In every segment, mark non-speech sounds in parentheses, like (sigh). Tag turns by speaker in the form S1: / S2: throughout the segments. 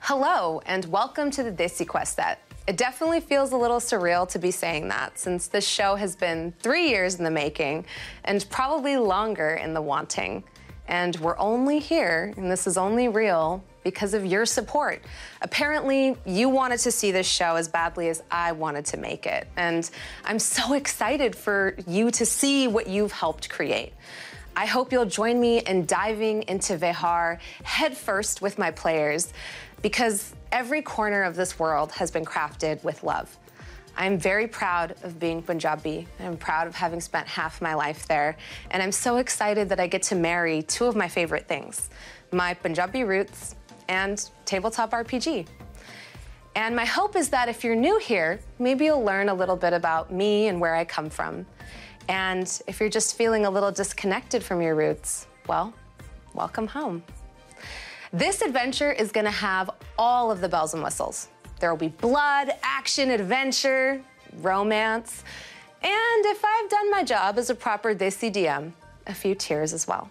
S1: Hello, and welcome to the Desi Questet. It definitely feels a little surreal to be saying that since this show has been three years in the making and probably longer in the wanting. And we're only here, and this is only real, because of your support. Apparently, you wanted to see this show as badly as I wanted to make it. And I'm so (laughs) excited for you to see what you've helped create. I hope you'll join me in diving into Vihar headfirst with my players because every corner of this world has been crafted with love. I'm very proud of being Punjabi. I'm proud of having spent half my life there. And I'm so excited that I get to marry two of my favorite things my Punjabi roots and tabletop RPG. And my hope is that if you're new here, maybe you'll learn a little bit about me and where I come from. And if you're just feeling a little disconnected from your roots, well, welcome home. This adventure is going to have all of the bells and whistles. There will be blood, action, adventure, romance, and if I've done my job as a proper Desi DM, a few tears as well.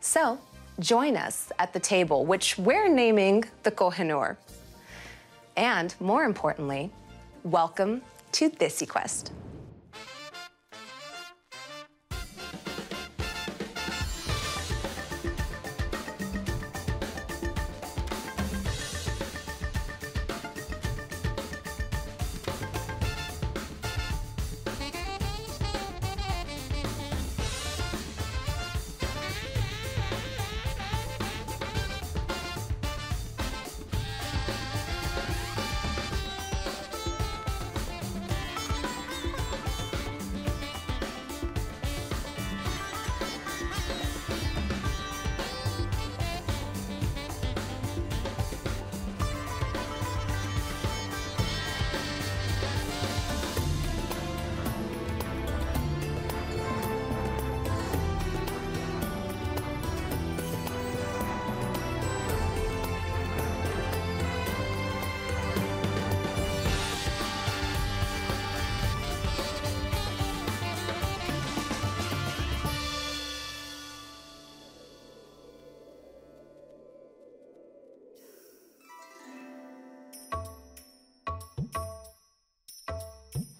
S1: So, join us at the table, which we're naming the Kohinoor. And more importantly, welcome to Desi Quest.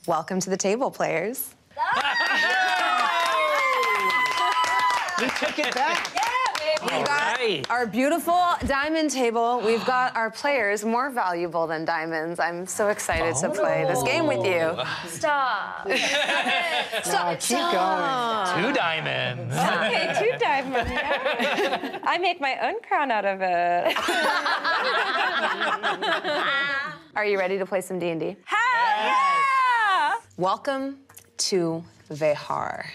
S1: Welcome to the table, players.
S2: You took it back.
S1: We've got
S2: right.
S1: our beautiful diamond table. We've got our players more valuable than diamonds. I'm so excited
S2: Oh.
S1: to play this game with
S2: (laughs)
S1: you.
S3: Stop.
S1: Stop.
S2: keep Two diamonds.
S3: okay, two diamonds. yeah. I make my own crown out of it.
S1: (laughs) Are you ready to play some D&D?
S3: Hell
S1: Welcome to Vehar.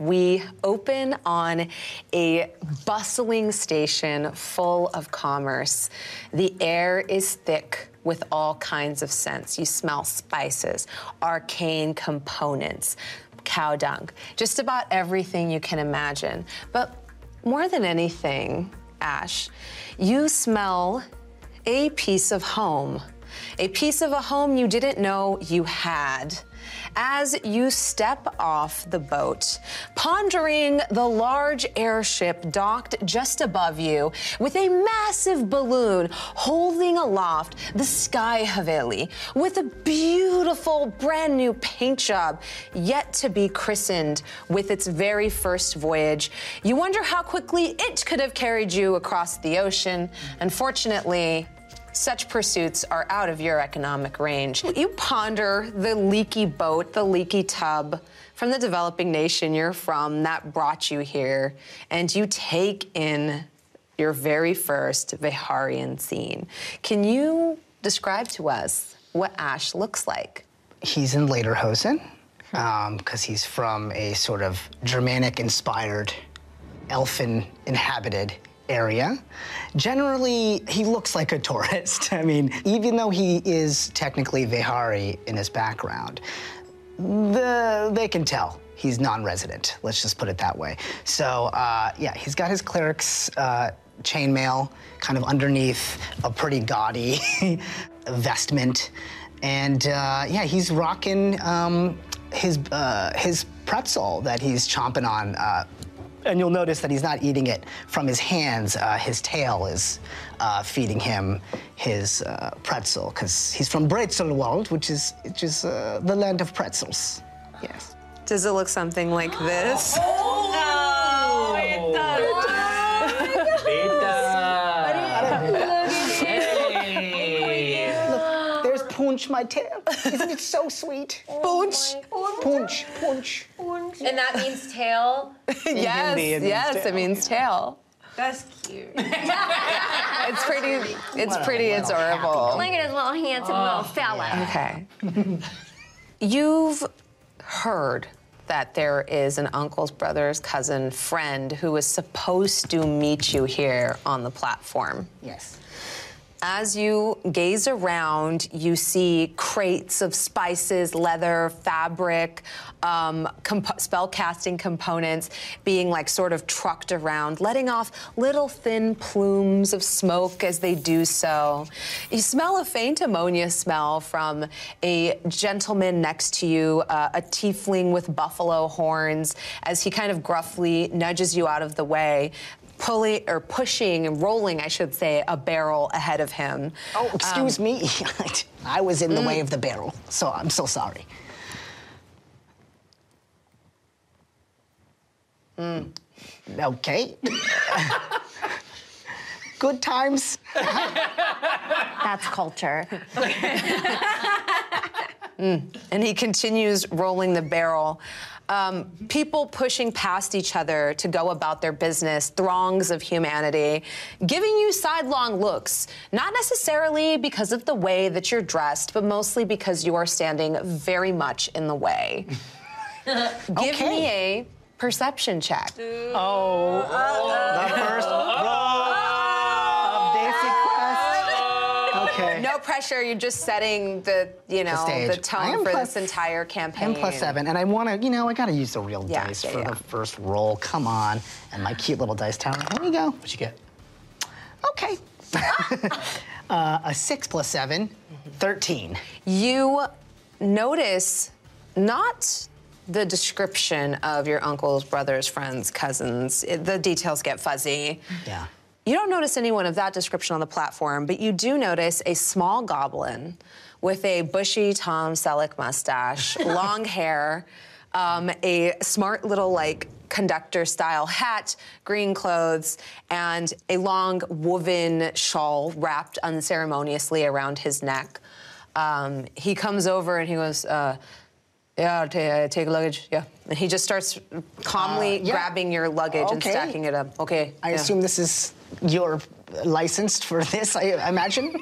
S1: We open on a bustling station full of commerce. The air is thick with all kinds of scents. You smell spices, arcane components, cow dung, just about everything you can imagine. But more than anything, Ash, you smell a piece of home. A piece of a home you didn't know you had. As you step off the boat, pondering the large airship docked just above you with a massive balloon holding aloft the Sky Haveli with a beautiful brand new paint job yet to be christened with its very first voyage. You wonder how quickly it could have carried you across the ocean. Unfortunately, such pursuits are out of your economic range. You ponder the leaky boat, the leaky tub from the developing nation you're from that brought you here, and you take in your very first Viharian scene. Can you describe to us what Ash looks like?
S4: he's in Lederhosen because he's from a sort of Germanic inspired, elfin inhabited area. Generally, he looks like a (laughs) tourist. I mean, even though he is technically Vihari in his background, the, they can tell. He's non-resident. Let's just put it that way. So uh, yeah, he's got his cleric's uh, chainmail kind of underneath a pretty gaudy (laughs) vestment, and uh, yeah, he's rocking um, his uh, his pretzel that he's chomping on uh, and you'll notice that he's not eating it from his hands. Uh, his tail is uh, feeding him his uh, pretzel because he's from Brezelwald, which is which is uh, the land of pretzels. Yes.
S1: Does it look something like (gasps) this? (laughs)
S5: Oh,
S4: There's Punch, my tail. Isn't it so sweet? Punch, Punch, Punch.
S6: And that means tail.
S1: yes,
S4: Hindi, it means
S1: yes,
S4: tail.
S1: it means tail.
S6: That's cute.
S1: (laughs) It's pretty. It's
S4: a
S1: pretty
S4: little
S1: adorable.
S6: Look at his little handsome little fella.
S1: Okay. You've heard that there is an uncle's brother's cousin friend who was supposed to meet you here on the platform.
S4: Yes.
S1: As you gaze around, you see crates of spices, leather, fabric, um, comp- spell casting components being like sort of trucked around, letting off little thin plumes of smoke as they do so. You smell a faint ammonia smell from a gentleman next to you, uh, a tiefling with buffalo horns, as he kind of gruffly nudges you out of the way pulling or pushing and rolling, I should say, a barrel ahead of him.
S4: Oh, excuse
S1: Um,
S4: me. (laughs) I was in the way of the barrel, so I'm so sorry. Mm. Okay. (laughs) Good times.
S6: That's
S1: (laughs)
S6: culture.
S1: Mm. And he continues rolling the barrel. Um, people pushing past each other to go about their business, throngs of humanity, giving you sidelong looks, not necessarily because of the way that you're dressed, but mostly because you are standing very much in the way. Give me a perception check.
S4: The first roll of Basic Quest. Okay.
S1: No pressure. You're just setting the you know
S4: stage.
S1: the,
S4: I
S1: tone
S4: am
S1: for
S4: plus-
S1: this entire campaign.
S4: Ten plus seven, and I want to, you know, I got to use the real
S1: Yeah,
S4: dice
S1: yeah,
S4: for
S1: yeah.
S4: the first roll. Come on, and my cute little dice tower. There you go.
S2: What you get?
S4: Okay. (laughs) uh, a six plus seven, 13.
S1: You notice not the description of your uncles, brothers, friends, cousins. It- the details get fuzzy.
S4: Yeah.
S1: You don't notice anyone of that description on the platform, but you do notice a small goblin with a bushy Tom Selleck
S4: (laughs)
S1: mustache, long hair, um, a smart little like conductor style hat, green clothes, and a long woven shawl wrapped unceremoniously around his neck. Um, he comes over and he goes, uh, yeah, I'll ta- uh, take luggage. Yeah, and he just starts calmly
S4: Uh, yeah.
S1: grabbing your luggage and
S4: Okay.
S1: stacking it up. Okay,
S4: I
S1: yeah.
S4: assume this is you're licensed for this, I imagine.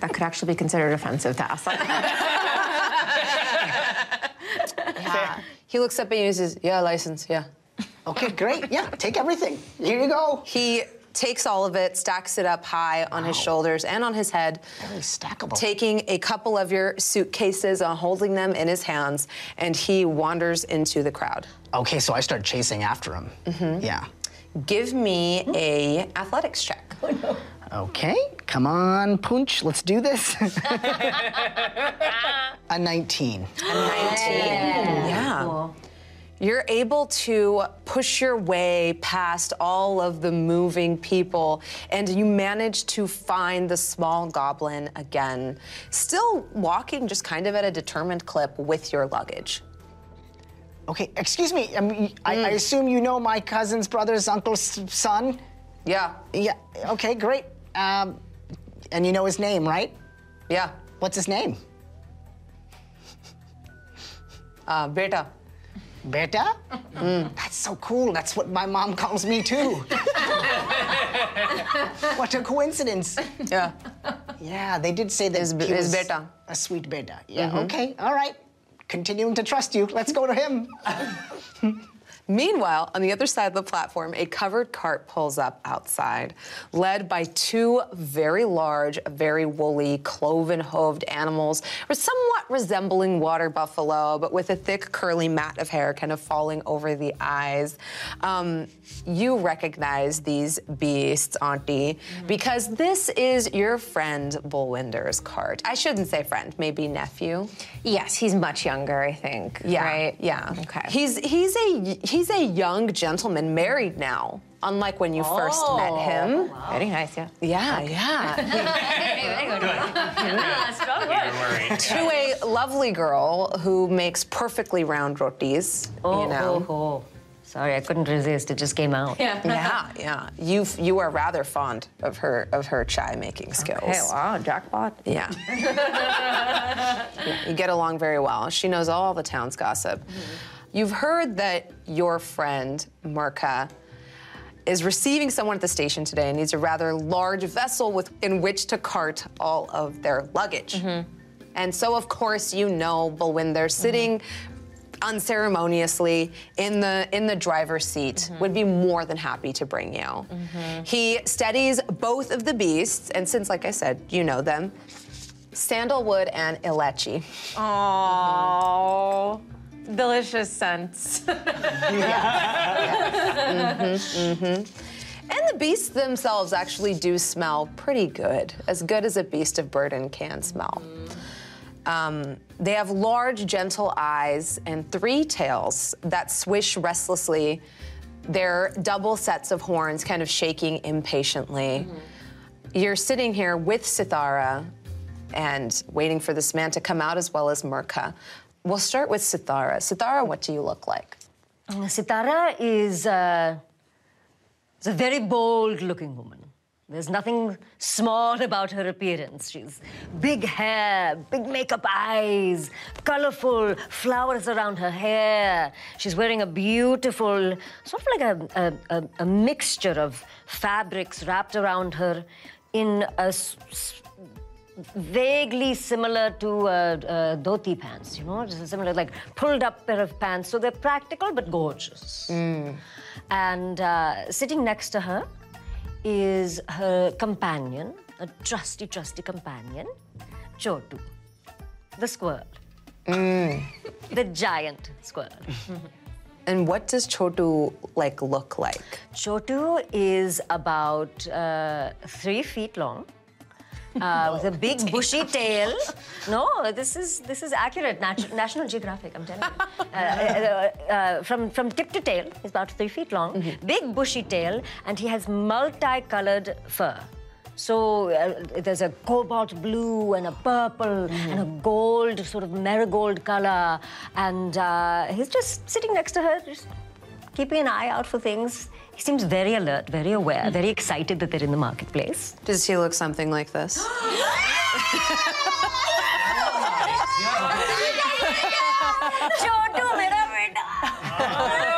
S6: That could actually be considered offensive to us.
S1: Yeah. He looks up at you and says, Yeah, license, yeah.
S4: (laughs) Okay, great. Yeah, take everything. Here you go.
S1: He takes all of it, stacks it up high on his
S4: Wow.
S1: shoulders and on his head,
S4: Very stackable.
S1: taking a couple of your suitcases and holding them in his hands, and he wanders into the crowd.
S4: Okay, so I start chasing after him.
S1: Mm-hmm.
S4: Yeah.
S1: Give me a athletics check.
S4: Okay, come on, Punch, let's
S1: (laughs)
S4: do this. a 19.
S1: 19. Yeah. You're able to push your way past all of the moving people, and you manage to find the small goblin again, still walking just kind of at a determined clip with your luggage.
S4: Okay, excuse me. I, mean, I,
S1: Mm.
S4: I assume you know my cousin's brother's uncle's son?
S1: Yeah,
S4: Yeah. Okay. Great. Um, and you know his name, right?
S1: yeah.
S4: What's his name?
S1: Uh, beta.
S4: Beta. Hmm. That's so cool. That's what my mom calls me too. what a coincidence.
S1: Yeah.
S4: Yeah, they did say that
S1: Is-
S4: he
S1: is
S4: was
S1: Beta.
S4: a sweet beta. Yeah. Okay. All right. Continuing to trust you. Let's go to him.
S1: Meanwhile, on the other side of the platform, a covered cart pulls up outside, led by two very large, very woolly, cloven-hooved animals, with somewhat not resembling water buffalo, but with a thick curly mat of hair kind of falling over the eyes. Um, you recognize these beasts, Auntie,
S6: Mm-hmm.
S1: because this is your friend Bullwinder's card. I shouldn't say friend, maybe nephew.
S6: Yes, he's much younger, I think.
S1: Yeah.
S6: Right?
S1: Yeah.
S6: Okay.
S1: He's he's a he's a young gentleman, married now. Unlike when you first
S5: Oh.
S1: met him.
S6: Very nice, yeah.
S1: Yeah, (laughs) yeah. to a lovely girl who makes perfectly round rotis. you know.
S5: oh. Sorry, I couldn't resist. It just came out.
S1: Yeah, yeah. You f- you are rather fond of her of her chai making skills.
S3: Hey, wow, jackpot.
S1: Yeah. Yeah, You get along very well. She knows all the town's gossip. You've heard that your friend, Mirka, is receiving someone at the station today and needs a rather large vessel with, in which to cart all of their luggage. And so, of course, you know Belwinder sitting unceremoniously in the in the driver's seat would be more than happy to bring you. He steadies both of the beasts, and since, like I said, you know them, sandalwood and ilechi.
S3: Oh, delicious scents.
S1: Mm-hmm. And the beasts themselves actually do smell pretty good, as good as a beast of burden can smell. Um, they have large, gentle eyes and three tails that swish restlessly, their double sets of horns kind of shaking impatiently. Mm-hmm. You're sitting here with Sithara and waiting for this man to come out as well as Murka. We'll start with Sithara. Sithara, what do you look like?
S5: Uh, Sitara is, uh, is a very bold looking woman. There's nothing small about her appearance. She's big hair, big makeup eyes, colorful flowers around her hair. She's wearing a beautiful, sort of like a, a, a, a mixture of fabrics wrapped around her in a s- s- vaguely similar to uh, uh, dhoti pants, you know, just similar, like pulled up pair of pants. So they're practical but gorgeous. And uh, sitting next to her is her companion, a trusty, trusty companion, Chotu, the squirrel. (laughs) the giant squirrel.
S1: And what does Chotu like look like?
S5: Chotu is about uh, three feet long. Uh, with a big bushy tail. No, this is this is accurate. Nat- National Geographic, I'm telling you. Uh, uh, uh, from from tip to tail, he's about three feet long. Big bushy tail, and he has multicolored fur. So uh, there's a cobalt blue and a purple and a gold sort of marigold color, and uh, he's just sitting next to her, just keeping an eye out for things. He seems very alert, very aware,
S1: Hmm.
S5: very excited that they're in the
S1: (laughs)
S5: marketplace.
S1: Does he look something like this?
S5: Chotu, mera beta.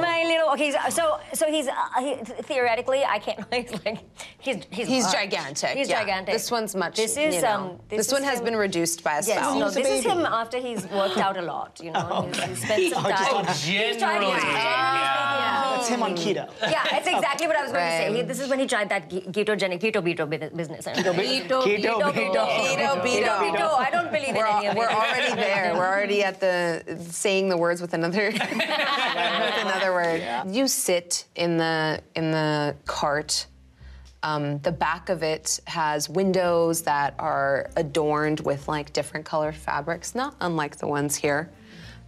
S5: My little. Okay, so- so so he's uh, he, theoretically I can't. (laughs) He's like he's he's,
S1: (gasps) He's
S5: large.
S1: gigantic.
S5: He's
S1: yeah.
S5: gigantic.
S1: This one's much.
S5: This is
S1: you know,
S5: um.
S1: This,
S5: is
S1: one has
S5: him-
S1: been reduced by a
S5: Yes,
S1: spell.
S5: no,
S4: was a
S5: this is
S4: baby.
S5: him after he's worked out a lot. You know, he's, he's spent some
S4: Oh, just
S5: time.
S4: on
S5: He's trying to-
S2: generally.
S5: Yeah.
S4: That's him on keto.
S5: Yeah, that's exactly what I was going to say.
S1: Right.
S5: He, this is when he tried that ge- ketogenic, keto beto bu- business. Keto
S1: Beto.
S4: Keto, keto.
S1: Beto, beto.
S5: beto. I don't believe
S1: We're,
S5: in
S1: al-
S5: any of
S1: we're
S5: it.
S1: already (laughs)
S5: (laughs)
S1: there. We're already at the saying the words with another (laughs) with another word. You sit in the in the cart. Um, the back of it has windows that are adorned with like different colored fabrics, not unlike the ones here,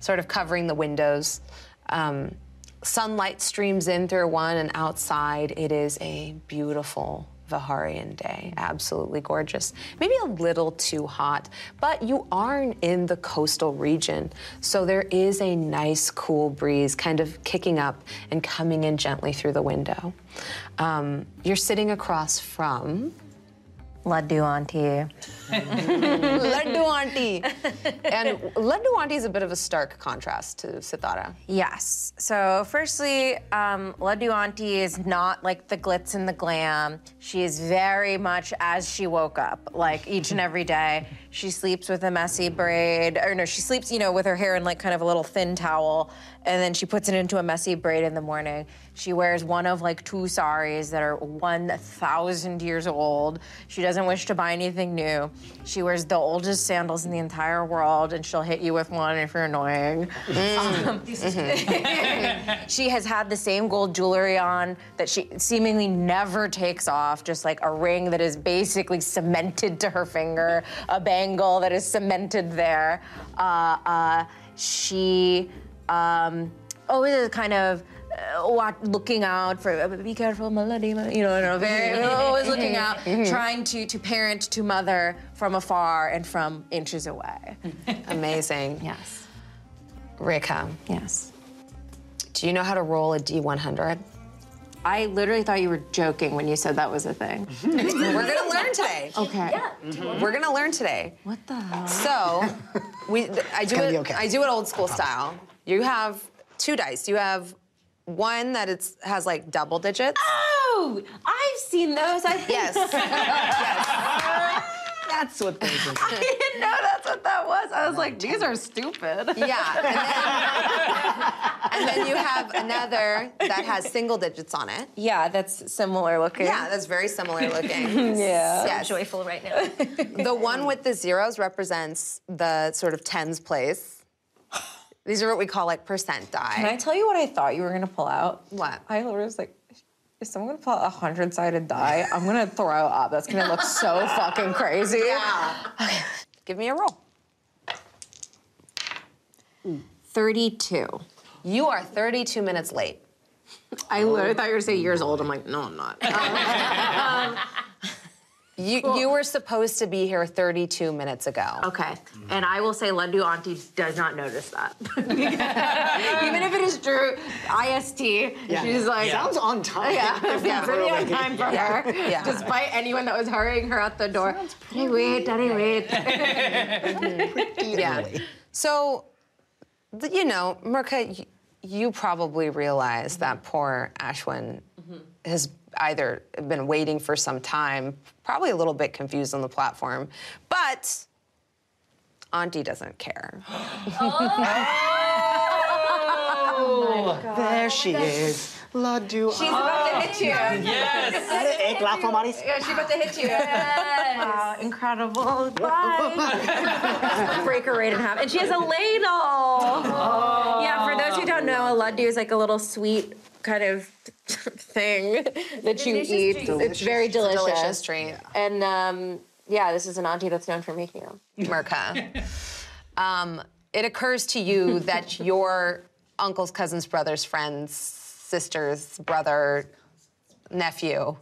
S1: sort of covering the windows. Um, sunlight streams in through one, and outside it is a beautiful Viharian day. Absolutely gorgeous. Maybe a little too hot, but you are in the coastal region, so there is a nice cool breeze kind of kicking up and coming in gently through the window. Um, you're sitting across (laughs) from
S6: Laddu auntie.
S1: Laddu Auntie. and Laddu Auntie is a bit of a stark contrast to Sitara.
S3: Yes. So, firstly, um, Ledu Auntie is not like the glitz and the glam. She is very much as she woke up, like each and every day.
S7: She sleeps with a messy braid, or no, she sleeps, you know, with her hair in like kind of a little thin towel, and then she puts it into a messy braid in the morning. She wears one of like two saris that are 1,000 years old. She doesn't wish to buy anything new. She wears the oldest sandals in the entire world, and she'll hit you with one if you're annoying. Um,
S6: Mm.
S7: (laughs)
S6: Mm-hmm.
S7: She has had the same gold jewelry on that she seemingly never takes off, just like a ring that is basically cemented to her finger, a bangle that is cemented there. Uh, uh, she um, always is kind of uh, wa- looking out for, uh, be careful, my lady, my-" you know, you know, very,
S6: Mm-hmm.
S7: always looking out, trying to, to parent to mother from afar and from inches away.
S1: Amazing.
S6: Yes.
S1: Rika,
S6: Yes.
S1: do you know how to roll a D100?
S7: I literally thought you were joking when you said that was a thing.
S1: We're gonna learn today. Okay. We're gonna learn today. What the hell? So, we I do
S4: gonna
S1: it.
S4: be okay.
S1: I do it old school style. You have two dice. You have one that it's has like double digits.
S7: Oh, I've seen those. I think (laughs)
S1: Yes. yes.
S4: That's what they do.
S7: I didn't know that's what that was. I was like, these are stupid. (laughs)
S1: Yeah. And then, and then you have another that has single digits on it.
S7: Yeah, that's similar looking.
S1: Yeah, that's very similar looking.
S7: Mm, Yeah.
S1: Yes.
S6: Joyful right now.
S1: The one with the zeros represents the sort of tens place. These are what we call like percent die.
S7: Can I tell you what I thought you were gonna pull out?
S1: What?
S7: I literally was like, if someone gonna pull out a hundred sided die, I'm gonna throw up. That's gonna look so (laughs) fucking crazy.
S1: Yeah. Give me a roll.
S7: 32.
S1: You are 32 minutes late.
S7: I literally thought you were gonna say years old. I'm like, no, I'm
S1: (laughs)
S7: not.
S1: Um, You you were supposed to be here 32 minutes ago.
S7: Okay.
S3: Mm-hmm.
S7: And I will say Lendu Auntie does not notice that. (laughs) Even if it is Drew IST, she's like
S4: Sounds on time.
S7: Yeah, yeah, pretty on time for her.
S1: Yeah.
S7: Despite anyone that was hurrying her out the door. Daddy, wait, daddy, wait.
S1: Yeah. So, th- you know, Mirka, y- you probably realize that poor Ashwin
S7: Mm-hmm.
S1: has either been waiting for some time, probably a little bit confused on the platform, but Auntie doesn't care.
S4: (laughs) There she is. La Ah, do
S3: She's about to hit you.
S2: Yes.
S4: Egg la pomaris.
S3: Yeah, she's about to hit you.
S7: Incredible. Bye.
S3: break her right in half. And she has a ladle. Oh.
S7: Yeah, for those who don't know, a laddu is like a little sweet kind of (laughs) thing that you eat. It's very delicious.
S1: Delicious treat,
S7: And um, yeah, this is an auntie that's known for making them.
S1: Mirka. Um, it occurs to you that your uncle's cousin's brother's friend's sister's brother nephew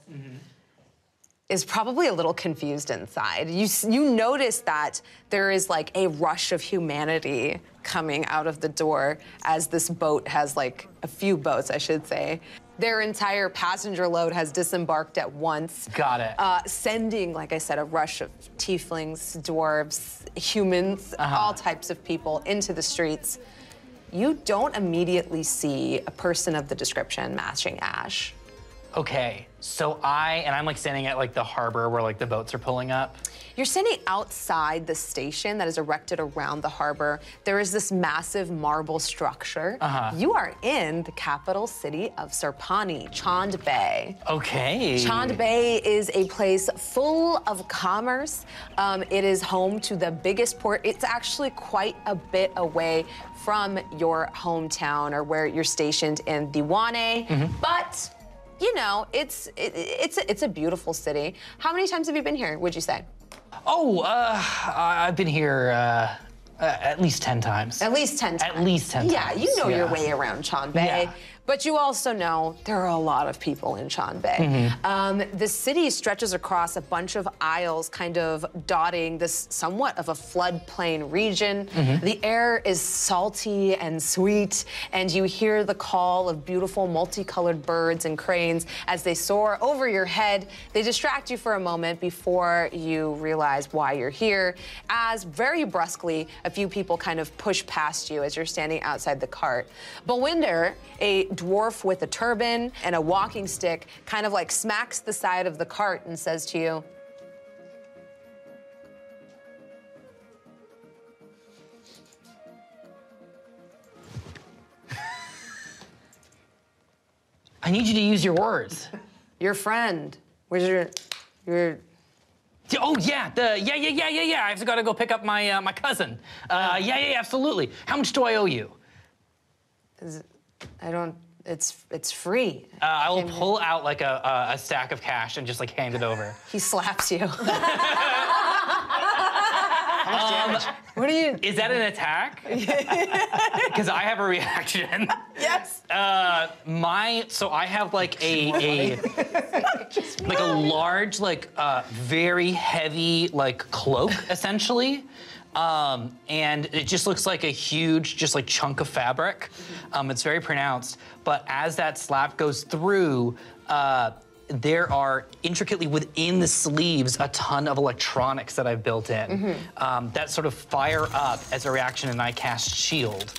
S1: is probably a little confused inside. You s- you notice that there is like a rush of humanity coming out of the door as this boat has like a few boats, I should say. Their entire passenger load has disembarked at once.
S2: Got it.
S1: Uh, sending, like I said, a rush of tieflings, dwarves, humans, all types of people into the streets. You don't immediately see a person of the description matching Ash.
S2: Okay. So I and I'm like standing at like the harbor where like the boats are pulling up.
S1: You're standing outside the station that is erected around the harbor. There is this massive marble structure. You are in the capital city of Serpani, Chand Bay.
S2: Okay.
S1: Chand Bay is a place full of commerce. Um, it is home to the biggest port. It's actually quite a bit away from your hometown or where you're stationed in Diwane, but. You know, it's it, it's a, it's a beautiful city. How many times have you been here? Would you say?
S2: Oh, uh, I- I've been here uh, uh, at least ten times.
S1: At least ten times.
S2: At least 10
S1: Yeah,
S2: times,
S1: you know your
S2: yeah.
S1: way around Chan Bay.
S2: Yeah.
S1: But you also know there are a lot of people in Chan Bay.
S2: Mm-hmm.
S1: Um, the city stretches across a bunch of isles, kind of dotting this somewhat of a floodplain region.
S2: Mm-hmm.
S1: The air is salty and sweet, and you hear the call of beautiful multicolored birds and cranes as they soar over your head. They distract you for a moment before you realize why you're here, as very brusquely, a few people kind of push past you as you're standing outside the cart. Bewinder, a dwarf with a turban and a walking stick, kind of like smacks the side of the cart and says to you,
S2: I need you to use your words.
S1: Your friend. Where's your your
S2: D- Oh yeah, the yeah yeah yeah yeah yeah. I've got to go pick up my uh, my cousin. Uh, yeah yeah yeah, absolutely. How much do I owe you?
S1: I don't it's it's free.
S2: Uh, I will pull out like a, a a stack of cash and just like hand
S1: (laughs)
S2: it over.
S1: he slaps you. Um,
S2: What are you? Is that an
S1: (laughs)
S2: attack? Because I have a reaction.
S1: yes.
S2: Uh, my so I have like a a like a large like uh, very heavy like cloak essentially. Um, and it just looks like a huge, just like chunk of fabric. Um, it's very pronounced, but as that slap goes through, uh, there are intricately within the sleeves a ton of electronics that I've built in um, that sort of fire up as a reaction, and I cast shield,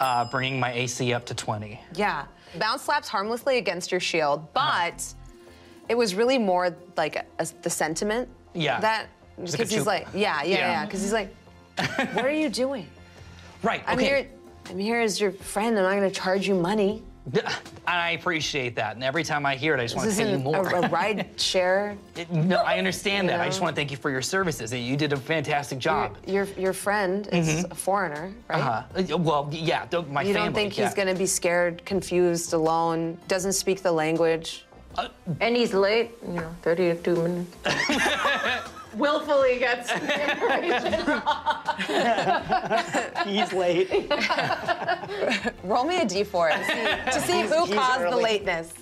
S2: uh, bringing my AC up to 20.
S1: Yeah. Bounce slaps harmlessly against your shield, but
S2: Uh-huh.
S1: it was really more like a, the sentiment.
S2: Yeah.
S1: That
S2: It's like a
S1: because he's
S2: joke.
S1: like, yeah, yeah,
S2: Yeah.
S1: yeah. Because he's like, what are you
S2: (laughs)
S1: doing?
S2: Right.
S1: I'm
S2: okay.
S1: here. I'm here as your friend. I'm not going to charge you money.
S2: Th- I appreciate that, and every time I hear it, I just want to
S1: This
S2: pay you
S1: isn't a,
S2: more. (laughs)
S1: a ride share.
S2: It- no, I understand that. I just want to thank you for your services. You did a fantastic
S1: Your,
S2: job.
S1: your your friend is a foreigner, right?
S2: Uh, well, yeah,
S1: You
S2: th- my mm-hmm. family.
S1: don't think
S2: yeah.
S1: he's going to be scared, confused, alone, doesn't speak the language.
S7: And he's late, you know, 32 minutes. Willfully gets
S4: (laughs) He's late.
S1: (laughs) Roll me a d4 to see, to see who
S4: he's
S1: caused the
S4: early.
S1: lateness.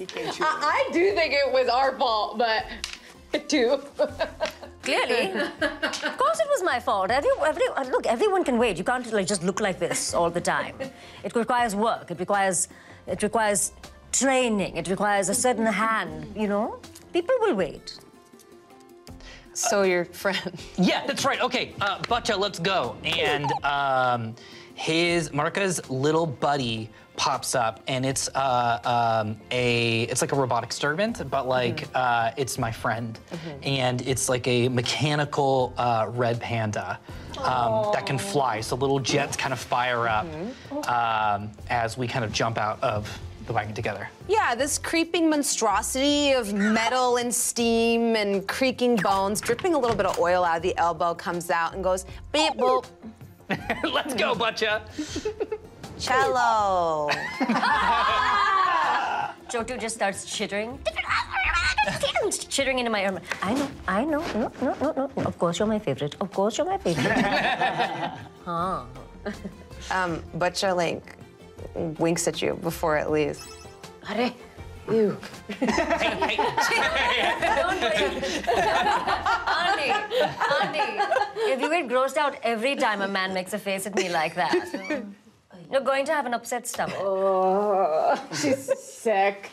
S7: I do think it was our fault, but two.
S5: Clearly. of course it was my fault. Every, every, uh, look, everyone can wait. You can't like, just look like this all the time. It requires work. It requires, it requires training. It requires a certain hand, you know? People will wait.
S2: Uh,
S1: So your friend.
S2: Yeah, that's right. Okay, uh, Butcha, let's go. And um, his Marca's little buddy pops up, and it's uh, um, a it's like a robotic servant, but like uh, it's my friend, and it's like a mechanical uh, red panda um, that can fly. So little jets kind of fire up um, as we kind of jump out of the wagon together. (laughs)
S1: Yeah, this creeping monstrosity of metal and steam and creaking bones, dripping a little bit of oil out of the elbow, comes out and goes beep boop
S2: let's go, Butcha.
S1: cello.
S5: Jotu just starts chittering. (laughs) chittering into my arm. I know, I know, no, no, no, no, no. Of course you're my favorite. Of course you're my favorite.
S1: Butcher Link winks at you before it leaves.
S5: Andy, Andy. If you get grossed out every time a man makes a face at me like that, you're going to have an upset stomach.
S7: She's sick.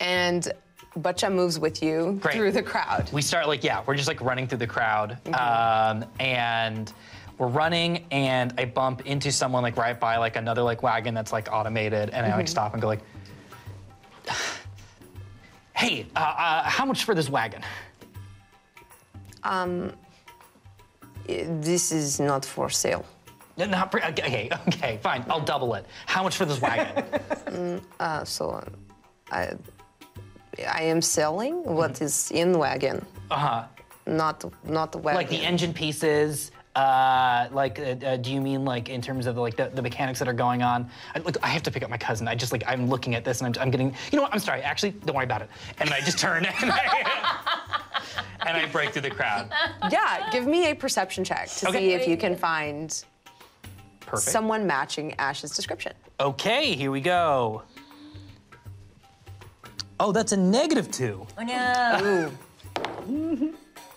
S1: And Butcha moves with you
S2: Great.
S1: through the crowd.
S2: we start like yeah we're just like running through the crowd um, and we're running and i bump into someone like right by like another like wagon that's like automated and i like stop and go like (sighs) hey uh, uh, how much for this wagon
S1: This is not for sale.
S2: No, not pre- okay, okay okay fine i'll double it how much for this wagon
S1: Uh, so um, I, I am selling what
S2: Mm-hmm.
S1: is in wagon. Uh huh. Not not wagon.
S2: Uh-huh. like the engine pieces uh, like, uh, uh, do you mean like in terms of like the, the mechanics that are going on? I, look, I have to pick up my cousin. I just like I'm looking at this and I'm, I'm getting. You know what? I'm sorry. Actually, don't worry about it. And I just turn (laughs) and I, and I break through the crowd.
S1: Yeah, give me a perception check to
S2: Okay.
S1: see if you can find
S2: Perfect.
S1: someone matching Ash's description.
S2: Okay, here we go. Oh, that's a negative two.
S5: Oh, no.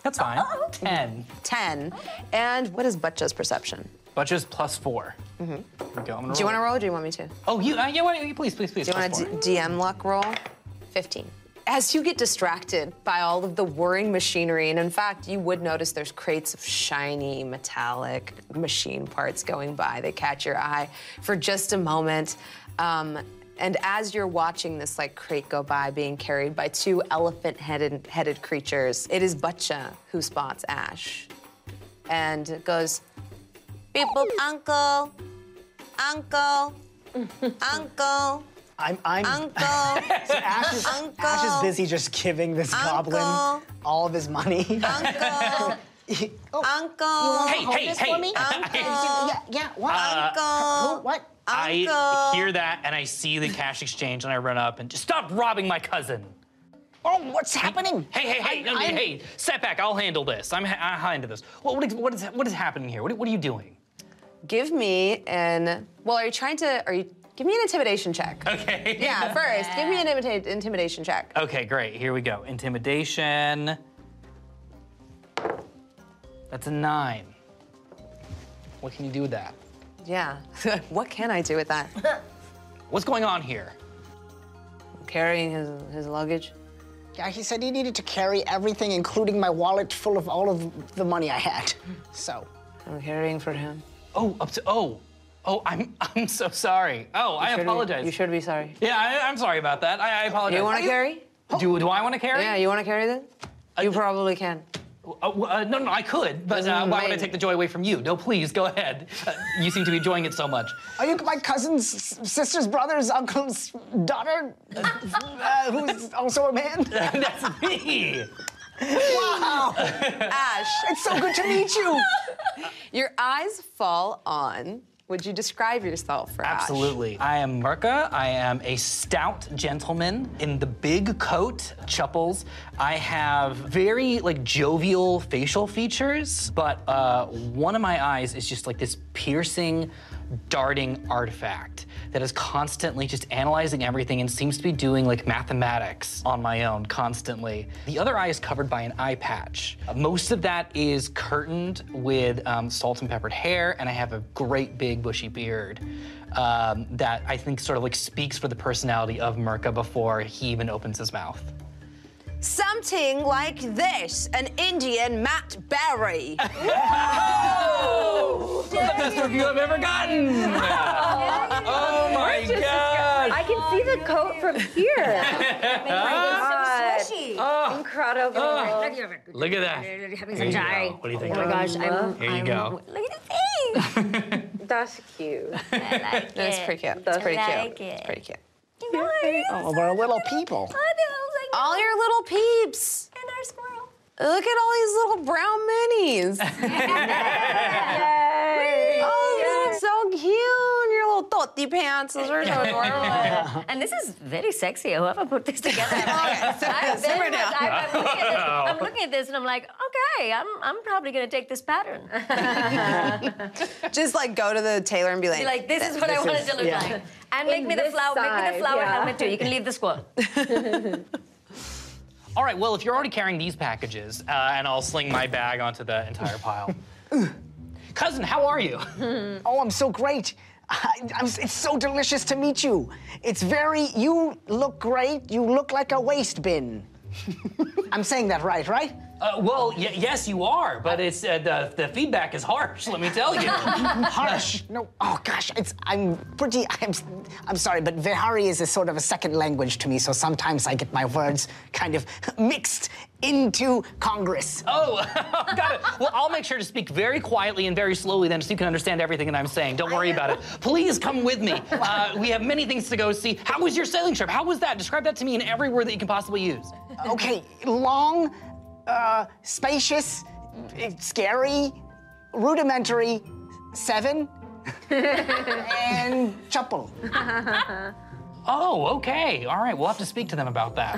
S2: That's fine.
S1: Oh,
S2: Ten.
S1: 10. And what is Butcha's perception?
S2: Butcher's plus four. Here we go. I'm gonna
S1: Mm-hmm. Do you want to roll or do you want me to? Do
S2: Oh, you. Uh, yeah. Why don't you please, please, please.
S1: you want
S2: plus
S1: to
S2: four.
S1: d- DM luck roll? 15. As you get distracted by all of the whirring machinery, and in fact, you would notice there's crates of shiny metallic machine parts going by. They catch your eye for just a moment. Um, and as you're watching this like crate go by, being carried by two elephant-headed headed creatures, it is Butcha who spots Ash, and goes, "Beep boop, uncle, uncle."
S8: Uncle,
S4: I'm, I'm
S8: uncle,
S4: Ash, is,
S8: Uncle.
S4: Ash is busy just giving this goblin
S8: Uncle.
S4: all of his money.
S8: uncle,
S4: oh,
S1: (laughs)
S8: uncle,
S1: Oh,
S2: Hey, hey, hey! (laughs)
S1: Um, uh,
S2: Uh,
S8: uncle,
S4: yeah, yeah, what?
S8: uncle.
S4: what?
S2: I
S8: Uncle.
S2: hear that and I see the cash exchange and I run up and just stop robbing my cousin.
S4: Oh, what's happening?
S2: Hey, hey, hey, no, no, hey, step back. I'll handle this. I'm, ha- I'll handle this. What, what, is, what, is, what is happening here? What, are- what are you doing?
S1: Give me an. Well, are you trying to? Are you? Give me an intimidation check.
S4: (laughs)
S2: Okay. Oh.
S1: Yeah, first, give me an imita- intimidation check.
S2: Okay, great. Here we go. Intimidation. That's a nine. What can you do with that?
S1: Yeah. (laughs) what can I do with that?
S2: What's going on here?
S1: Carrying his, his luggage.
S4: Yeah, he said he needed to carry everything, including my wallet full of all of the money I had. So,
S1: I'm carrying for him.
S2: Oh, up to oh, oh. I'm (laughs) I'm so sorry. Oh, I
S1: Should we-
S2: apologize.
S1: you should be sorry.
S2: Yeah, I, I'm sorry about that. I, I apologize.
S1: You want
S2: Are
S1: to carry?
S2: Do do I want to carry?
S1: Oh. Yeah, you want to carry this? You probably can.
S2: Uh, w- uh, no, no, I could, but uh,
S1: Mm,
S2: why would I
S1: mine-
S2: take the joy away from you? No, please, go ahead. Uh, you seem to be enjoying it so much. (laughs)
S4: are you my cousin's s- sister's brother's uncle's daughter, uh, who's also a man?
S2: That's me.
S4: Wow,
S1: Ash,
S4: it's so good to meet
S8: (laughs)
S4: you.
S1: your eyes fall on. Would you describe yourself for Ash?
S2: Absolutely. I am Merca. I am a stout gentleman in the big coat, chupples. I have very like jovial facial features, but uh, one of my eyes is just like this piercing, darting artifact that is constantly just analyzing everything and seems to be doing like mathematics on my own constantly. The other eye is covered by an eye patch. Uh, Most of that is curtained with um, salt and peppered hair, and I have a great big bushy beard um, that I think sort of like speaks for the personality of Merca before he even opens his mouth.
S8: Something like this, an Indian Matt Berry.
S2: the best review I've ever gotten! oh my god!
S3: I can see the coat from here. It's so squishy. Incredible.
S2: Look at that.
S5: Oh. Having
S2: There
S5: some
S2: you go.
S5: chai.
S2: What do you think?
S5: Oh my gosh, I'm.
S2: Here you
S5: I'm-
S2: go.
S5: Look at the thing.
S2: (laughs)
S3: That's cute.
S1: That's pretty cute. That's pretty cute.
S5: like
S1: It's
S5: it.
S1: pretty cute.
S4: Oh, we're little people.
S1: All your little peeps.
S5: And our squirrel.
S1: Look at all these little brown minis. oh, they're so cute. And your little totti pants. Those are (laughs) so adorable.
S5: (laughs) And this is very sexy. Whoever put this (laughs) together. I'm, very much- I'm, I'm looking at this, I'm looking at this and I'm like, okay, I'm, I'm probably going to take this pattern.
S1: Just like go to the tailor and be like,
S5: (laughs) like, this is what I want it to look
S4: yeah.
S5: like. (laughs) And make me, the
S3: this
S5: flower, make me
S3: size,
S5: the flower
S3: yeah.
S5: helmet too. You can leave the (laughs) squirrel.
S2: All right, well, if you're already carrying these packages, uh, and I'll sling my bag onto the entire (laughs) pile. Cousin, how are you?
S4: Oh, I'm so great. I, I'm, it's so delicious to meet you. It's very, you look great. You look like a waste bin.
S8: (laughs)
S4: I'm saying that right, right?
S2: Uh, well, y- yes, you are, but it's uh, the, the feedback is harsh. Let me tell (laughs) you.
S4: Harsh. No. Oh gosh, it's. I'm pretty. I'm. I'm sorry, but Vihari is a sort of a second language to me. So sometimes I get my words kind of mixed into Congress.
S2: oh, (laughs) got it. Well, I'll make sure to speak very quietly and very slowly then, so you can understand everything that I'm saying. Don't worry about it. Please come with me. Uh, we have many things to go see. How was your sailing trip? How was that? Describe that to me in every word that you can possibly use.
S4: Okay, long, uh, spacious, eh, scary, rudimentary, seven, and chapel.
S2: Oh, okay. All right. We'll have to speak to them about that.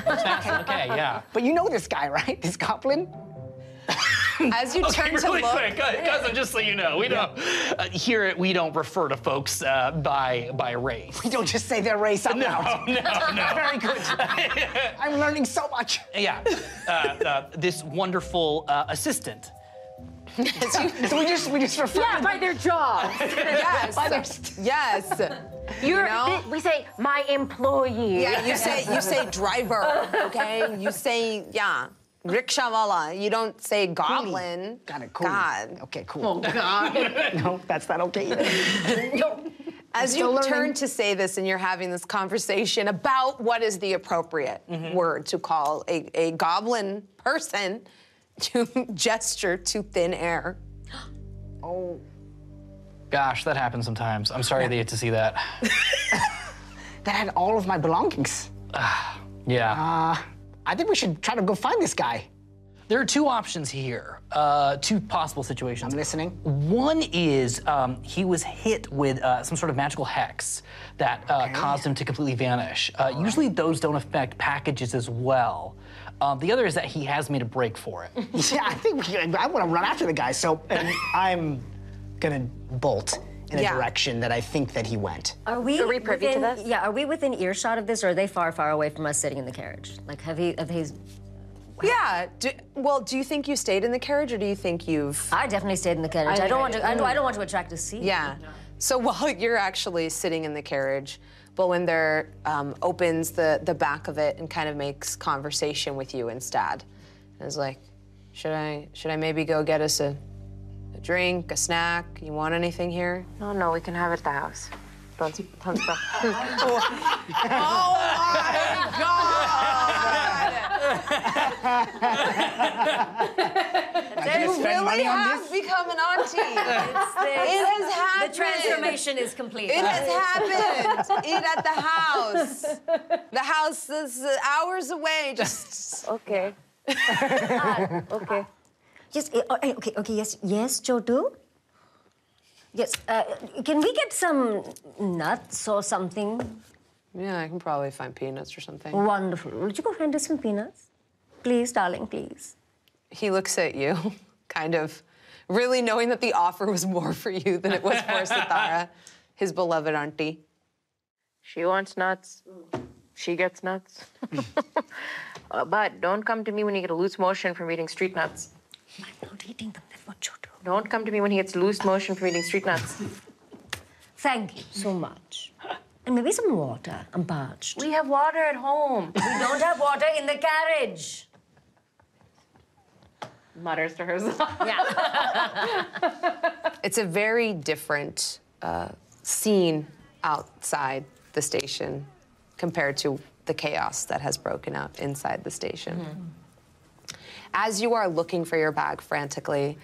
S1: (laughs)
S2: okay. Yeah.
S4: But you know this guy, right? This goblin.
S1: as
S2: (laughs)
S1: you turn to
S2: really
S1: look.
S2: quick, cousin. Just so you know, we don't uh, here. at- We don't refer to folks uh, by by
S1: (laughs)
S2: race.
S4: Don't just say their race out
S2: (laughs) No,
S4: loud.
S2: no, no.
S4: Very good. I'm learning so much.
S2: yeah, uh, uh, this wonderful uh, assistant.
S4: So we just we just refer to
S5: by their jaw.
S6: (laughs)
S1: Yes. yes.
S5: You're,
S1: know?
S5: th- we say, my employee.
S1: Yeah, you say you say driver, okay? You say yeah. Rickshawala. You don't say goblin.
S4: Got it. Cool.
S1: God.
S4: Okay. Cool. Oh God. (laughs) no, that's not okay. Either.
S1: As you
S4: still learning.
S1: turn to say this and you're having this conversation about what is the appropriate word to call a, a goblin person, (laughs) you gesture to thin air.
S4: oh.
S2: Gosh, that happens sometimes. I'm sorry they had to
S1: (laughs)
S2: see that.
S4: That had all of my belongings. Uh,
S2: Yeah.
S4: I think we should try to go find this guy.
S2: There are two options here, uh, two possible situations.
S4: I'm listening. (laughs)
S2: One is um, he was hit with uh, some sort of magical hex that uh, caused him to completely vanish. Uh, usually, those don't affect packages as well. Um, the other is that he has made a break for
S1: (laughs)
S2: it.
S4: Yeah, I think we, I want to run after the guy. So and I'm gonna bolt in a
S1: Yeah.
S4: direction that I think that he went.
S5: Are we?
S9: Are we privy to
S5: within,
S9: this?
S5: Yeah. Are we within earshot of this, or are they far, far away from us sitting in the carriage? Like, have he? Have he's?
S1: Yeah. Do, well, do you think you stayed in the carriage, or do you think you've?
S5: I definitely stayed in the carriage. I, don't want to. I don't, I don't want to attract a seat.
S1: Yeah. So (laughs) while you're actually sitting in the carriage, Bolinder um, opens the the back of it and kind of makes conversation with you instead. And is like, should I should I maybe go get us a, a drink, a snack? You want anything here?
S10: Oh no, we can have it at the house. Don't, don't stop.
S1: Oh
S4: I you spend money on this?
S1: become an auntie.
S5: It's the,
S1: It has happened.
S5: the transformation is complete.
S1: It has happened. Eat at the house. The house is hours away. Just
S10: Okay.
S5: (laughs)
S10: okay.
S5: Yes. eh, oh, eh, Okay. Okay. Yes. Yes, Jodo. Yes. Uh, can we get some nuts or something?
S1: (laughs) yeah, I can probably find peanuts or something.
S5: Wonderful. Would you go find us some peanuts, please, darling? Please.
S1: He looks at you, (laughs) kind of, really knowing that the offer was more for you than it was for Sithara, his beloved auntie.
S10: She wants nuts. She gets nuts. (laughs) Uh, but don't come to me when you get a loose motion from eating street nuts.
S5: I'm not eating them. That's what Jodo.
S10: Don't come to me when he gets loose motion from eating street nuts.
S5: Thank you so (laughs) much. And maybe some water. I'm parched.
S10: We have water at home. (laughs)
S5: We don't have water in the carriage.
S10: Mutters to herself. (laughs)
S1: It's a very different uh, scene outside the station compared to the chaos that has broken out inside the station. As you are looking for your bag frantically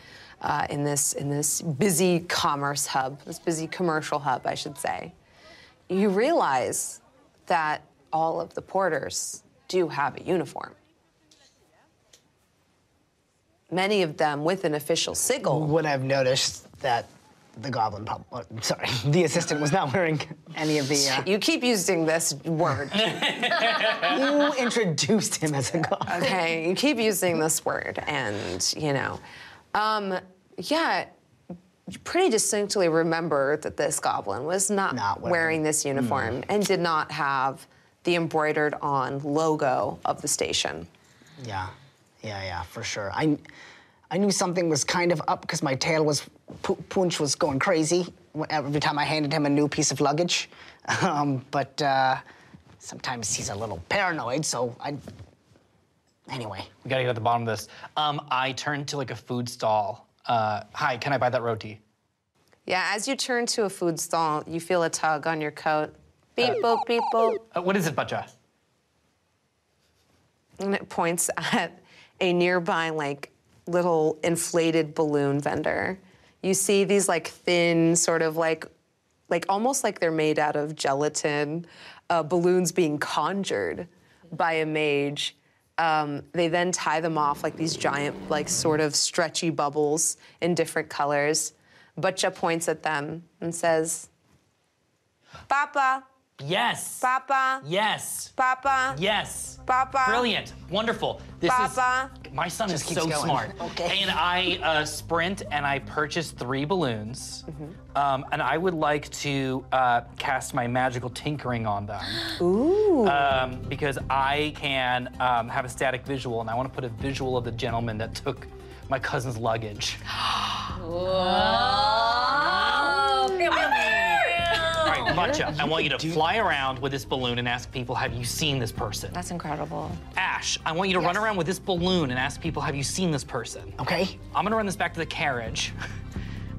S1: uh, in this in this busy commerce hub, this busy commercial hub, I should say, you realize that all of the porters do have a uniform. Many of them with an official sigil.
S4: Would have noticed that the goblin pub. uh, Sorry, (laughs) the assistant was not wearing any of
S1: (laughs)
S4: the. Uh,
S1: You keep using this word,
S4: you introduced him as a goblin.
S1: okay? You keep using this word, and you know, um, yeah, you pretty distinctly remember that this goblin was not,
S4: Not
S1: wearing.
S4: wearing.
S1: this uniform and did not have the embroidered-on logo of the station.
S4: Yeah, yeah, yeah, for sure. I, I knew something was kind of up because my tail was, Pu- Punch was going crazy wh- every time I handed him a new piece of luggage. (laughs) Um, but uh, sometimes he's a little paranoid, so I. Anyway,
S2: We gotta get at the bottom of this. Um, I turned to like a food stall. Uh, Hi, can I buy that roti?
S1: Yeah, as you turn to a food stall, you feel a tug on your coat. Beep boop beep boop,
S2: Uh, what is it, Bacha?
S1: and it points (laughs) at a nearby like little inflated balloon vendor. You see these like thin sort of like like almost like they're made out of gelatin uh, balloons being conjured by a mage. Um, they then tie them off like these giant like sort of stretchy bubbles in different colors. Butcha points at them and says, "Papa,
S2: Yes.
S1: Papa,
S2: Yes.
S1: Papa,
S2: Yes.
S1: Papa."
S2: Brilliant. Wonderful. This
S1: Papa.
S2: is my son is
S4: keeps
S2: so
S4: going.
S2: smart.
S4: Okay.
S2: And I uh, sprint and I purchase three balloons.
S4: Mm-hmm.
S2: Um, and I would like to uh, cast my magical tinkering on them. Ooh. Um, because I can um, have a static visual, and I want to put a visual of the gentleman that took my
S4: (gasps)
S2: cousin's luggage. All right, Matcha, I want you to fly around with this balloon and ask people, have you seen this person?
S10: That's incredible.
S2: Ash, I want you to run around with this balloon and ask people, have you seen this person?
S4: okay.
S2: I'm gonna run this back to the (laughs) carriage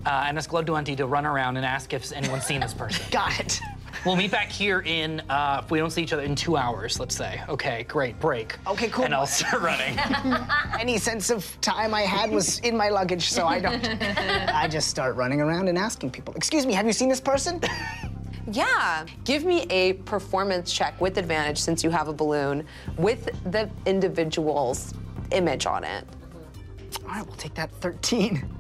S2: uh, and ask Gloduanti to run around and ask if anyone's seen this person.
S4: Got it. (laughs)
S2: We'll meet back here in, uh, if we don't see each other, in two hours, let's say. Okay, great, break.
S4: Okay, cool.
S2: And I'll start running.
S4: Any sense of time I had was in my luggage, so I don't. I just start running around and asking people, "Excuse me, have you seen this person?" (laughs)
S1: Yeah. Give me a performance check with advantage since you have a balloon with the individual's image on it.
S4: All right, we'll take that 13.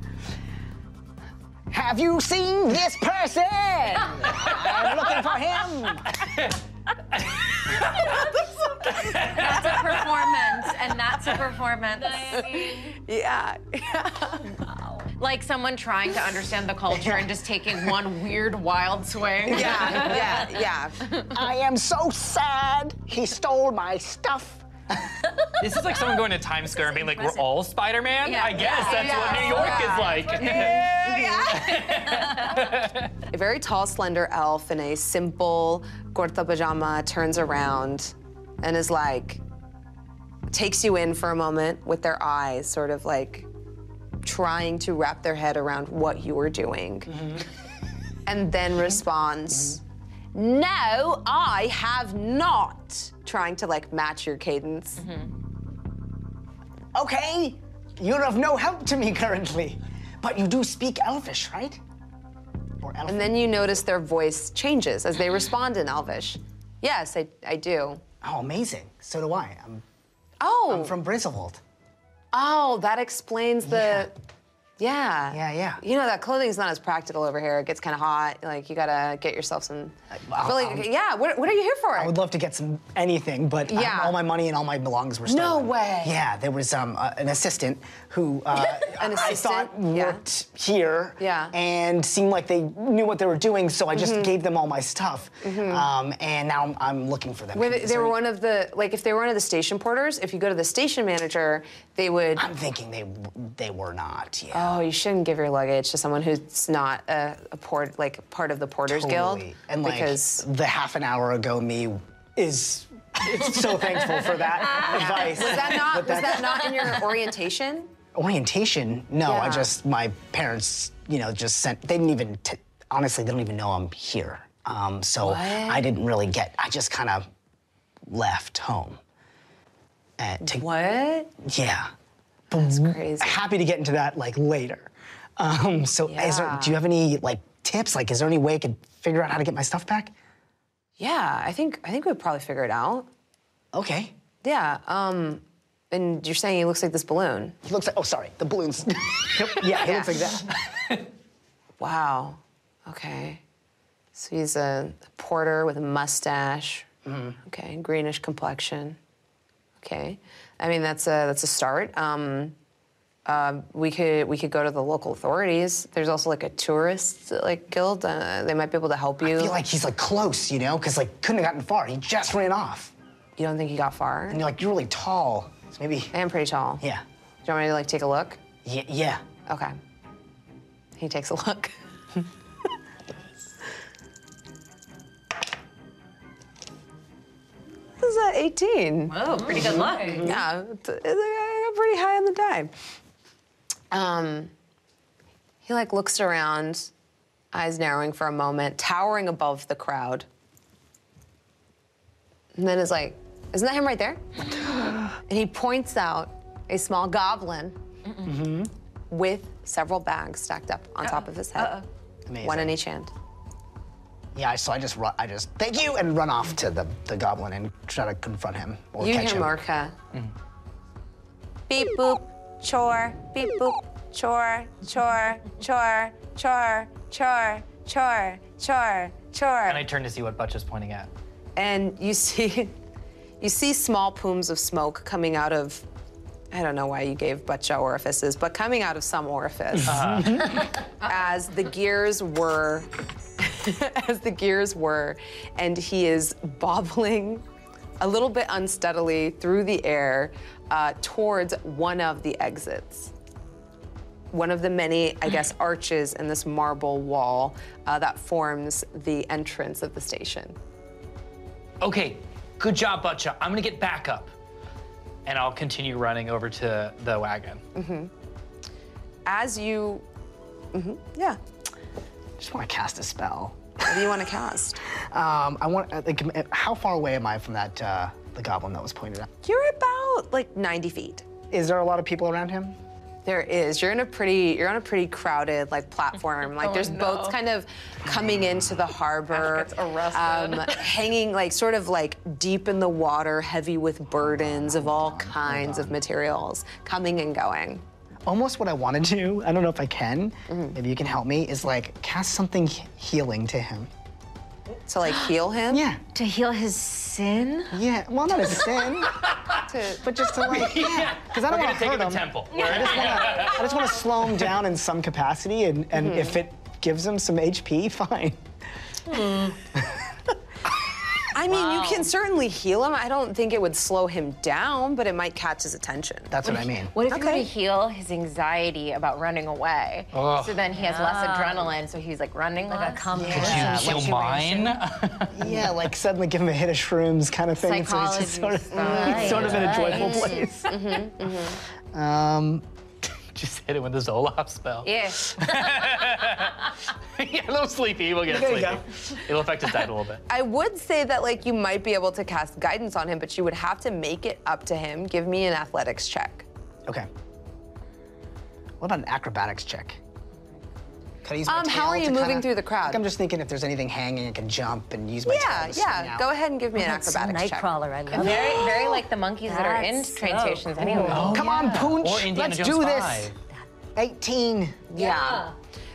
S4: Have you seen this person? I'm looking for him.
S11: That's a performance, and that's a
S6: (laughs)
S11: performance.
S1: Yeah. (laughs)
S6: Like someone trying to understand the culture and just taking one weird wild swing.
S1: Yeah, yeah, yeah.
S4: I am so sad. He stole my stuff.
S2: this is like someone going to Times Square and being like, we're all Spider Man? I guess that's what New York is (laughs) like.
S1: A very tall, slender elf in a simple corta pajama turns around and is like, takes you in for a moment with their eyes, sort of like trying to wrap their head around what you were doing. And then responds, No, I have not. Trying to like match your cadence.
S4: Okay, you're of no help to me currently, but you do speak Elvish, right? Or Elf?
S1: And then you notice their voice changes as they respond in Elvish. Yes, I, I do.
S4: oh, amazing. So do I. I'm
S1: Oh,
S4: from Brizzlewold.
S1: Oh, that explains the. Yeah.
S4: Yeah, yeah.
S1: You know that clothing's not as practical over here. It gets kind of hot. Like you gotta get yourself some.
S4: I'll-
S1: really,
S4: I'll-
S1: yeah. What, what are you here for?
S4: um, I would love to get some anything, but um,
S1: Yeah.
S4: all my money and all my belongings were
S1: No
S4: stolen.
S1: way.
S4: Yeah, there was um, a- an assistant who uh,
S1: (laughs) An
S4: I
S1: assistant?
S4: thought
S1: Yeah.
S4: worked here
S1: Yeah. Mm-hmm.
S4: and seemed like they knew what they were doing, so I just gave them all my stuff, um, and now I'm, I'm looking for them.
S1: Were they,
S4: Is
S1: they
S4: there
S1: were one
S4: any-
S1: of the like if they were one of the station porters. If you go to the station manager, they would.
S4: I'm thinking they w- they were not. Yeah.
S1: Oh, you shouldn't give your luggage to someone who's not a, a port like part of the Porters Guild.
S4: Totally. And like (laughs)
S1: because
S4: the half an hour ago me is. is so thankful for that advice.
S1: (laughs) was that not
S4: But
S1: was
S4: that's-
S1: that not in
S4: (laughs)
S1: your orientation?
S4: orientation no i
S1: Yeah.
S4: just my parents you know just sent they didn't even t- honestly they don't even know i'm here um, so i didn't really get i just kind of left home and to,
S1: What?
S4: yeah
S1: That's crazy.
S4: happy to get into that like later um, so is there, do you have any like tips like is there any way i could figure out how to get my stuff back
S1: Yeah, I think I think we'd probably figure it out.
S4: okay
S1: Yeah. Um, and you're saying he looks like this balloon.
S4: he looks like oh sorry the balloons (laughs) Nope, yeah he looks like that
S1: Wow. Okay. So he's a porter with a mustache.
S4: Mm-hmm.
S1: Okay, greenish complexion. Okay. I mean that's a that's a start. Um, uh, we could we could go to the local authorities. There's also like a tourist like guild. Uh, they might be able to help you.
S4: i feel like he's like close you know because like couldn't have gotten far he just ran off
S1: you don't think he got far?
S4: and you're like you're really tall so maybe
S1: I am pretty tall.
S4: yeah
S1: Do you want me to like take a look?
S4: Yeah, yeah.
S1: Okay. He takes a look. (laughs) this is at 18.
S12: Oh, pretty good luck.
S1: Yeah, it's- it's- I got pretty high on the die. Um, he like looks around, eyes narrowing for a moment, towering above the crowd. And then is like, isn't that him right there? and he points out a small goblin with several bags stacked up on top of his head.
S4: Amazing.
S1: One in each hand.
S4: Yeah, so I just run, I just thank you and run off to the, the goblin and try to confront him or
S1: you
S4: catch
S1: hear
S4: him.
S1: Marka. Beep boop, chore, beep boop, chore, chore, chore, chore, chore, chore, chore, chore.
S2: And I turn to see what Butch is pointing at.
S1: And you see you see small plumes of smoke coming out of I don't know why you gave butcha orifices, but coming out of some
S2: (laughs)
S1: orifice as the gears were (laughs) as the gears were, and he is bobbling a little bit unsteadily through the air uh, towards one of the exits. One of the many,
S7: (clears throat)
S1: I guess, arches in this marble wall uh, that forms the entrance of the station.
S2: Okay, good job, Butcha. I'm gonna get back up. And I'll continue running over to the wagon.
S1: As you, Mhm, yeah,
S4: Just want to cast a spell.
S7: What do you want to cast?
S4: Um, I want uh, like, m- how far away am I from that uh, the goblin that was pointed out?
S7: You're about like 90 feet.
S4: Is there a lot of people around him?
S7: There is. You're in a pretty. You're on a pretty crowded like
S6: (laughs)
S7: platform. Like
S6: Oh,
S7: there's boats kind of coming into the harbor, um,
S6: Ash gets arrested. (laughs)
S7: hanging like sort of like deep in the water, heavy with burdens of all kinds of materials, coming and going.
S4: Almost what I want to do. I don't know if I can.
S1: Mm-hmm.
S4: Maybe you can help me. Is like cast something he- healing to him.
S7: To like heal
S6: (gasps)
S7: him.
S4: Yeah,
S13: To heal his sin?
S4: yeah. Well, not a sin,
S7: To-
S4: but just to like yeah. Because I
S8: We're
S4: don't
S8: gonna
S4: want to
S8: take
S4: hurt
S8: him to
S4: him.
S8: temple.
S4: I just wanna- I just want to slow him down in some capacity, and, and if it gives him some HP, (laughs) fine.
S7: I mean, you can certainly heal him. I don't think it would slow him down, but it might catch his attention.
S4: That's what I mean.
S6: What if
S7: you were to Okay.
S6: heal his anxiety about running away? So then he has less adrenaline, so he's like running like a
S5: Complicated.
S8: Could you heal mine?
S4: Yeah, like suddenly give him a hit of shrooms kind of thing. So he's just sort
S6: Psychology
S4: of, (laughs) he's sort of in a joyful place. (laughs) Um,
S8: Just hit it with the Zoloft spell.
S6: Yeah.
S8: (laughs) yeah, a little sleepy. We'll get
S4: There you
S8: sleepy. It'll affect his diet a little bit.
S7: I would say that like you might be able to cast guidance on him, but you would have to make it up to him. Give me an athletics check.
S4: okay. What about an acrobatics check? Can I use my
S7: Um, how
S4: tail
S7: are you
S4: to
S7: moving
S4: kinda-
S7: through the crowd?
S4: Like, I'm just thinking if there's anything hanging, I can jump and use my tail.
S7: Yeah,
S4: to swing
S7: yeah.
S4: out.
S7: Go ahead and give me an
S5: That's
S7: acrobatics check.
S5: Nightcrawler, I love it.
S6: Very, very like the monkeys that are in
S5: Oh. That's
S6: train
S5: so
S6: stations anyway.
S4: Come on, Pooch.
S8: Or Indiana
S4: Let's
S8: Jones
S4: do
S8: 5.
S4: this. 18.
S7: Yeah.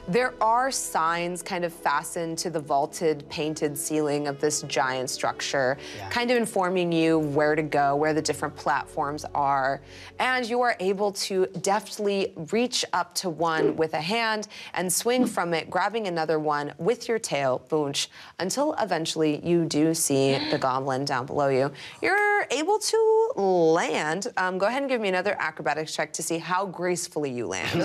S7: There are signs kind of fastened to the vaulted, painted ceiling of this giant structure,
S4: Yeah.
S7: kind of informing you where to go, where the different platforms are. And you are able to deftly reach up to one with a hand and swing from it, grabbing another one with your tail, boonch, until eventually you do see the goblin down below you. You're able to land. Um, go ahead and give me another acrobatics check to see how gracefully you land.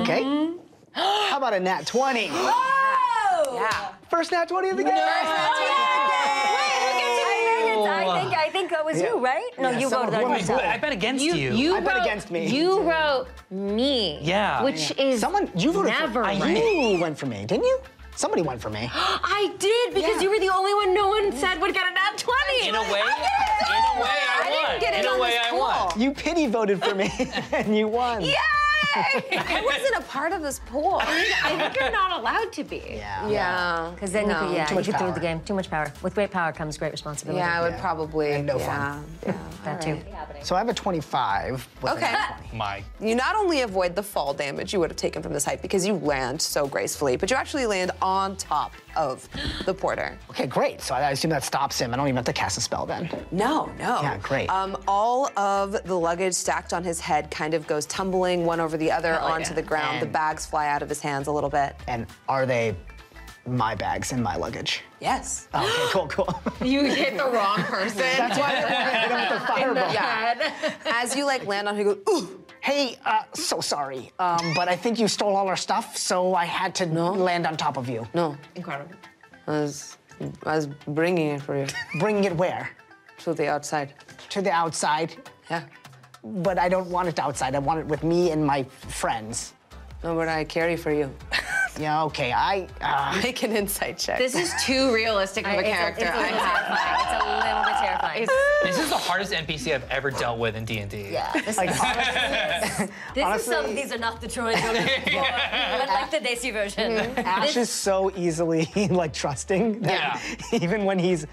S4: Okay. How about a nat 20?
S7: Yeah.
S4: First nat 20 of the game.
S7: Oh,
S5: I think, I think that was you, right? No,
S4: Yeah,
S5: you
S4: someone-
S5: voted that
S4: who am I
S5: yourself.
S8: I bet against you.
S4: I bet
S6: wrote-
S4: against me.
S6: You wrote me.
S8: Yeah.
S6: Which is
S4: Someone, you voted
S6: never
S4: for
S6: right.
S4: You went for me, didn't you? Somebody went for me.
S5: I did because you were the only one no one said would get a nat 20.
S8: in a way, in
S6: oh,
S8: a way, I
S7: I
S8: won.
S7: didn't get it
S8: in
S7: on
S8: a way,
S7: this
S8: I
S7: pool.
S8: won.
S4: You pity voted for me, (laughs) and you won. Yeah.
S7: I wasn't a part of this pool.
S6: I think you're not allowed to be.
S7: Yeah.
S5: Because then you could, yeah,
S4: too
S5: you
S4: much
S5: could throw
S4: power.
S5: the game. Too much power. With great power comes great responsibility.
S7: Yeah, I would
S4: Yeah.
S7: probably.
S4: And no fun.
S7: yeah, Yeah.
S4: (laughs)
S5: that too.
S4: So I have a 25. With
S7: Okay.
S4: A nat 20.
S8: My
S7: You not only avoid the fall damage you would have taken from this height because you land so gracefully, but you actually land on top of the porter.
S4: Okay, great. So I assume that stops him. I don't even have to cast a spell then.
S7: No, no.
S4: Yeah, great.
S7: Um, all of the luggage stacked on his head kind of goes tumbling one over the other onto the ground. the
S4: And-
S7: bags fly out of his hands a little bit.
S4: And are they my bags and my luggage? Oh,
S7: Yes.
S4: Okay, cool, cool.
S6: You hit the wrong person.
S4: That's (laughs) why I don't hit him with the fireball.
S7: As you like land on him, you go, ooh.
S4: Hey, uh, so sorry, um, but I think you stole all our stuff, so I had to land on top of you.
S7: No,
S6: Incredible.
S7: I was, I was bringing it for you
S4: Bring it where?
S7: to the outside.
S4: To the outside,
S7: Yeah.
S4: but I don't want it outside. I want it with me and my friends.
S7: No, but I carry for you.
S4: Yeah, okay, I. Uh,
S7: Make an insight check.
S6: This is too realistic of a character.
S5: It's a,
S6: I
S5: little
S6: have.
S5: terrifying. It's a little bit terrifying.
S8: This is the hardest NPC I've ever dealt with in D&D. Yeah.
S5: This,
S4: like,
S5: is, this
S4: honestly-
S5: is some. These are not the Troy jokes, before, but like the Desi version.
S4: Ash
S5: This-
S4: is so easily (laughs) like trusting that even when he's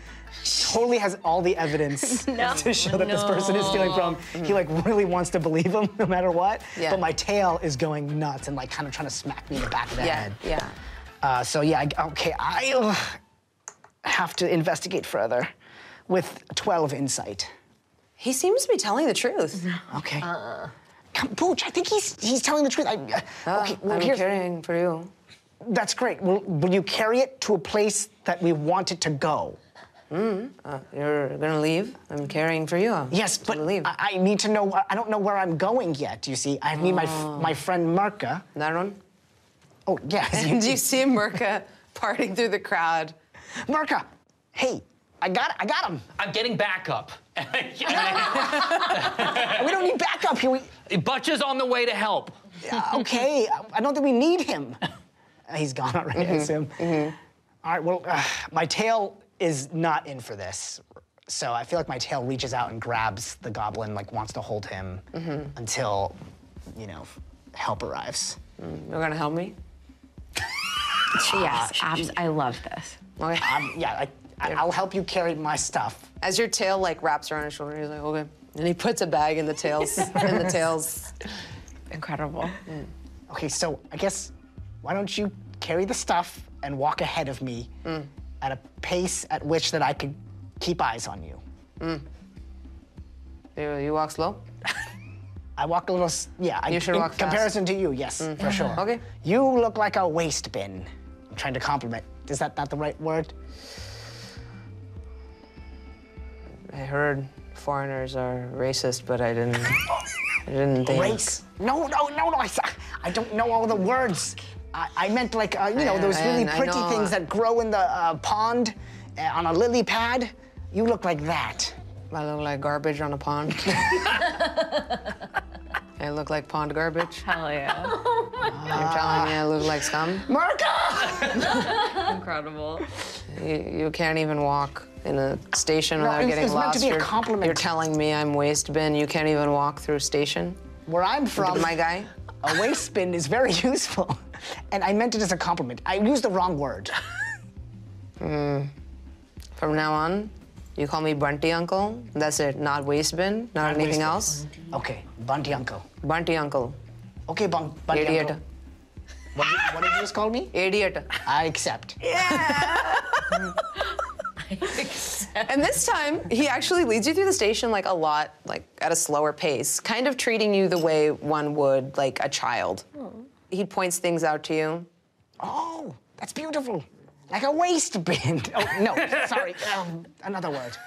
S4: totally has all the
S7: (laughs)
S4: evidence to show that this person is stealing from, he like really wants to believe him (laughs) no matter what.
S7: Yeah.
S4: But my tail is going nuts and like kind of trying to smack me in the back of the
S7: yeah,
S4: head.
S7: yeah.
S4: Uh, so yeah, I, okay, I ugh, have to investigate further with 12 insight.
S7: He seems to be telling the truth.
S4: Okay.
S7: Uh.
S4: Come, Pooch, I think he's he's telling the truth. I, uh, okay, well,
S7: I'm
S4: here's-
S7: carrying for you.
S4: that's great. Will, will you carry it to a place that we want it to go?
S7: Uh, You're gonna leave? I'm carrying for you.
S4: Yes, but
S7: To leave.
S4: I, I need to know. I don't know where I'm going yet. You see, I need my
S7: Oh.
S4: f- my friend Marka.
S7: that (laughs) one.
S4: Oh
S7: (laughs)
S4: yes,
S7: And you see (laughs) Mirka parting through the crowd.
S4: Marka. Hey, I got I got him.
S8: I'm
S2: (laughs)
S8: getting backup.
S4: We don't need backup here. We,
S8: Butch is on the way to help.
S7: Mm-hmm.
S4: uh, okay, I- I don't think we need him. Uh, He's gone already. I assume. All right, well, uh, my tail is not in for this. So I feel like my tail reaches out and grabs the goblin, like wants to hold him
S7: Mm-hmm.
S4: until, you know, help
S7: (laughs)
S4: arrives.
S7: You're gonna help me?
S14: Yes, abs- I love this.
S7: Okay.
S4: Um, yeah, I, I- I'll help you carry my stuff.
S7: As your tail like wraps around his shoulder, he's like, okay. And he puts a bag in the (laughs) tails in the tails.
S14: Incredible.
S4: Okay, so I guess why don't you carry the stuff and walk ahead of me
S7: Mm.
S4: at a pace at which that I could keep eyes on you.
S7: You, you walk slow?
S4: I walk a little, s- yeah. I,
S7: You should
S4: in
S7: walk fast. Mm-hmm.
S4: comparison to you, yes, for sure.
S7: Okay.
S4: You look like a waste bin. I'm trying to compliment. Is that not the right word?
S7: I heard foreigners are racist, but I didn't I didn't think
S4: Race? No, no, no, no. I, s- I don't know all the words. I, I meant like uh, you know
S7: I-
S4: those
S7: I-
S4: really
S7: I
S4: pretty
S7: know.
S4: things that grow in the uh, pond uh, on a lily pad. You look like that.
S7: I look like garbage on a
S6: (laughs)
S7: pond. I look like pond garbage.
S6: Hell yeah.
S7: You're telling me I look like scum?
S4: Merca!
S6: Incredible.
S7: You, you can't even walk in a station without
S4: it was-
S7: getting
S4: it was meant to
S7: lost.
S4: be a
S7: You're-
S4: compliment.
S7: You're telling me I'm waste bin. You can't even walk through station.
S4: Where I'm from,
S7: my guy.
S4: a waste bin is very (laughs) useful, and I meant it as a compliment. I used the wrong word.
S7: From now on, you call me Bunty Uncle. That's it. Not waste bin. Not, anything
S4: waste bin.
S7: else.
S4: Okay, Bunty Uncle.
S7: Bunty Uncle.
S4: Okay, bun- Bunty
S7: Idiot.
S4: Uncle. What did, what did you just
S7: (laughs)
S4: call me?
S7: Idiot.
S4: I accept.
S7: And this time, he actually leads you through the station like a lot, like at a slower pace, kind of treating you the way one would like a child. He points things out to you.
S4: Oh, that's beautiful. Like a waist bin. (laughs) Oh, no,
S7: (laughs)
S4: sorry. Um, another word.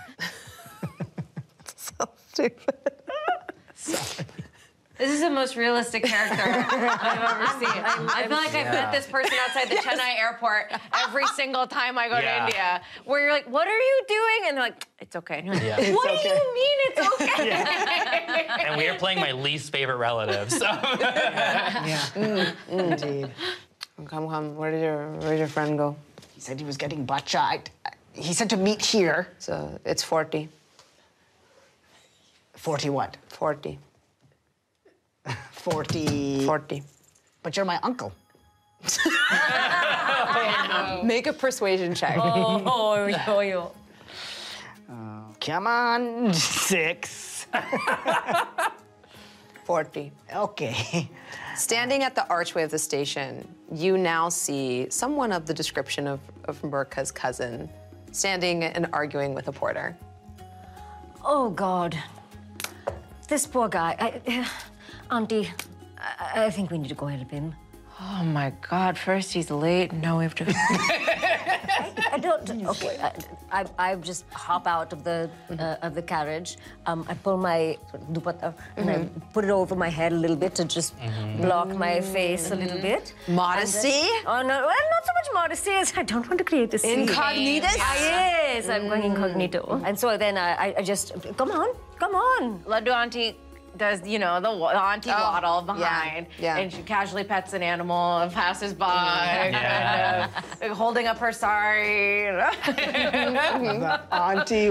S6: This is the most realistic
S7: (laughs)
S6: character I've ever seen. i feel like I've met this person
S7: (laughs)
S6: outside the Chennai airport every single time I go
S8: Yeah.
S6: to India, where you're like, "What are you doing?" And they're like, "It's okay." And you're like,
S8: Yeah.
S6: "What do you mean
S7: (laughs)
S6: it's okay?"
S8: and we are playing my least favorite relative.
S4: (laughs)
S8: So
S4: Indeed.
S7: Mm, Come, come. Where did your Where did your friend (laughs) go?
S4: He said he was getting butt shot. He said to meet here.
S7: So it's 40.
S4: 40 what?
S7: 40.
S4: 40.
S7: 40.
S4: But you're my uncle.
S7: Make a persuasion check.
S5: Oh, yo, yo.
S4: Come on, six.
S7: 40.
S4: Okay.
S7: (laughs) Standing at the archway of the station, you now see someone of the description of, of Murka's cousin standing and arguing with a porter.
S5: Oh God, this poor guy. I, (sighs) Auntie, I, I think we need to go help him.
S6: Oh my God! First he's late. Now we have to.
S5: I don't. Okay, I, I, I just hop out of the
S4: Mm-hmm.
S5: uh, of the carriage. Um, I pull my dupatta and I
S4: Mm-hmm.
S5: put it over my head a little bit to just block my face a little bit.
S7: Modesty?
S5: And, uh, oh no! Well, not so much modesty. As I don't want to create a scene.
S7: Incognitus?
S5: Ah, yes, I'm going
S4: Mm.
S5: incognito. And so then I, I- I just come on, come on.
S6: Laddu auntie does you know the, wa- the auntie waddle
S7: yeah,
S6: behind,
S7: yeah.
S6: and she casually pets an animal and passes by,
S8: Yeah.
S6: (laughs) kind of, like, holding up her sorry. you know?
S4: (laughs) Auntie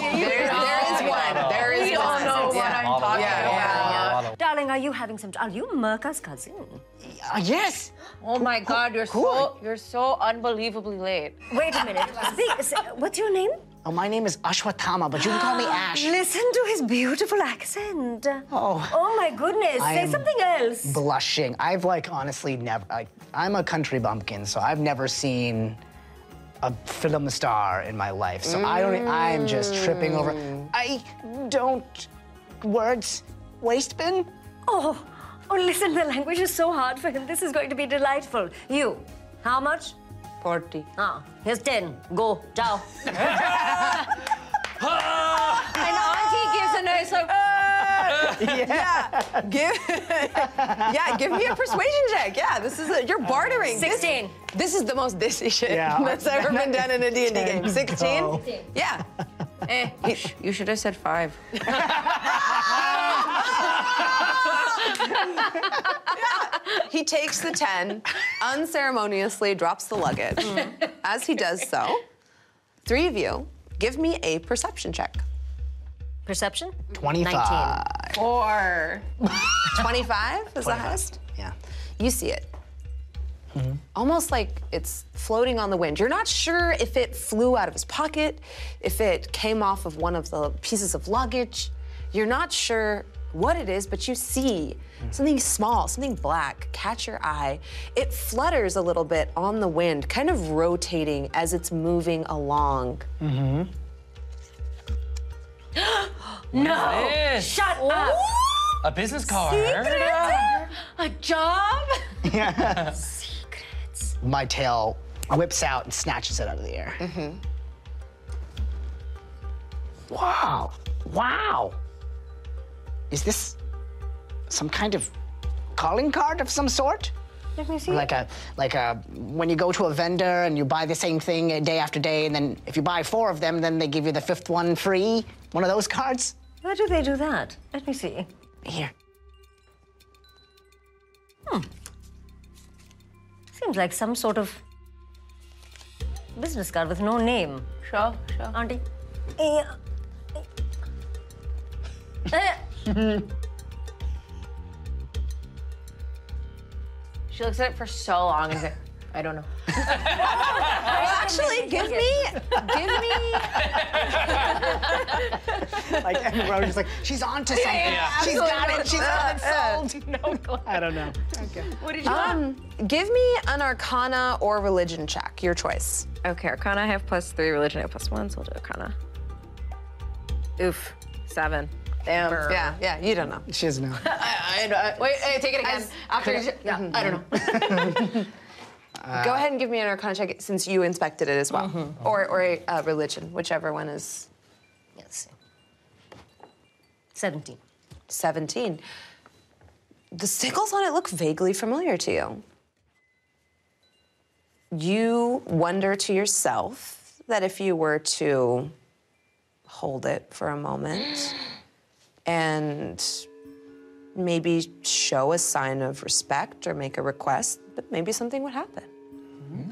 S7: (laughs) There, there is one. There is
S6: We all
S7: one.
S6: know what
S7: Yeah.
S6: I'm talking
S7: Yeah,
S6: about.
S5: Darling, are you having some? Are you Merka's cousin?
S4: Uh, yes.
S6: Oh my God! You're so you're so unbelievably late.
S5: Wait a
S4: (laughs)
S5: minute. Speak- say- what's your name?
S4: Oh, my name is Ashwatthama, but you can call (gasps) me Ash.
S5: Listen to his beautiful accent.
S4: Oh.
S5: Oh my goodness.
S4: I
S5: Say
S4: am
S5: something else.
S4: blushing. I've like honestly never like I'm a country bumpkin, so I've never seen a film star in my life. So I don't I'm just tripping over. I don't words waste bin?
S5: Oh, oh, listen, the language is so hard for him. This is going to be delightful. You, how much?
S7: 40.
S5: Ah, here's 10. Go, ciao. (laughs)
S6: And auntie gives a nice like.
S7: Give, yeah, give me a persuasion check. Yeah, this is a, you're bartering. This-
S5: 16.
S7: This, is the most dissy shit
S4: Yeah.
S1: (laughs)
S7: that's ever been done in a D&D
S4: (laughs)
S7: game. 16?
S4: Go.
S7: Yeah.
S6: Eh, you sh- you should have said five.
S4: (laughs) Hmm.
S7: He takes the 10, unceremoniously drops the luggage,
S1: As he does so, three of you give me a perception check.
S7: Perception?
S4: 25.
S1: Four. 25 is the highest?
S4: Yeah.
S1: You see it.
S4: Mm-hmm.
S1: Almost like it's floating on the wind. You're not sure if it flew out of his pocket, if it came off of one of the pieces of luggage. You're not sure what it is, but you see something small, something black catch your eye. It flutters a little bit on the wind, kind of rotating as it's moving along.
S7: No!
S2: Yes.
S7: Shut up!
S2: A business card.
S7: A job?
S4: My tail whips out and snatches it out of the air. Wow. Wow. Is this some kind of calling card of some sort?
S15: Let me see.
S4: Like a like a when you go to a vendor and you buy the same thing uh, day after day, and then if you buy four of them, then they give you the fifth one free. One of those cards.
S7: Why do they do that? Let me see.
S4: Here.
S7: Hmm. Seems like some sort of business card with no name.
S10: Sure, sure.
S7: Auntie. Eh, eh.
S10: She looks at it for so long. Is it? I
S6: (laughs)
S10: don't know.
S1: Actually, give me, give me
S4: Like and we're just like she's on to something.
S2: yeah,
S4: she's got it. She's got it sold. I don't know.
S1: Um, give me an arcana or religion check, your choice.
S10: (laughs) Okay, Arcana I have plus three, religion I have plus one, so we'll do Arcana. Oof, seven. Damn.
S1: Yeah, yeah, you don't know.
S4: She doesn't know.
S10: I, I- wait, hey, take it again. After you, yeah, I don't know.
S1: Mm-hmm.
S10: (laughs)
S1: Go ahead and give me an arcana check since you inspected it as well, or or a, uh, religion, whichever one is
S7: Let's see. 17.
S1: 17. The sickles on it look vaguely familiar to you. You wonder to yourself that if you were to hold it for a moment and maybe show a sign of respect or make a request, that maybe something would happen.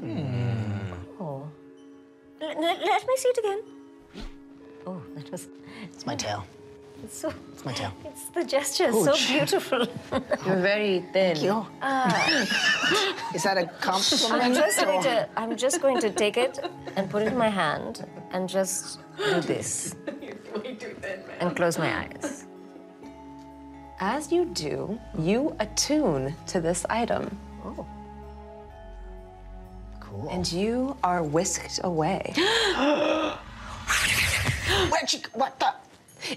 S7: L- l- let me see it again. Oh, that was.
S4: It's my tail.
S7: It's so.
S4: It's my tail.
S7: It's the gesture is so beautiful.
S10: You're very thin.
S4: Yo. Ah. Is that a
S6: (laughs)
S4: compliment?
S7: just going to, I'm just going to take it and put it in my hand and just do this. And close my eyes.
S1: As you do, you attune to this item
S4: cool.
S1: and you are whisked away.
S4: Where'd she, what the?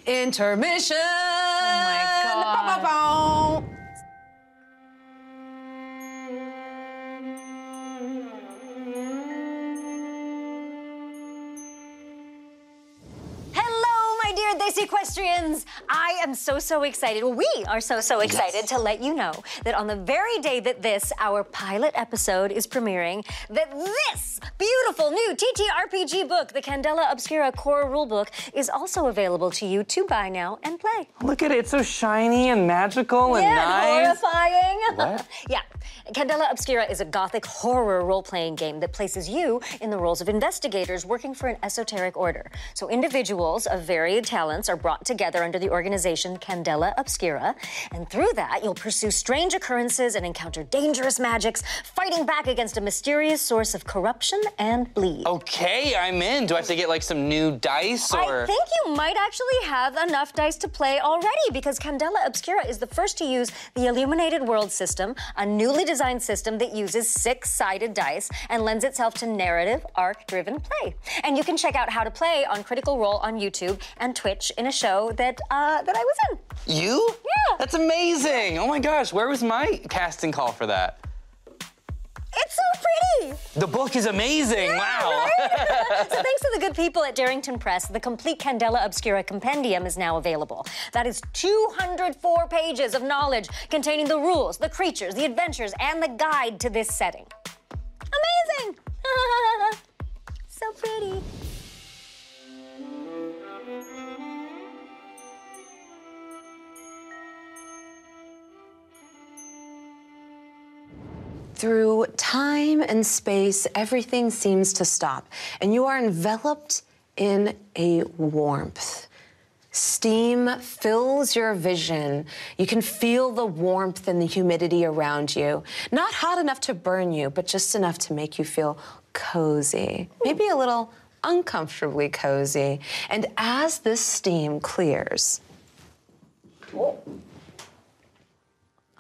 S1: Intermission.
S10: God.
S1: Ba-ba-bow.
S5: Hello, my dear This Equestrians! I am so, so excited. We are so, so excited to let you know that on the very day that this, our pilot episode, is premiering, that this beautiful new TTRPG book, the Candela Obscura Core Rulebook, is also available to you to buy now and play.
S16: Look at it, it's so shiny and magical and nice.
S5: horrifying. (laughs) yeah. Candela Obscura is a gothic horror role playing game that places you in the roles of investigators working for an esoteric order. So, individuals of varied talents are brought together under the organization Candela Obscura, and through that, you'll pursue strange occurrences and encounter dangerous magics, fighting back against a mysterious source of corruption and bleed.
S16: Okay, I'm in. Do I have to get like some new dice or?
S5: I think you might actually have enough dice to play already because Candela Obscura is the first to use the Illuminated World system, a newly designed system that uses six sided dice and lends itself to narrative, arc driven play. And you can check out how to play on Critical Role on YouTube and Twitch in a show that, uh, that I was in.
S16: you?
S5: Yeah.
S16: That's amazing. Oh my gosh, where was my casting call for that?
S5: It's so pretty!
S16: The book is amazing. wow.
S5: (laughs) so thanks to the good people at Darrington Press, the complete Candela Obscura compendium is now available. That is 204 pages of knowledge containing the rules, the creatures, the adventures, and the guide to this setting. Amazing! (laughs) so pretty.
S1: Through time and space, everything seems to stop, and you are enveloped in a warmth. Steam fills your vision. You can feel the warmth and the humidity around you. Not hot enough to burn you, but just enough to make you feel cozy. Maybe a little uncomfortably cozy. And as this steam clears,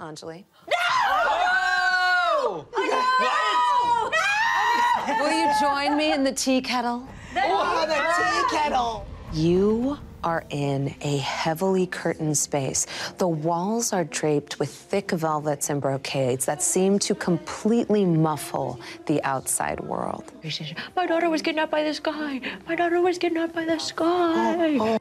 S1: Anjali.
S2: Oh!
S1: Will you join me in the tea kettle?
S4: Oh, the tea kettle.
S1: You are in a heavily curtained space. The walls are draped with thick velvets and brocades that seem to completely muffle the outside world.
S10: My daughter was kidnapped by this guy. My daughter was kidnapped by this guy.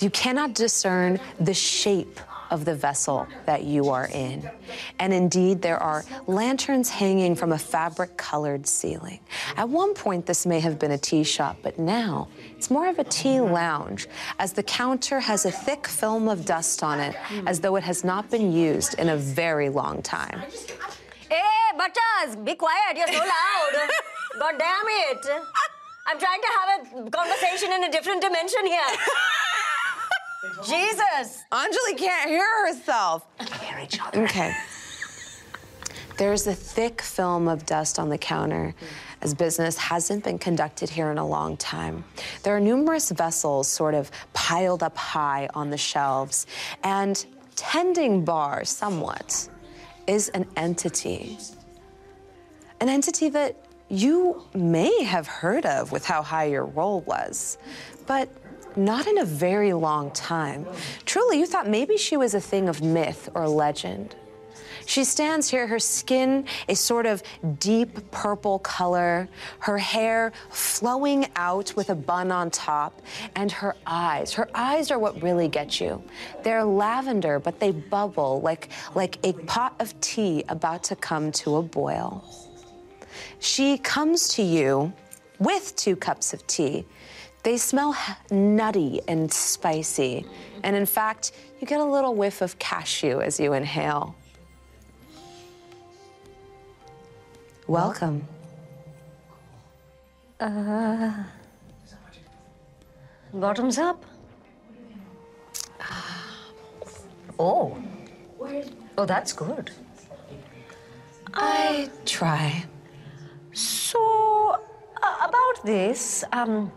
S1: You cannot discern the shape of the vessel that you are in. And indeed, there are lanterns hanging from a fabric colored ceiling. At one point, this may have been a tea shop, but now it's more of a tea lounge, as the counter has a thick film of dust on it, as though it has not been used in a very long time.
S17: Hey, Butters, be quiet. You're so loud. God damn it. I'm trying to have a conversation in a different dimension here. Jesus.
S1: Anjali can't hear herself. Okay. There's a thick film of dust on the counter, as business hasn't been conducted here in a long time. There are numerous vessels sort of piled up high on the shelves, and tending bar somewhat is an entity. An entity that you may have heard of with how high your role was, but not in a very long time. Truly, you thought maybe she was a thing of myth or legend. She stands here, her skin a sort of deep purple color, her hair flowing out with a bun on top, and her eyes. Her eyes are what really get you. They're lavender, but they bubble like, like a pot of tea about to come to a boil. She comes to you with two cups of tea. They smell h- nutty and spicy. And in fact, you get a little whiff of cashew as you inhale. Welcome.
S5: Bottoms up. Ah. Oh. Oh, that's good.
S1: I try.
S5: So, uh, about this, um,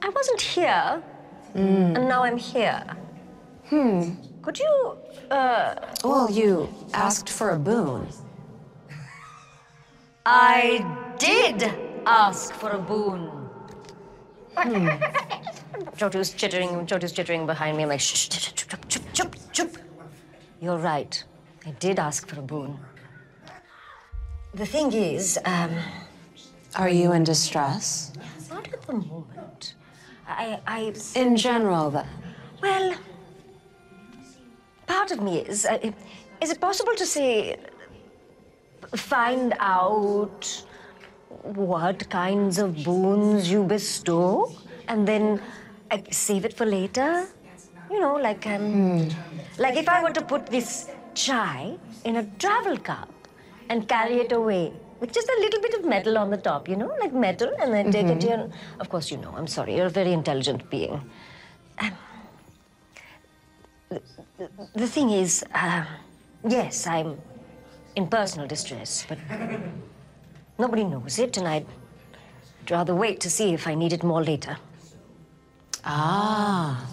S5: I wasn't here, and now I'm here. Hmm. Could you, uh,
S1: Well, you asked for a boon.
S5: I did ask for a boon.
S1: Hmm.
S5: (laughs) Jotu's chittering, Jotu's chittering behind me. I'm like, shh, shh, shh, shh, shh, shh, shh, shh. You're right. I did ask for a boon. The thing is, um,
S1: Are you in distress?
S5: not at the moment. I, I,
S1: In general, then.
S5: well, part of me is, uh, is it possible to say, find out what kinds of boons you bestow and then I save it for later? You know, like, um, like if I were to put this chai in a travel cup and carry it away with just a little bit of metal on the top, you know, like metal, and then take it to your. Of course, you know, I'm sorry, you're a very intelligent being. Um, The thing is, um, yes, I'm in personal distress, but nobody knows it, and I'd rather wait to see if I need it more later.
S1: Ah.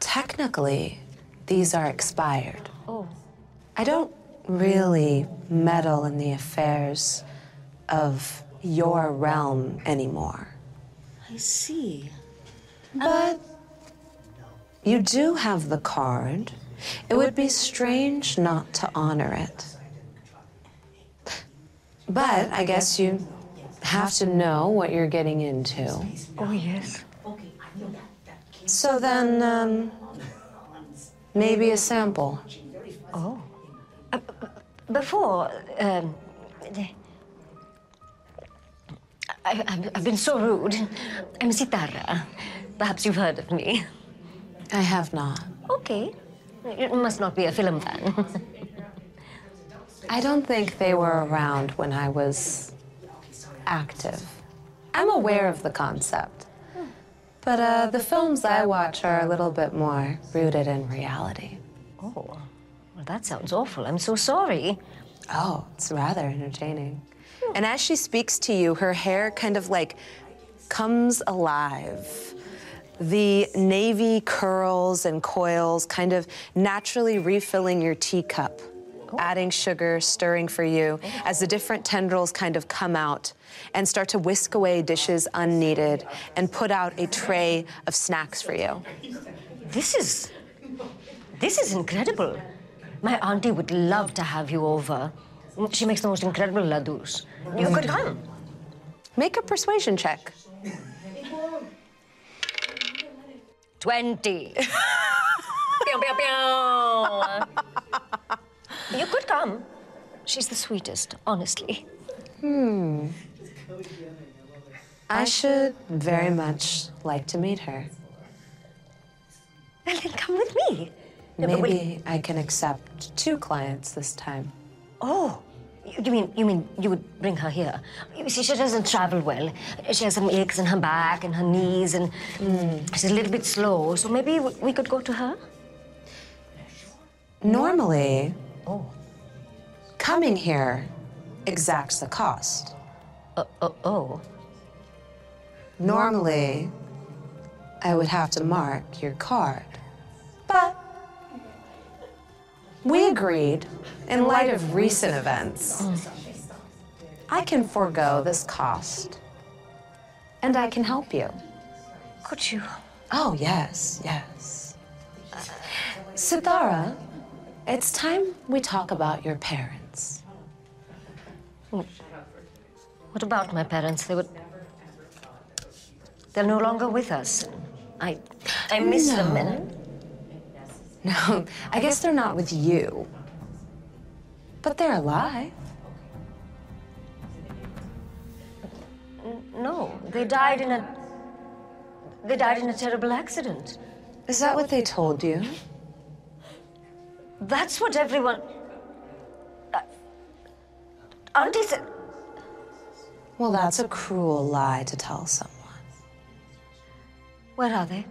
S1: Technically, these are expired. Oh. I don't really meddle in the affairs of your realm anymore.
S5: I see.
S1: But you do have the card. It would be strange not to honor it. But I guess you have to know what you're getting into.
S5: Oh, yes.
S1: So then, um, maybe a sample.
S5: Before, um, I, I've, I've been so rude. I'm Sitara. Perhaps you've heard of me.
S1: I have not.
S5: Okay. You must not be a film fan.
S18: I don't think they were around when I was active. I'm aware of the concept. But uh, the films I watch are a little bit more rooted in reality.
S5: Oh, well, that sounds awful. I'm so sorry.
S18: Oh, it's rather entertaining.
S1: And as she speaks to you, her hair kind of like comes alive. The navy curls and coils kind of naturally refilling your teacup, adding sugar, stirring for you, as the different tendrils kind of come out and start to whisk away dishes unneeded and put out a tray of snacks for you.
S5: This is. This is incredible. My auntie would love to have you over. She makes the most incredible ladoos. You could come.
S1: Make a persuasion check.
S5: 20. Pew, pew, pew. you could come. She's the sweetest, honestly.
S1: I should very much like to meet her.
S5: Well, then come with me.
S1: Maybe I can accept two clients this time.
S5: Oh, you- you mean you mean you would bring her here? You see, she doesn't travel well. She has some aches in her back and her knees, and mm, she's a little bit slow. So maybe we, we could go to her.
S1: Normally, coming here exacts the cost.
S5: Oh, oh.
S1: Normally, I would have to mark your card. But we agreed, in light of recent events, I can forego this cost and I can help you.
S5: could you?
S1: Oh, yes, yes. Uh, Siddhara, it's time we talk about your parents. (laughs)
S5: What about my parents? They would. They're no longer with us. I, I miss them. And
S1: No, I guess they're not with you. But they're alive.
S5: no, they died in a. They died in a terrible accident.
S1: Is that what they told you?
S5: That's what everyone. Uh, Auntie said.
S1: Well, that's a cruel lie to tell someone.
S5: Where are they?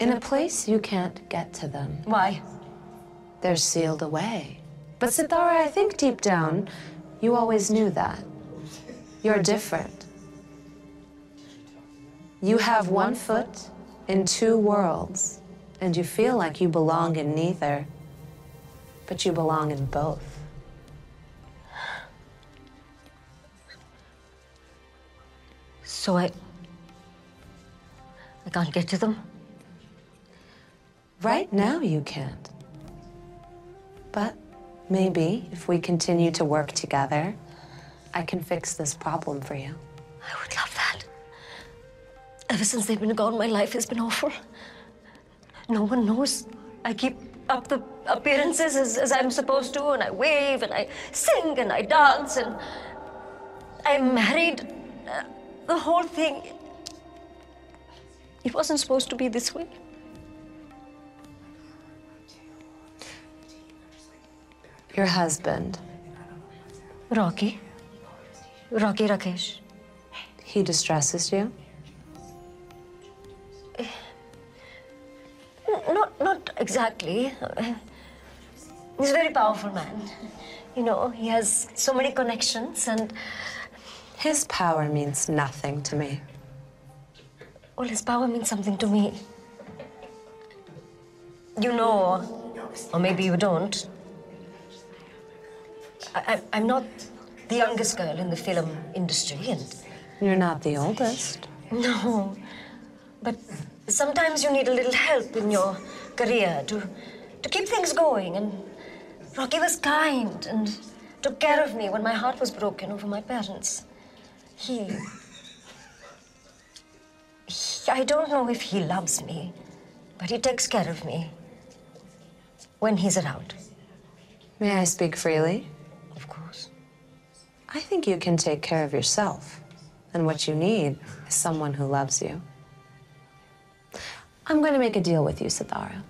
S1: In a place you can't get to them,
S5: Why?
S1: they're sealed away. But Siddhara, I think deep down, you always knew that. You're different. You have one foot in two worlds, and you feel like you belong in neither, but you belong in both.
S5: So I. I can't get to them.
S1: Right now, you can't. But maybe if we continue to work together, I can fix this problem for you.
S5: I would love that. Ever since they've been gone, my life has been awful. No one knows. I keep up the appearances as, as I'm supposed to, and I wave, and I sing, and I dance, and I'm married. Uh, the whole thing. It wasn't supposed to be this way.
S1: Your husband,
S5: Rocky. Rocky Rakesh.
S1: he distresses you?
S5: N- Not, not exactly. He's a very powerful man. You know, he has so many connections, and
S1: His power means nothing to me.
S5: well, his power means something to me. You know, or maybe you don't. I, I, I'm not the youngest girl in the film industry, and
S1: You're not the oldest.
S5: No, but sometimes you need a little help in your career to, to keep things going. And Rocky was kind and took care of me when my heart was broken over my parents. He. he I don't know if he loves me, but he takes care of me when he's around,
S1: May I speak freely?
S5: of course.
S1: I think you can take care of yourself. And what you need is someone who loves you. I'm going to make a deal with you, Siddhara,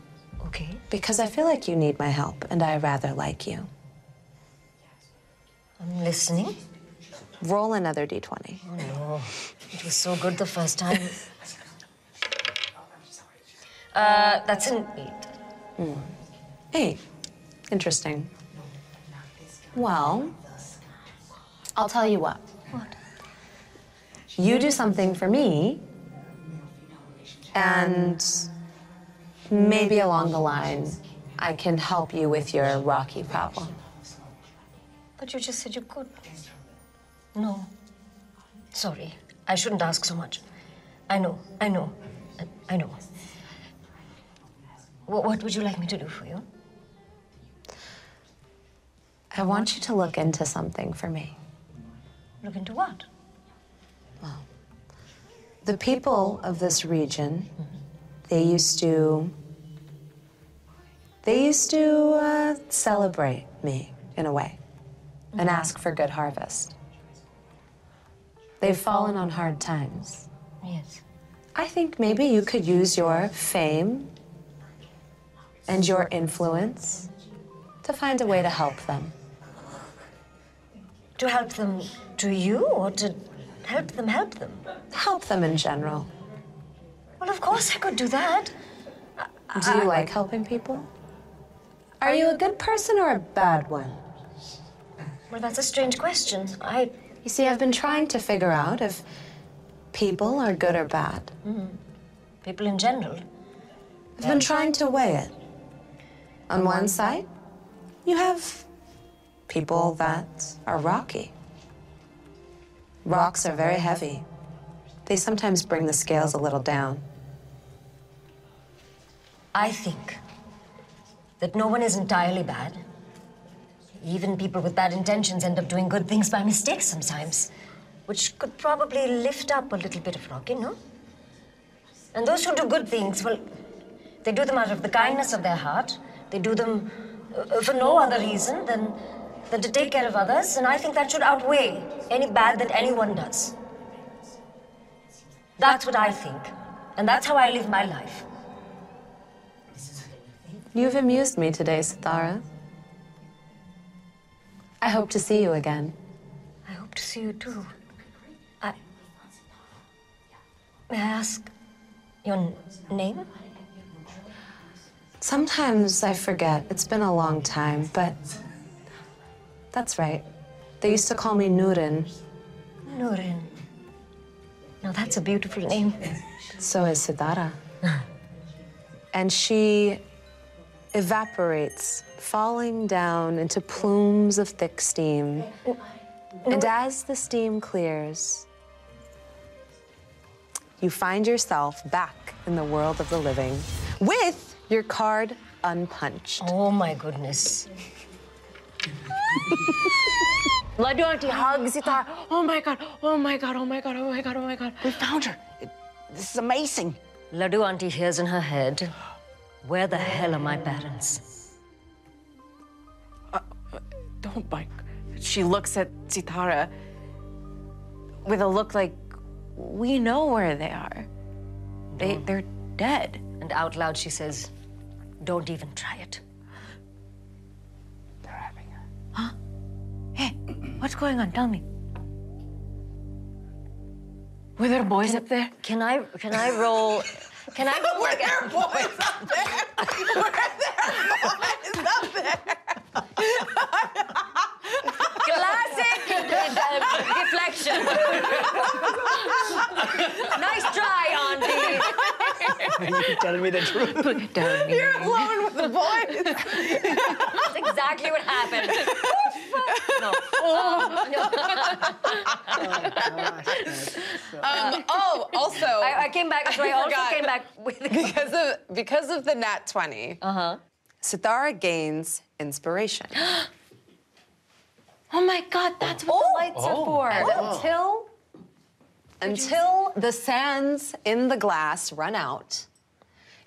S5: Okay.
S1: because I feel like you need my help and I rather like you.
S5: I'm listening.
S7: Roll another d20.
S5: No, it was so good the first time. Uh, that's an eight.
S7: Hey, interesting. Well, I'll tell you what. You do something for me, and maybe along the line, I can help you with your Rocky problem.
S5: But you just said you could. No. Sorry. I shouldn't ask so much. I know. I know. I- I know. What, what would you like me to do for you?
S7: I want you to look into something for me.
S5: Look into what?
S7: The people of this region, they used to, they used to uh, celebrate me in a way, and ask for good harvest. They've fallen on hard times.
S5: Yes.
S7: I think maybe you could use your fame and your influence to find a way to help them.
S5: To help them to you or to help them help them?
S7: Help them in general.
S5: Well, of course I could do that.
S7: Do
S1: Uh,
S7: you like helping people? Are you a good person or a bad one?
S5: Well, that's a strange question. I.
S7: You see, I've been trying to figure out if people are good or bad.
S5: People in general.
S7: I've been trying to weigh it. On one side, you have people that are rocky. Rocks are very heavy. They sometimes bring the scales a little down.
S5: I think that no one is entirely bad. Even people with bad intentions end up doing good things by mistake sometimes, which could probably lift up a little bit of Rocky, no? And those who do good things, well, they do them out of the kindness of their heart. They do them uh, for no other reason than, than to take care of others, and I think that should outweigh any bad that anyone does. That's what I think, and that's how I live my life.
S7: You've amused me today, Sithara. I hope to see you again.
S5: I hope to see you too. I. May I ask your n- name?
S7: Sometimes I forget. It's been a long time, but that's right. They used to call me Nurin,
S5: Nurin. Now that's a beautiful name.
S7: so is Siddhara. and she evaporates, falling down into plumes of thick steam. And as the steam clears, you find yourself back in the world of the living with your card unpunched.
S5: Oh my goodness. (laughs)
S10: Ladu auntie hugs Sitar. Oh my god, oh my god, oh my god, oh my god, oh my god.
S19: We found her. It- this is amazing.
S5: Ladu auntie hears in her head, Where the hell are my parents?
S10: Don't bike. She looks at Sitara with a look like, we know where they are. They, they're dead.
S5: And out loud she says, Don't even try it.
S20: They're having a
S10: Hey, what's going on? Tell me. Were there boys
S7: (laughs)
S10: up there?
S5: Can I can I roll can I roll like a- (laughs)
S10: Classic
S5: (laughs) deflection. nice try, Auntie.
S20: You're telling me the truth.
S5: That's exactly what
S7: (laughs)
S5: happened. no.
S7: Um, oh,
S10: (laughs)
S7: also,
S5: I, I came back. So I,
S7: I
S5: also
S7: forgot.
S5: came back with.
S7: because of because of the nat 20 uh-huh sithara gains inspiration
S10: Oh my god, that's what the lights are for.
S7: until until the sands in the glass run out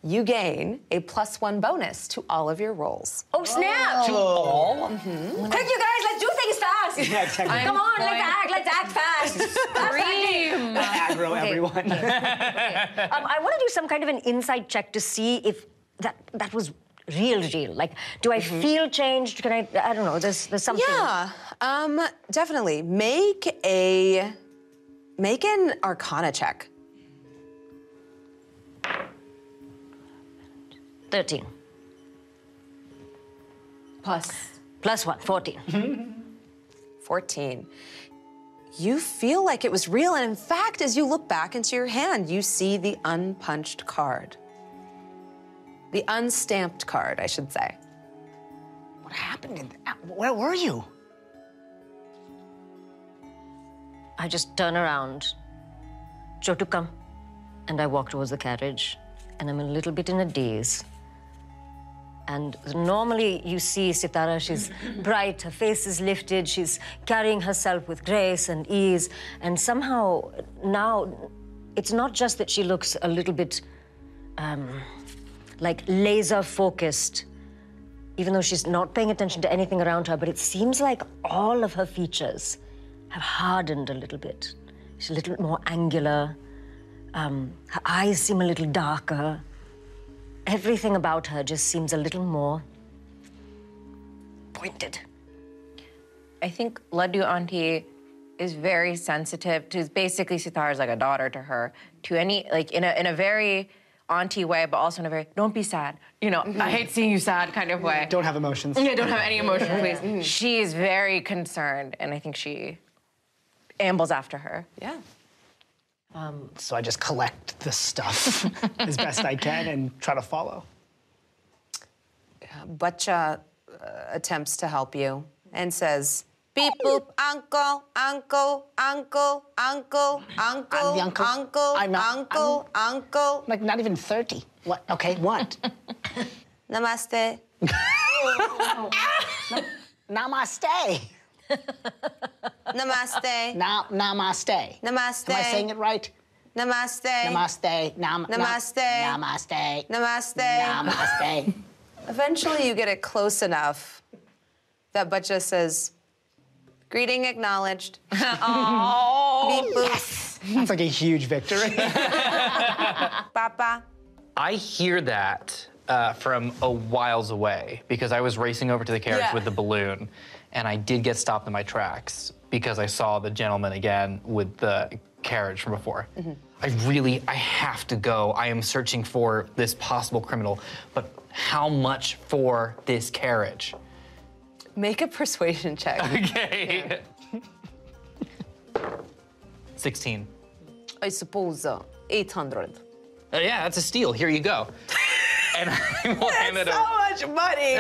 S7: you gain a plus one bonus to all of your rolls
S5: Oh snap!
S21: To all?
S5: Quick, you guys, let's do things fast.
S20: Yeah, exactly.
S5: Come on, let's act. Let's act fast.
S22: Dream.
S20: Aggro everyone.
S22: Um, I want to do some kind of an inside check to see if that that was
S5: real, real? Like, do I feel changed? Can I? I don't know. There's there's something.
S7: Mm-hmm. Yeah, um, definitely. Make a make an Arcana check.
S5: Thirteen
S7: Plus
S5: plus one, 14.
S7: fourteen. You feel like it was real, and in fact, as you look back into your hand, you see the unpunched card, the unstamped card, I should say.
S4: What happened? In that? Where were you?
S5: I just turn around. Jotu, come. And I walk towards the carriage, and I'm a little bit in a daze. And normally you see Sitara, she's bright, her face is lifted, she's carrying herself with grace and ease. And somehow now it's not just that she looks a little bit um, like laser focused, even though she's not paying attention to anything around her, but it seems like all of her features have hardened a little bit. She's a little bit more angular. Um, her eyes seem a little darker. Everything about her just seems a little more pointed.
S6: I think Ladu Auntie is very sensitive to basically Sitara is like a daughter to her, to any like in a in a very auntie way, but also in a very don't be sad. You know, I hate seeing you sad kind of way.
S4: Don't have emotions.
S6: Yeah, don't have any emotion, please. Mm. She is very concerned, and I think she ambles after her.
S7: Yeah.
S4: So I just collect the stuff (laughs) as best I can and try to follow.
S7: Butcha uh, attempts to help you and says, Beep boop, uncle, uncle, uncle, uncle,
S4: I'm
S7: uncle,
S4: the uncle.
S7: uncle,
S4: I'm not-
S7: uncle, uncle,
S4: Like not even 30. What? Okay, what?
S7: namaste.
S4: (laughs) namaste.
S7: Namaste.
S4: Na- namaste.
S7: Namaste.
S4: Am I saying it right?
S7: Namaste.
S4: Namaste. Nam- nam-
S7: Namaste.
S4: namaste.
S7: Namaste.
S4: Namaste.
S7: Eventually, you get it close enough that Butcha says, Greeting
S2: (laughs)
S7: acknowledged. oh, Beep boop,
S4: That's like a huge victory.
S7: papa.
S2: I hear that uh, from a whiles away because I was racing over to the carriage
S7: Yeah.
S2: with the balloon, and I did get stopped in my tracks because I saw the gentleman again with the carriage from before. I really, I have to go. I am searching for this possible criminal, but how much for this carriage?
S7: Make a persuasion
S4: (laughs)
S7: check.
S2: (laughs) Okay. (laughs) 16.
S7: I suppose uh, 800.
S2: Uh, yeah, that's a steal. Here you go. and I will hand it over.
S7: much money.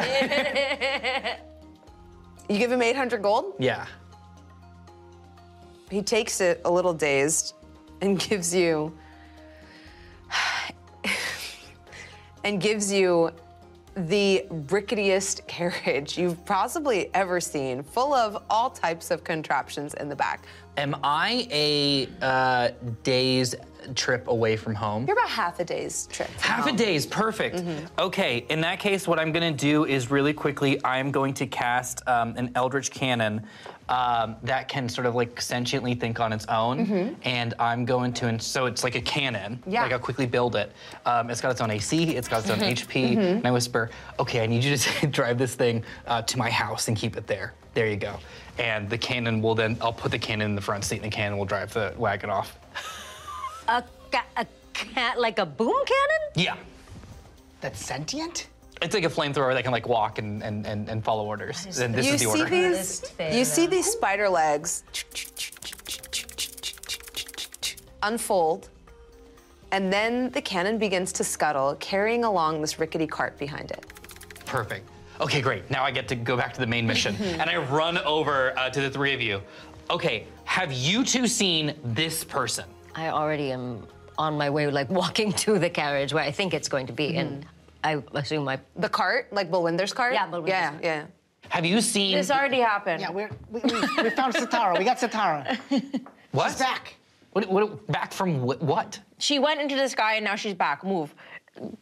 S7: you give him 800 gold?
S2: Yeah.
S7: He takes it a little dazed and (laughs) gives you. (sighs) and gives you the ricketiest carriage you've possibly ever seen, full of all types of contraptions in the back.
S2: Am I a uh, day's trip away from home?
S7: You're about half a day's trip.
S2: Half a day is perfect. Okay, in that case, what I'm gonna do is really quickly, I'm going to cast um, an Eldritch Cannon um, that can sort of like sentiently think on its own. And I'm going to, and so it's like a cannon.
S7: Yeah.
S2: Like I'll quickly build it. Um, it's got its own AC, it's got its own HP. And I whisper, okay, I need you to (laughs) drive this thing uh, to my house and keep it there. There you go. And the cannon will then, I'll put the cannon in the front seat and the cannon will drive the wagon off.
S5: A ca- a cat, like a boom cannon?
S2: Yeah.
S4: That's sentient?
S2: It's like a flamethrower that can like walk and and and, and follow orders. And this
S7: You
S2: is the
S7: see
S2: order.
S7: these you see these spider legs unfold and then the cannon begins to scuttle carrying along this rickety cart behind it.
S2: Perfect. Okay, great. Now I get to go back to the
S4: (laughs)
S2: main mission, and I run over uh, to the three of you. Okay, have you two seen this person?
S5: I already am on my way, like walking to the carriage where I think it's going to be, and I assume I.
S7: The cart, like Bolwinder's cart?
S5: Yeah, Bulwinder's
S7: Yeah,
S5: cart.
S7: yeah.
S2: Have you seen
S6: This already happened.
S4: Yeah, we're, we, we, we found Satara. We got Satara.
S2: what?
S4: She's back.
S2: What, what? Back from what? what?
S6: She went into the sky and now she's back. Move.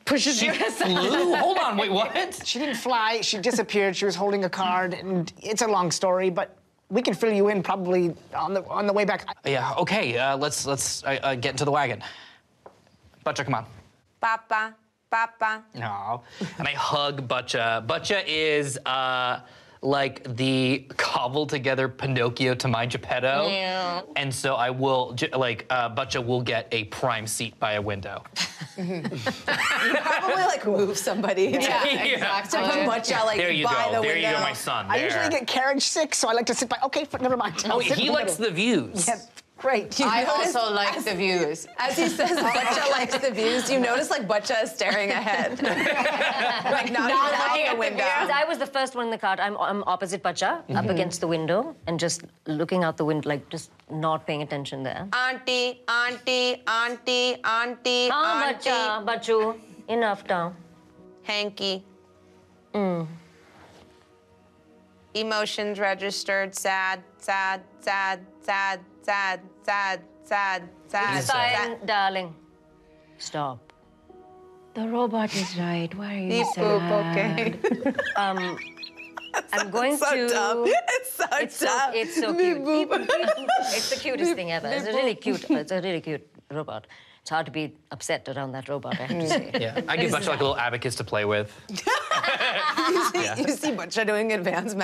S6: Pushes
S2: She
S6: you aside.
S2: flew. Hold on. Wait, what?
S4: (laughs) She didn't fly. She disappeared. She was holding a card, and it's a long story, but we can fill you in probably on the on the way back.
S2: Yeah. Okay. Uh, let's let's uh, uh, get into the wagon. Butcher, come on.
S7: Papa,
S2: Papa. No. And I hug Butcha. Butcha is uh, like the cobbled together Pinocchio to my Geppetto. And so I will, j- like, uh, Butcha will get a prime seat by a window.
S7: Probably Oh, like move somebody.
S2: Yeah,
S7: To put much out, like
S2: there you
S7: by
S2: go.
S7: the
S2: there
S7: window.
S2: you go, my son.
S4: I
S2: There.
S4: usually get carriage six, so I like to sit by. Okay, f- never mind.
S2: Oh,
S4: I'll sit in
S2: he likes
S4: middle.
S2: the views.
S4: Yeah, great.
S7: I
S23: also like the views.
S7: As he
S23: (laughs)
S7: says, Butcha likes the views. You notice like Butcha is staring
S23: (laughs)
S7: ahead, like not, even
S5: I-
S7: out the
S5: Because
S7: window.
S5: I was the first one in the cart. I'm, I'm opposite Pacha, up against the window, and just looking out the window, like just not paying attention there.
S7: Auntie, auntie, auntie, auntie,
S5: Ah,
S7: auntie,
S5: Bacha, Bachu, enough now.
S7: hanky. Mm. Emotions registered. Sad, sad, sad, sad, sad, sad, sad, sad.
S5: Fine, darling.
S24: Stop.
S6: The robot is right. Why are you
S7: Beep, boop, okay.
S5: I'm going
S7: so
S5: to.
S7: dumb. (laughs) It's so
S5: It's so,
S7: dumb.
S5: it's so cute. Beep, beep. (laughs) It's the cutest thing ever. It's a really cute. It's a really cute robot. It's hard to be upset around that robot. I have
S7: Hmm.
S5: to say.
S2: Yeah. I give Butcha like a little abacus to play
S7: (laughs)
S2: with.
S7: You see, you see Butcha doing advanced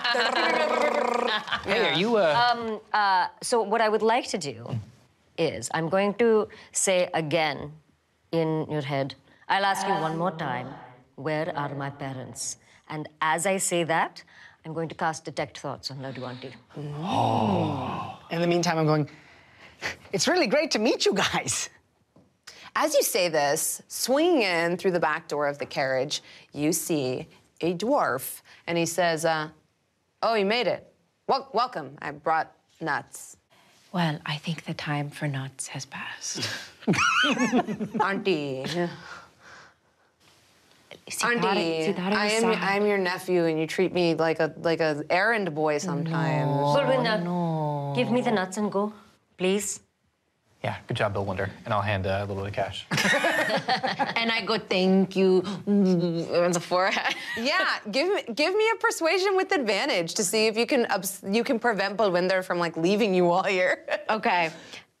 S7: mathematics.
S2: Hey, are you uh,
S5: So what I would like to do is I'm going to say again in your head. I'll ask you one more time. Where are my parents? And as I say that, I'm going to cast detect thoughts on Ladu Auntie.
S4: (laughs) In the meantime, I'm going. It's really great to meet you guys.
S7: As you say this, swinging in through the back door of the carriage, you see a dwarf, and he says, uh, "Oh, you made it. Wel- welcome. I brought nuts,
S6: Well, I think the time for nuts has passed.
S7: (laughs) Auntie." Auntie,
S6: Sitara- Sitara
S7: I
S6: is
S7: am
S6: sad.
S7: I am your nephew, and you treat me like a like a errand boy sometimes.
S5: Bulwinder, give me the nuts and go, please.
S2: Yeah, good job, Bill Wonder. And I'll hand uh, a little bit of cash.
S6: and I go, thank you, on the forehead.
S7: Yeah, give me give me a persuasion with advantage to see if you can ups- you can prevent Balwinder from like leaving you all (laughs) year.
S6: Okay.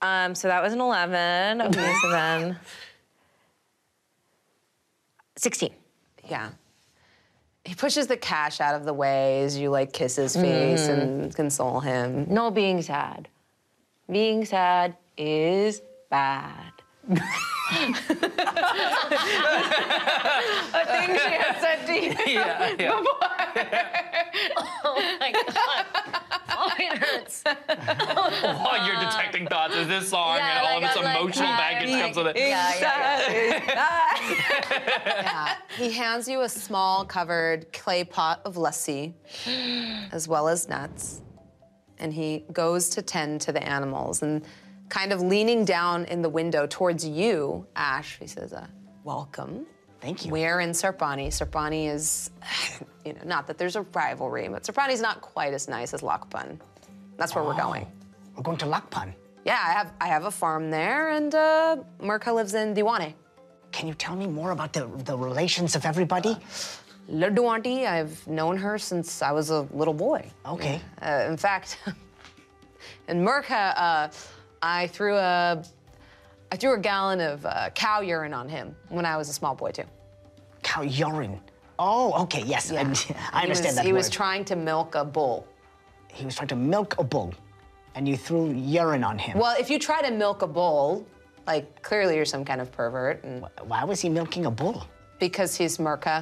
S6: Um, so that was an 11. Okay,
S7: (laughs)
S6: so then.
S5: 16.
S7: yeah. He pushes the cash out of the way as you like kiss his face
S6: Mm-hmm.
S7: and console him.
S6: No being sad. Being sad is bad. (laughs) A thing she has said to you.
S2: yeah, yeah.
S5: (laughs) Oh, it hurts.
S2: While Oh, you're detecting thoughts is this song
S5: Yeah,
S2: and all
S5: like,
S2: this
S5: I'm like,
S2: emotional
S5: I'm
S2: baggage
S5: like-
S2: comes with it.
S5: yeah, yeah,
S7: He hands you a small covered clay pot of lassi, as well as nuts, and he goes to tend to the animals. And kind of leaning down in the window towards you, Ash, he says, uh, "Welcome." Thank you. We're in Serpani. Serpani is, (laughs) you know, not that there's a rivalry, but Serpani's not quite as nice as Lakpan. That's where we're going.
S4: We're going to Lakpan.
S7: Yeah, I have I have a farm there, and uh, Mirka lives in Diwane.
S4: Can you tell me more about the, the relations of everybody?
S8: Uh,
S7: Laduanti, I've known her since I was a little boy.
S4: Okay.
S7: Uh, in fact, (laughs) in Mirka, uh, I threw a I threw a gallon of uh, cow urine on him when I was a small boy too.
S4: Cow urine. Oh, okay, yes. I, (laughs) I
S7: He was-
S4: understand that.
S7: He was
S4: word.
S7: trying to milk a bull.
S4: he was trying to milk a bull, and you threw urine on him.
S7: Well, if you try to milk a bull, like clearly you're some kind of pervert, and
S4: Why was he milking a bull?
S7: because he's Mirka.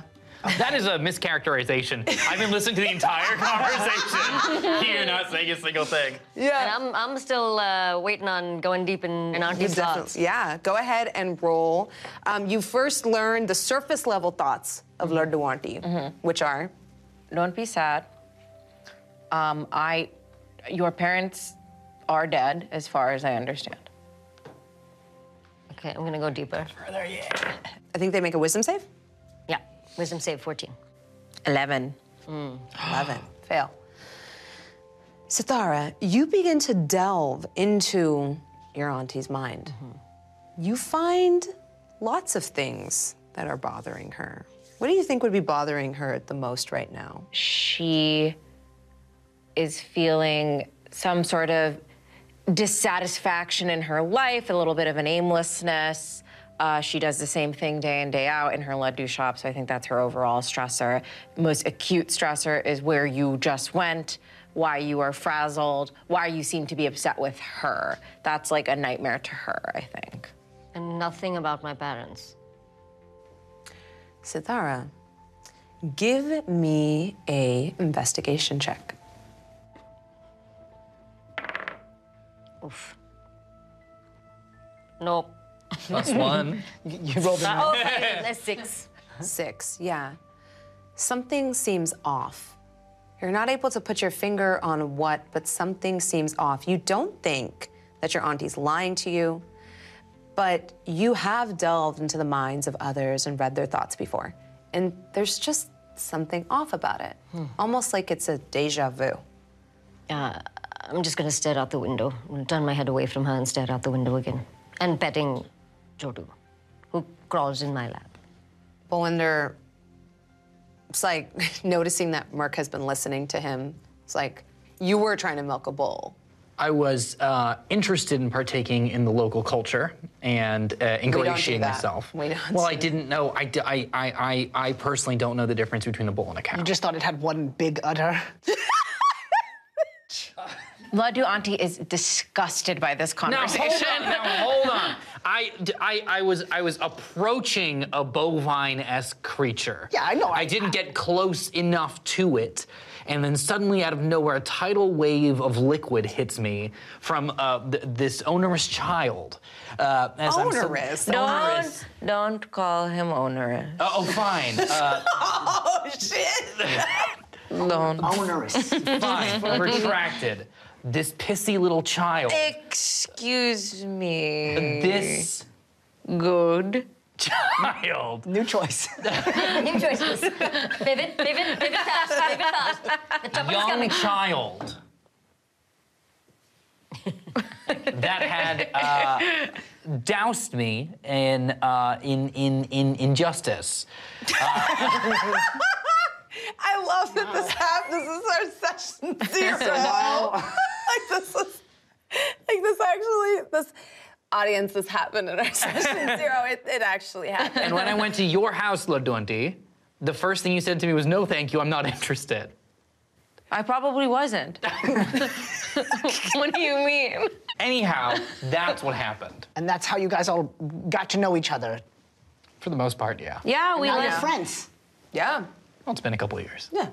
S2: That is a mischaracterization. I've been listening to the entire
S5: (laughs)
S2: conversation. You're not saying a single thing.
S7: Yeah.
S5: And I'm, I'm still uh, waiting on going deep in, in Auntie's thoughts.
S7: Yeah, go ahead and roll. Um, you first learn the surface level thoughts of Lord Duanti, which are
S6: Don't be sad. Um, I, your parents are dead, as far as I understand.
S5: Okay, I'm gonna go deeper.
S7: I think they make a wisdom save.
S5: Yeah, wisdom save 14.
S6: 11.
S7: Eleven. Fail. Sithara, you begin to delve into your auntie's mind. You find lots of things that are bothering her. What do you think would be bothering her the most right now?
S6: she is feeling some sort of dissatisfaction in her life, a little bit of an aimlessness, Uh, she does the same thing day in, day out in her Ledoux shop, so I think that's her overall stressor. Most acute stressor is where you just went, why you are frazzled, why you seem to be upset with her. That's like a nightmare to her, I think.
S5: And nothing about my parents.
S8: Sithara, give me a investigation check.
S5: Oof. No.
S2: Plus one.
S4: You rolled a
S5: Oh, fine. That's six.
S8: Six, yeah. Something seems off. You're not able to put your finger on what, but something seems off. You don't think that your auntie's lying to you, but you have delved into the minds of others and read their thoughts before. And there's just something off about it, almost like it's a deja vu.
S5: Uh, I'm just gonna stare out the window. Turn my head away from her and stare out the window again. And petting Jodu, who crawls in my lap.
S8: Bolinder, it's like (laughs) noticing that Merc has been listening to him. It's like, you were trying to milk a bull.
S2: I was uh, interested in partaking in the local culture and uh, ingratiating
S8: that.
S2: myself.
S8: We don't
S2: well, I didn't know. I, d- I- I- I- I personally don't know the difference between a bull and a cow.
S4: You just thought it had one big
S8: (laughs)
S4: udder.
S6: Ledoux Auntie is disgusted by this
S2: Now hold
S6: conversation.
S2: on. Now hold on. I, d- I- I was I was approaching a bovine-esque creature.
S4: Yeah, I know.
S2: I,
S4: I-
S2: didn't get close enough to it, and then suddenly, out of nowhere, a tidal wave of liquid hits me from uh, th- this onerous child. Uh, as I'm sub-
S8: Onerous?
S2: onerous.
S6: Don't, don't call him onerous.
S2: Uh, oh, fine. Uh,
S6: Don't.
S4: Onerous.
S2: fine. Retracted. This pissy little child.
S6: Excuse me.
S2: This
S6: Good.
S2: child.
S4: New choice.
S3: (laughs) New choices. Vivid, vivid, vivid thoughts, vivid thoughts. The trouble is
S2: young
S3: coming.
S2: child that had uh, doused me in uh, in in in injustice.
S8: I love that this happened. This
S6: (laughs)
S8: is our session zero. like this is, like this actually, this audience, this happened in
S6: (laughs)
S8: our session zero. It, it actually happened.
S2: And when I went to your house, Lodonti, the first thing you said to me was, "No, thank you. I'm not interested."
S6: I probably wasn't. (laughs) what do you mean?
S2: Anyhow, that's what happened.
S4: and that's how you guys all got to know each other.
S2: For the most part, yeah.
S6: Yeah, Oh, we
S4: Now you're
S6: went.
S4: friends.
S8: Yeah.
S2: Well, it's been a couple of years.
S8: Yeah.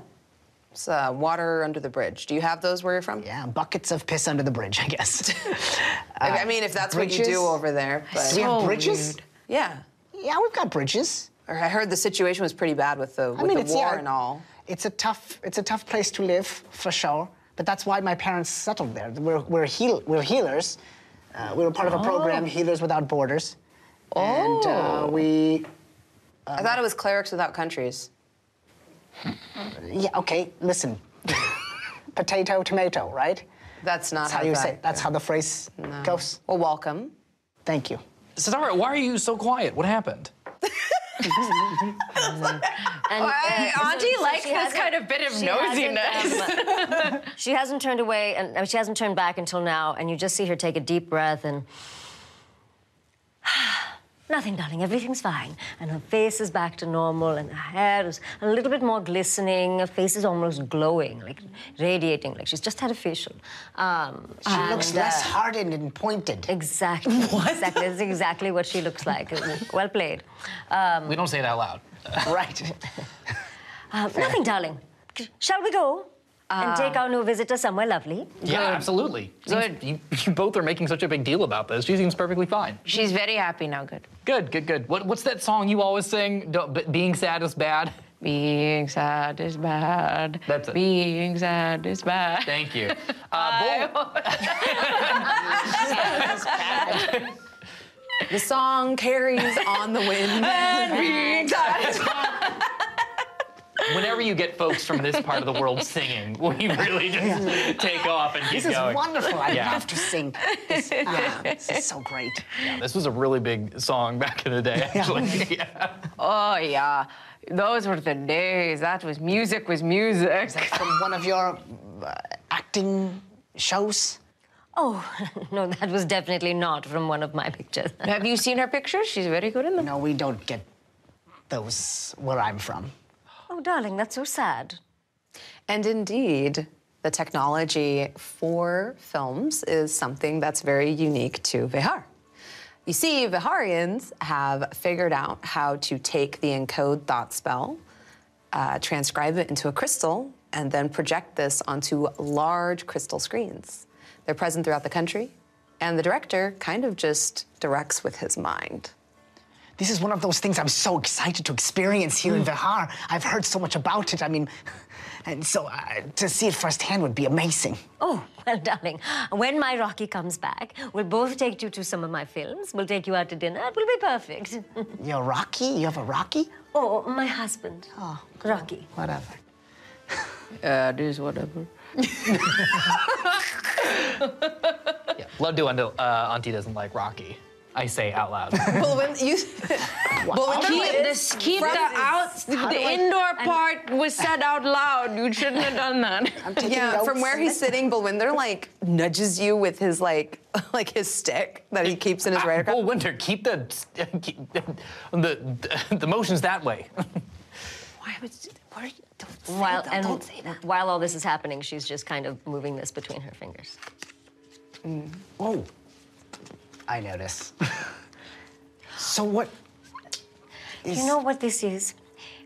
S8: It's uh, water under the bridge. Do you have those where you're from?
S4: Yeah, buckets of piss under the bridge, I guess.
S8: (laughs)
S4: Uh,
S8: I mean, if that's what you
S4: bridges?
S8: do over there. But
S4: we have bridges?
S8: yeah.
S4: Yeah, we've got bridges.
S8: Or I heard the situation was pretty bad with the, with
S4: I mean,
S8: the
S4: it's
S8: war
S4: yeah,
S8: and all.
S4: It's a tough, it's a tough place to live for sure. But that's why my parents settled there. We're we're, heal, we're healers. Uh, we were part of a program,
S8: Oh.
S4: Healers Without Borders. And uh, we,
S8: I thought it was clerics without countries.
S4: yeah, okay, listen. (laughs) Potato, tomato, right?
S8: That's not
S4: That's how you say. it. That's how the phrase goes.
S8: Well, welcome.
S4: Thank you.
S2: Satara, why are you so quiet? What happened?
S5: And,
S6: Auntie
S25: uh, so
S6: likes
S25: she
S6: this
S25: hasn't-
S6: kind of bit of
S25: she
S6: nosiness.
S25: hasn't,
S6: (laughs)
S25: um, she hasn't turned away, and uh, she hasn't turned back until now. And you just see her take a deep breath and. (sighs) Nothing, darling. Everything's fine. And her face is back to normal, and her hair is a little bit more glistening. Her face is almost glowing, like radiating, like she's just had a facial. Um,
S4: She
S6: Ah.
S4: looks
S8: uh,
S4: less hardened and pointed.
S25: exactly.
S6: (laughs)
S25: Exactly. That's exactly what she looks like. well played.
S2: we don't say it out loud.
S4: right.
S5: Uh,
S25: Um, nothing, darling. Shall we go and take our new visitor somewhere lovely?
S2: Yeah, absolutely.
S6: Good.
S2: You, you both are making such a big deal about this. She seems perfectly fine.
S6: She's very happy now, good.
S2: Good, good, good. What, what's that song you always sing? Don't- b- being sad is bad.
S6: Being sad is bad.
S2: That's it.
S6: Being sad is bad. (laughs)
S2: Thank (laughs) you. Uh, Bol-
S8: The song carries on
S4: (laughs)
S8: the wind.
S2: whenever you get folks from this part of the world singing, (laughs) we really just take off and keep
S4: This is
S2: going.
S4: wonderful.
S7: (laughs)
S4: I
S2: Yeah.
S4: have to sing. This, ah, this is so great.
S2: This was a really big song back in the day, actually. (laughs) Yeah.
S6: Oh, yeah. Those were the days. That was music, was music.
S4: From one of your uh, acting shows.
S5: Oh, (laughs) no, that was definitely not from one of my pictures.
S6: Have you seen her pictures? She's very good in them.
S4: No, we don't get those where I'm from.
S5: oh, darling, that's so sad.
S8: And indeed, the technology for films is something that's very unique to Vihar. You see, Viharians have figured out how to take the encode thought spell, uh, transcribe it into a crystal, and then project this onto large crystal screens. They're present throughout the country, and the director kind of just directs with his mind.
S4: This is one of those things I'm so excited to experience here in Vihar. I've heard so much about it. I mean, (laughs) and so uh, to see it firsthand would be amazing.
S5: Oh, well, darling, when my Rocky comes back, we'll both take you to some of my films. We'll take you out to dinner. It will be perfect. (laughs)
S4: You're Rocky? You have a Rocky?
S5: oh, my husband. Oh, Rocky.
S4: Whatever.
S6: Yeah, it is whatever.
S2: Love to undo, uh, Auntie doesn't like Rocky. I say out (laughs) loud.
S8: Well, when you, well, when
S6: Keep, this, keep the
S8: (laughs)
S6: out, the indoor part was said out loud. You shouldn't have done that.
S8: yeah, from where he's sitting, Balwinder like nudges you with his like like his stick that he keeps in his right.
S2: Well,
S8: hand.
S2: Oh, Winter, keep the keep the, the the motions that way. (laughs)
S8: Why would you, why are you, don't say
S5: While,
S8: that,
S5: and
S8: don't say that.
S5: while all this is happening, she's just kind of moving this between her fingers.
S4: Oh, I notice. (laughs) so what?
S5: You know what this is?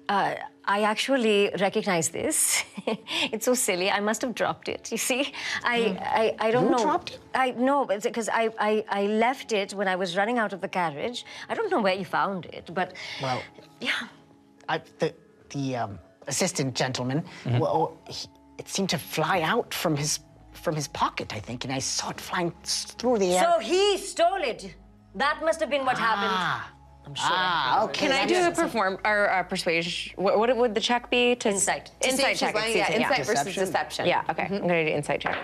S5: Uh, I actually recognize this. (laughs) it's so silly. I must have dropped it. You see, I I, I don't
S4: You
S5: know.
S4: dropped it?
S5: I no, because I, I I left it when I was running out of the carriage. I don't know where you found it, but
S4: Well,
S5: yeah.
S4: I, the the um, assistant gentleman. Well, he, it seemed to fly out from his from his pocket, I think, and I saw it flying s- through the air.
S5: So he stole it. That must have been what happened.
S4: ah, I'm sure. Ah, okay.
S6: Can I do a perform or uh, persuasion? What, what would the check be to
S5: Insight. To see if
S6: Insight
S8: she's
S6: check.
S8: lying,
S6: excuse
S8: yeah,
S6: me,
S8: insight versus
S4: Deception?
S8: deception.
S6: Yeah. Okay. I'm gonna do insight check.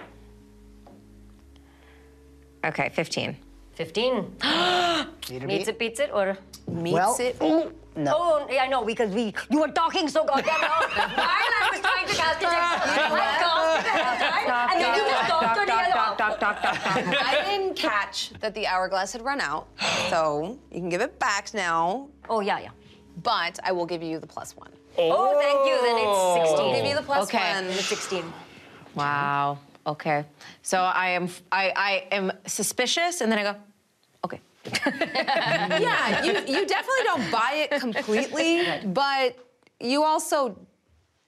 S6: Okay, 15.
S5: Fifteen. Meets it, beats it, or
S8: Meets
S4: Well,
S8: it.
S5: Oh, yeah, I know, because we, you were talking so goddamn (laughs) long while I was trying to cast a (laughs) check. I cast the whole time, and then you just talked to the
S6: Doc, doc,
S5: other.
S6: doc, doc, doc, doc.
S8: I didn't catch that the hourglass had run out, so you can give it back now.
S5: Oh, yeah, yeah.
S8: But I will give you the plus one.
S5: Oh, thank you, then it's 16.
S8: I'll give you the plus
S6: Okay.
S8: one.
S5: It's 16.
S6: Wow. Okay. So I am I, I am suspicious and then I go, okay.
S8: yeah, you, you definitely don't buy it completely, but you also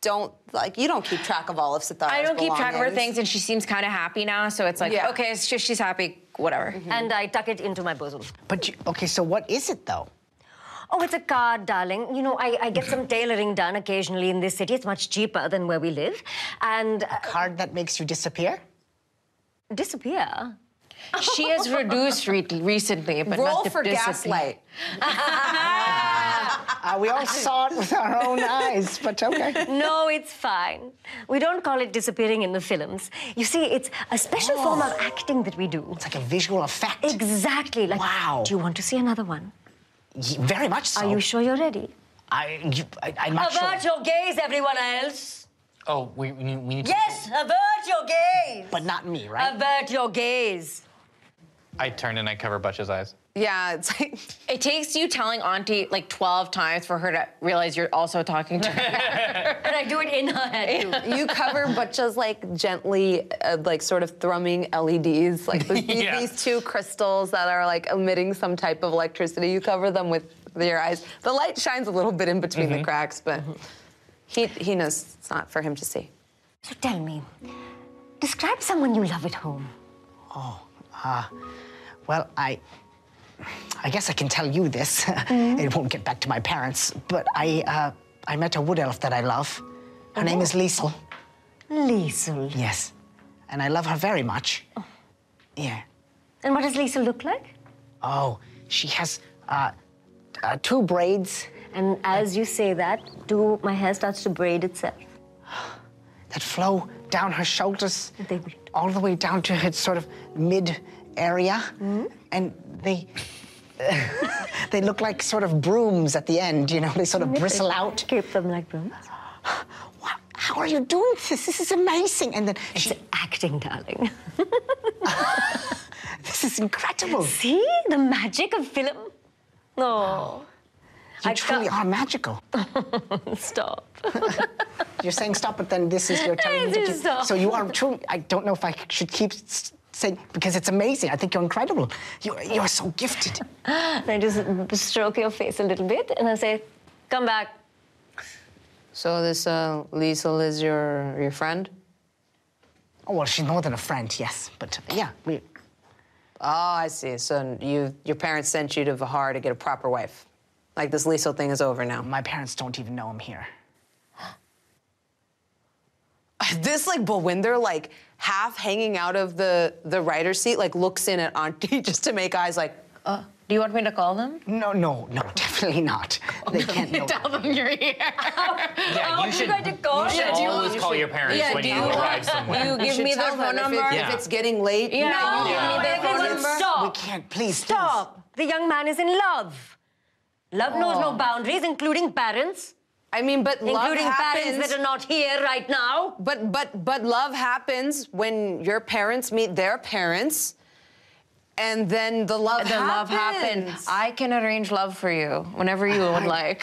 S8: don't like you don't keep track of all of Sithara's
S6: I don't keep track of her
S8: belongings.
S6: things and she seems kind of happy now, so it's like,
S8: Yeah.
S6: okay, it's just she's happy, whatever.
S5: And I tuck it into my bosom.
S4: But you, okay, so what is it though?
S5: Oh, it's a card, darling. You know, I, I get
S8: (laughs)
S5: some tailoring done occasionally in this city. It's much cheaper than where we live. And uh,
S4: Card that makes you disappear?
S5: disappear.
S6: She has reduced re- recently, but
S8: Roll
S6: not the
S8: for
S6: discipline.
S8: gaslight.
S4: Uh, we all saw it with our (laughs) own eyes, but okay.
S5: No,
S8: (laughs)
S5: it's fine. We don't call it disappearing in the films. You see, it's a special
S8: Oh.
S5: form of acting that we do.
S4: It's like a visual effect.
S5: Exactly. Like,
S4: Wow.
S5: Do you want to see another one?
S4: Ye- Very much so.
S5: Are you sure you're ready?
S4: I, you, I, I'm not
S5: Avert
S4: sure,
S5: your gaze, everyone else.
S2: Oh, we, we need- we need. to-
S5: Yes, avert your gaze.
S4: but not me, right?
S5: Avert your gaze.
S26: I turn and I cover Butch's eyes.
S8: Yeah, it's (laughs) like
S6: It takes you telling Auntie like 12 times for her to realize you're also talking to her.
S5: (laughs) And I do it in her head too.
S6: (laughs)
S8: you cover Butcha's like gently, uh, like sort of thrumming LEDs, like the,
S2: (laughs) Yeah.
S8: these (laughs) two crystals that are like emitting some type of electricity. You cover them with your eyes. The light shines a little bit in between the cracks, but he he knows it's not for him to see.
S5: So tell me, describe someone you love at home.
S4: Well, I. I guess I can tell you this. (laughs) It won't get back to my parents, but I, uh, I met a wood elf that I love. Her name is Liesel.
S5: Liesel.
S4: Yes, and I love her very much. Yeah.
S5: And what does Liesel look like?
S4: Oh, she has uh, uh, two braids
S5: And as you say that, do my hair starts to braid itself?
S4: that flow down her shoulders,
S5: They braid.
S4: all the way down to her sort of mid area,
S5: Hmm?
S4: and they (laughs) they look like sort of brooms at the end. You know, they sort of bristle out.
S5: Keep them like brooms.
S4: Wow, how are you doing this? This is amazing. And then she,
S5: Acting, darling.
S4: This is incredible.
S5: See the magic of film? No,
S4: You
S5: I
S4: truly
S5: felt-
S4: are magical.
S5: stop.
S4: You're saying stop, but then this
S5: (laughs)
S4: is you're telling me
S5: This
S4: to
S5: is
S4: do-
S5: stop.
S4: So you are truly. I don't know if I should keep s- saying because it's amazing. I think you're incredible. You you are so gifted.
S5: And I just stroke your face a little bit and I say, come back.
S8: So this uh, Liesel is your your friend?
S4: Oh well, she's more than a friend. Yes, but yeah, we,
S8: Oh, I see. So you your parents sent you to Vihar to get a proper wife. Like this Liesel thing is over now.
S4: my parents don't even know I'm here.
S8: (laughs) This like Balwinder like half hanging out of the the rider's seat like looks in at Auntie (laughs) just to make eyes like
S6: Do you want me to call them?
S4: No, no, no, (laughs) definitely not. They can't know.
S6: Tell them you're here.
S2: Yeah, you should, you should always call your parents
S6: yeah,
S2: when
S6: do
S2: you
S6: you-
S2: arrive somewhere.
S6: (laughs) You give
S8: should
S6: me their
S8: tell
S6: phone
S8: them if it-
S6: number.
S8: if
S2: Yeah.
S8: it's getting late.
S6: Yeah, you give me their phone
S5: Everyone
S6: number.
S4: We
S5: stop.
S4: can't. Please,
S5: Stop. The young man is in love. Love knows no boundaries, including parents.
S8: Oh. I mean, but love
S5: including
S8: happens.
S5: parents that are not here right now.
S8: But but but love happens when your parents meet their parents, and then the love
S6: The love happened. I can arrange love for you whenever you
S8: (laughs)
S6: would like.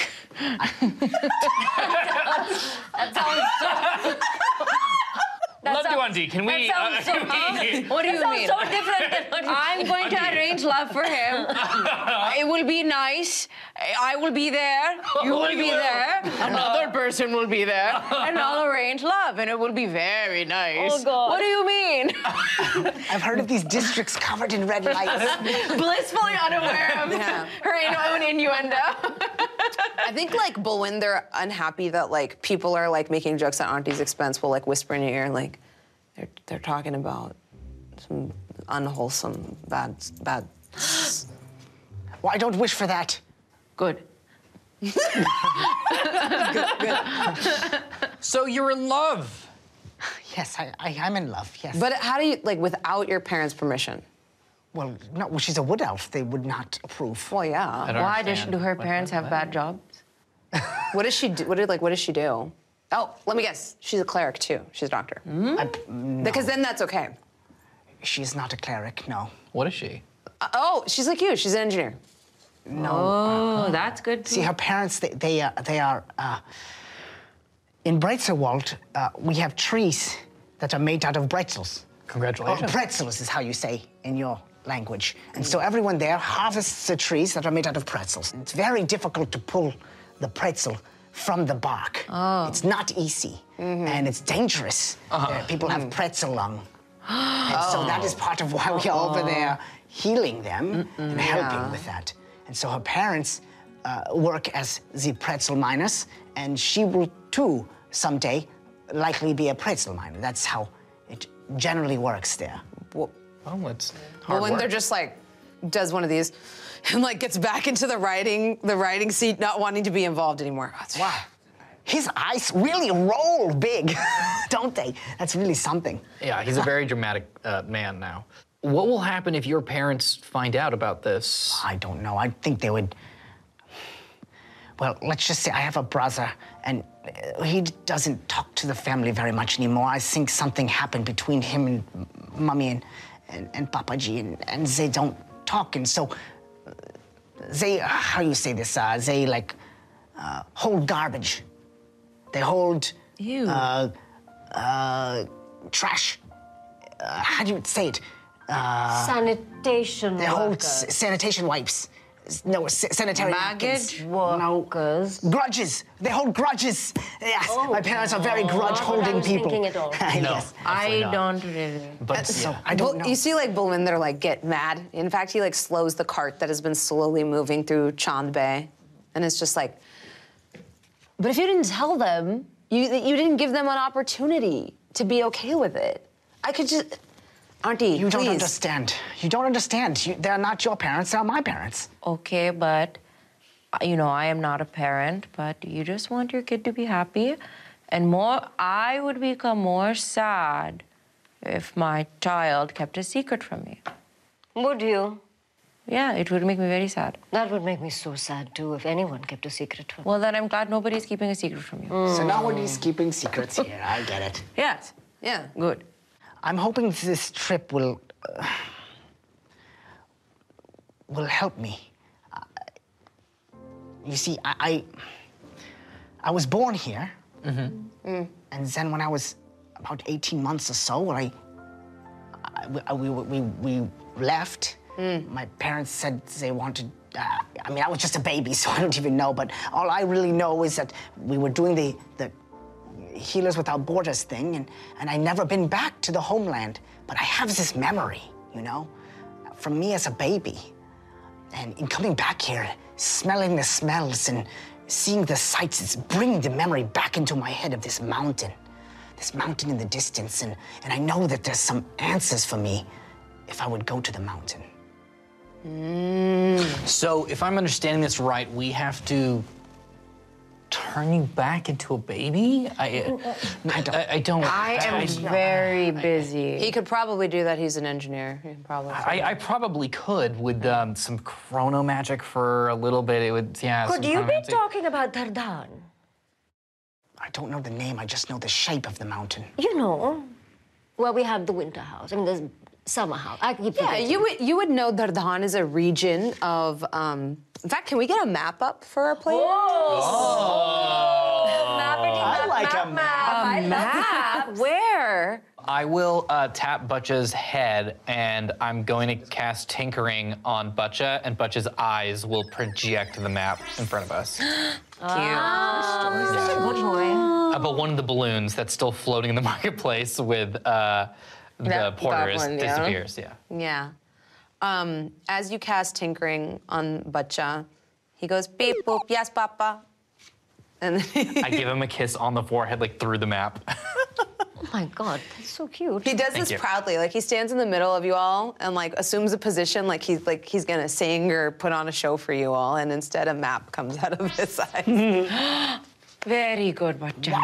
S2: Love to Auntie. Can (laughs) we?
S5: That sounds so.
S2: can we-
S6: What do you
S5: Sounds
S6: mean?
S5: so different
S6: (laughs)
S5: than what you
S6: I'm going to
S2: (laughs)
S6: arrange love for him. it will be nice. I will be there. You
S2: Oh,
S6: will
S2: you
S6: be
S2: will.
S6: there.
S2: (laughs)
S6: Another person will be there. And I'll arrange love, and it will be very nice.
S5: Oh, God.
S6: What do you
S8: (laughs)
S6: mean?
S4: I've heard of these districts covered in red lights.
S6: Blissfully unaware (laughs) of
S8: Yeah.
S6: her own innuendo.
S8: I think like Balwinder unhappy that like people are like making jokes at Auntie's expense will like whisper in your ear like they're they're talking about some unwholesome bad bad.
S4: well, I don't wish for that.
S6: Good.
S2: so you're in love.
S4: Yes, I, I I'm in love. Yes.
S8: But how do you like without your parents' permission?
S4: well, no, well, she's a wood elf. They would not approve.
S6: Oh,
S8: Well, yeah.
S6: Why does do her parents have bad jobs?
S8: What does she do? What did like what does she do? Oh, let me guess. She's a cleric too. She's a doctor. Because then that's okay.
S4: mm, She's not a cleric. No.
S2: What is she?
S8: Uh, oh, she's like you. She's an engineer.
S6: Oh, that's good.
S4: See, her parents, they they, uh, they are. Uh, in Breitzelwald, uh, we have trees that are made out of bretzels.
S2: Congratulations.
S4: Or pretzels is how you say in your language. And so everyone there harvests the trees that are made out of pretzels. It's very difficult to pull the pretzel from the bark. It's not easy, and it's dangerous. Uh, people have pretzel lung. And so that is part of why we are over there healing them and helping with that. And so her parents uh, work as the pretzel miners, and she will too someday likely be a pretzel miner. That's how it generally works there.
S2: Oh, it's
S8: But
S2: hard
S8: when they're
S2: work.
S8: just like does one of these and like gets back into the writing the writing seat, not wanting to be involved anymore.
S4: Wow. His eyes really roll big, (laughs) don't they? That's really something.
S2: Yeah, he's a very dramatic uh, man now. What will happen if your parents find out about this?
S4: I don't know. I think they would. Well, let's just say I have a brother, and uh, he doesn't talk to the family very much anymore. I think something happened between him and m- Mummy and, and, and Papa G, and, and they don't talk. And so uh, they, uh, how you say this, uh, they like uh, hold garbage. They hold Uh, uh, trash. Uh, how do you say it?
S5: Sanitation
S4: Ah. They hold
S5: workers.
S4: s- sanitation wipes. S- No, s- sanitary napkins.
S6: Baggage
S5: workers.
S4: Grudges. They hold grudges. Yes, my parents are very
S5: what I
S4: grudge-holding
S5: was
S4: people. (laughs)
S5: thinking at all.
S4: yes.
S6: I don't really.
S2: But
S4: So
S2: yeah.
S4: I don't know.
S8: You see, like Bulwinder, like get mad. In fact, he like slows the cart that has been slowly moving through Chand Bay, and it's just like. But if you didn't tell them, you that you didn't give them an opportunity to be okay with it. I could just, Auntie,
S4: You don't
S8: please.
S4: understand. You don't understand. You, they're not your parents. They're my parents.
S6: okay, but uh, you know, I am not a parent, but you just want your kid to be happy. And more, I would become more sad if my child kept a secret from me.
S5: Would you?
S6: Yeah, it would make me very sad.
S5: That would make me so sad too if anyone kept a secret from me.
S6: Well, then I'm glad nobody's keeping a secret from you.
S4: So now we're just keeping
S6: (laughs)
S4: secrets here. I get it.
S6: Oh. Yes.
S8: Yeah.
S6: Good.
S4: I'm hoping this trip will uh, will help me. Uh, you see, I, I, I was born here,
S6: Mm-hmm.
S4: and then when I was about 18 months or so, when I, I- we- I- we, we, we left, my parents said they wanted. Uh, I mean, I was just a baby, (laughs) so I don't even know. But all I really know is that we were doing the, the Healers Without Borders thing, and, and I never been back to the homeland, but I have this memory, you know, from me as a baby. And in coming back here, smelling the smells and seeing the sights, it's bringing the memory back into my head of this mountain, this mountain in the distance, and, and I know that there's some answers for me if I would go to the mountain.
S2: So, if I'm understanding this right, we have to turn you back into a baby. I, uh, I don't. I, I don't.
S6: I am very busy.
S8: He could probably do that. He's an engineer. He can probably.
S2: I, I probably could with um, some chrono magic for a little bit. It would, yeah.
S5: Could
S2: some
S5: you
S2: chrono
S5: be
S2: magic.
S5: talking about Dardan?
S4: I don't know the name, I just know the shape of the mountain.
S5: You know, where we have the winter house. I mean, there's summer house. I keep
S8: yeah,
S5: forgetting.
S8: you would you would know Dardan is a region of. Um, in fact, can we get a map up for our player?
S2: Oh!
S4: I like a map.
S6: Where?
S2: I will uh, tap Butcha's head, and I'm going to cast Tinkering on Butcha, and Butcha's eyes will project the map in front of us.
S8: Ah.
S6: Good boy.
S2: Uh, but one of the balloons that's still floating in the (laughs) marketplace with uh, the
S1: That
S2: porter is,
S1: goblin, yeah.
S2: disappears. Yeah.
S8: Yeah. Um, as you cast tinkering on Butcha, he goes beep boop yes papa, and then he,
S2: I give him a kiss on the forehead, like through the map. (laughs)
S5: Oh my God, that's so cute.
S8: he does this
S2: you.
S8: proudly. Like he stands in the middle of you all and like assumes a position like he's like he's gonna sing or put on a show for you all, and instead a map comes out of his eyes.
S6: Very good, Bachchan.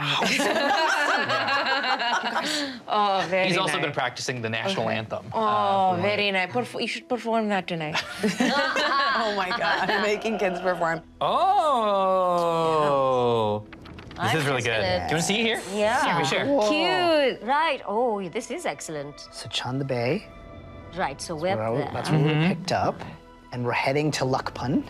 S6: oh, very
S2: He's also
S6: nice.
S2: been practicing the national anthem. uh,
S6: Oh, very nice. Perf- you should perform that tonight.
S8: (laughs) oh my god, making kids perform.
S2: Oh. This is really good.
S25: excited.
S2: Do you want to see it here?
S5: Yeah.
S2: Here, we share.
S5: Cute.
S25: Right. Oh, this is excellent.
S4: So Chanda Bay,
S25: Right. So we're
S4: where I-
S25: there.
S4: that's where we were picked up, and we're heading to Luckpun.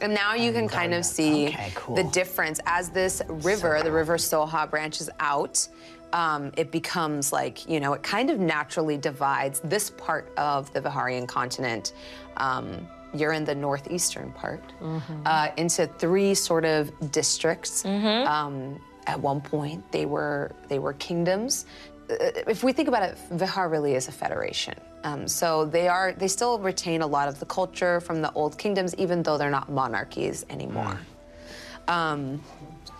S8: And now you can kind of see
S4: Okay, cool.
S8: the difference as this river, the River Soha, branches out. Um, it becomes like you know, it kind of naturally divides this part of the Viharian continent. Um, you're in the northeastern part
S6: Mm-hmm.
S8: uh, into three sort of districts.
S6: Mm-hmm.
S8: Um, at one point, they were they were kingdoms. Uh, If we think about it, Vihar really is a federation. Um, so they are they still retain a lot of the culture from the old kingdoms, even though they're not monarchies anymore.
S4: Hmm.
S8: Um,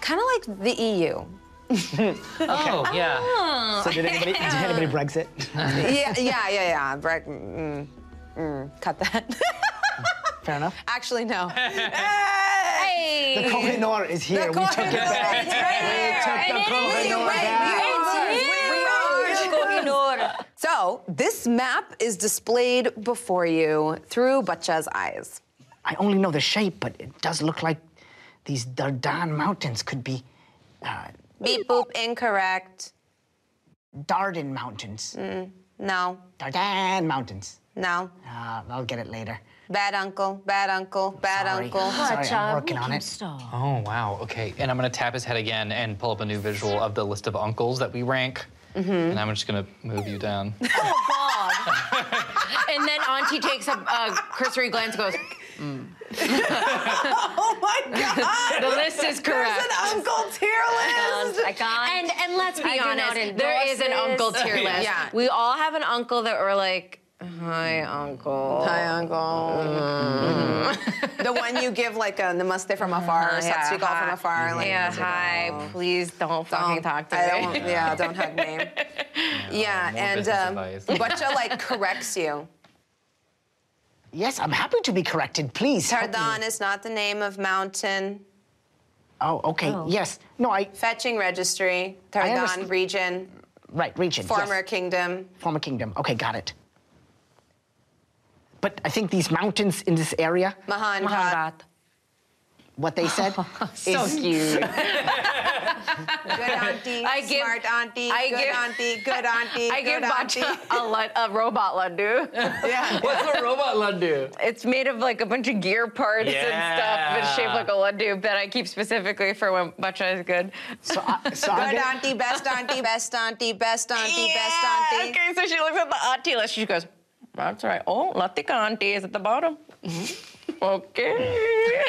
S8: kind of like the E
S4: (laughs)
S8: EU.
S2: Oh, yeah.
S4: So did anybody,
S8: (laughs)
S4: did anybody Brexit?
S8: yeah, yeah, yeah, yeah. Bre- mm, mm, cut that.
S4: (laughs) Fair enough.
S8: Actually, no.
S4: The Kohinoor is here.
S8: The
S4: we
S8: (laughs)
S4: took it
S8: Kohinoor
S4: back.
S8: is
S4: We took the
S8: right Wait,
S4: Kohinoor
S8: wait,
S4: back.
S8: you learned. We learned. So this map is displayed before you through Butcha's eyes.
S4: I only know the shape, but it does look like these Dardan mountains could be uh,
S8: Beep boop, incorrect.
S4: Dardan mountains.
S8: No,
S4: Dardan mountains.
S8: no.
S4: Uh, I'll get it later.
S8: Bad uncle, bad uncle, bad
S4: Sorry.
S6: (laughs)
S8: uncle.
S4: Sorry, I'm working on it.
S2: Oh, wow. Okay. And I'm going to tap his head again and pull up a new visual of the list of uncles that we rank. And I'm just going to move you down.
S6: (laughs) and then Auntie takes a, a cursory glance and goes,
S8: Oh (laughs) my God!
S6: The list is correct.
S8: uncle tier list.
S25: I can't.
S6: And, and let's be
S25: I do not
S6: honest,
S25: endorse
S6: there is an
S25: this.
S6: uncle tier list.
S8: Yeah.
S6: We all have an uncle that we're like, hi, uncle.
S8: Hi, uncle.
S6: Mm-hmm.
S8: (laughs) the one you give like a namaste from afar or
S6: Yeah,
S8: satsika
S6: hi.
S8: from afar. Like,
S6: yeah, hi. Please don't fucking talk
S8: Don't
S6: to
S8: Um, I
S6: me. (laughs)
S8: Don't, yeah, don't hug me. Yeah,
S2: more
S8: and
S2: business
S8: um,
S2: advice.
S4: (laughs)
S8: Butcha like corrects you.
S4: Yes, I'm happy to be corrected. Please. help me.
S8: Tardan is not the name of mountain.
S4: Oh, okay. Yes. No, I.
S8: Fetching registry. Tardan
S4: understand.
S8: region.
S4: Right, region. yes.
S8: Former kingdom.
S4: Former kingdom. Okay, got it. But I think these mountains in this area.
S8: Mahangat.
S4: what they said
S6: (laughs) So
S4: is
S6: cute.
S8: Good
S6: (laughs)
S8: auntie,
S6: I give-
S8: smart auntie,
S6: I
S8: good
S6: give-
S8: auntie,
S6: (laughs)
S8: good auntie,
S6: I give
S8: good
S6: (laughs)
S8: auntie.
S6: Bacha a, lun- a robot lundu.
S2: (laughs) What's a robot lundu?
S6: It's made of like a bunch of gear parts and stuff, but shaped
S2: Yeah.
S6: like a lundu that I keep specifically for when Bacha is good.
S4: (laughs) so. I, so I'm
S8: Good
S4: gonna-
S8: auntie, best auntie, best auntie, best auntie, best
S6: Yeah,
S8: auntie.
S6: Okay, so she looks at the auntie list. She goes, "That's right. Oh, Latika auntie is at the bottom." (laughs) okay.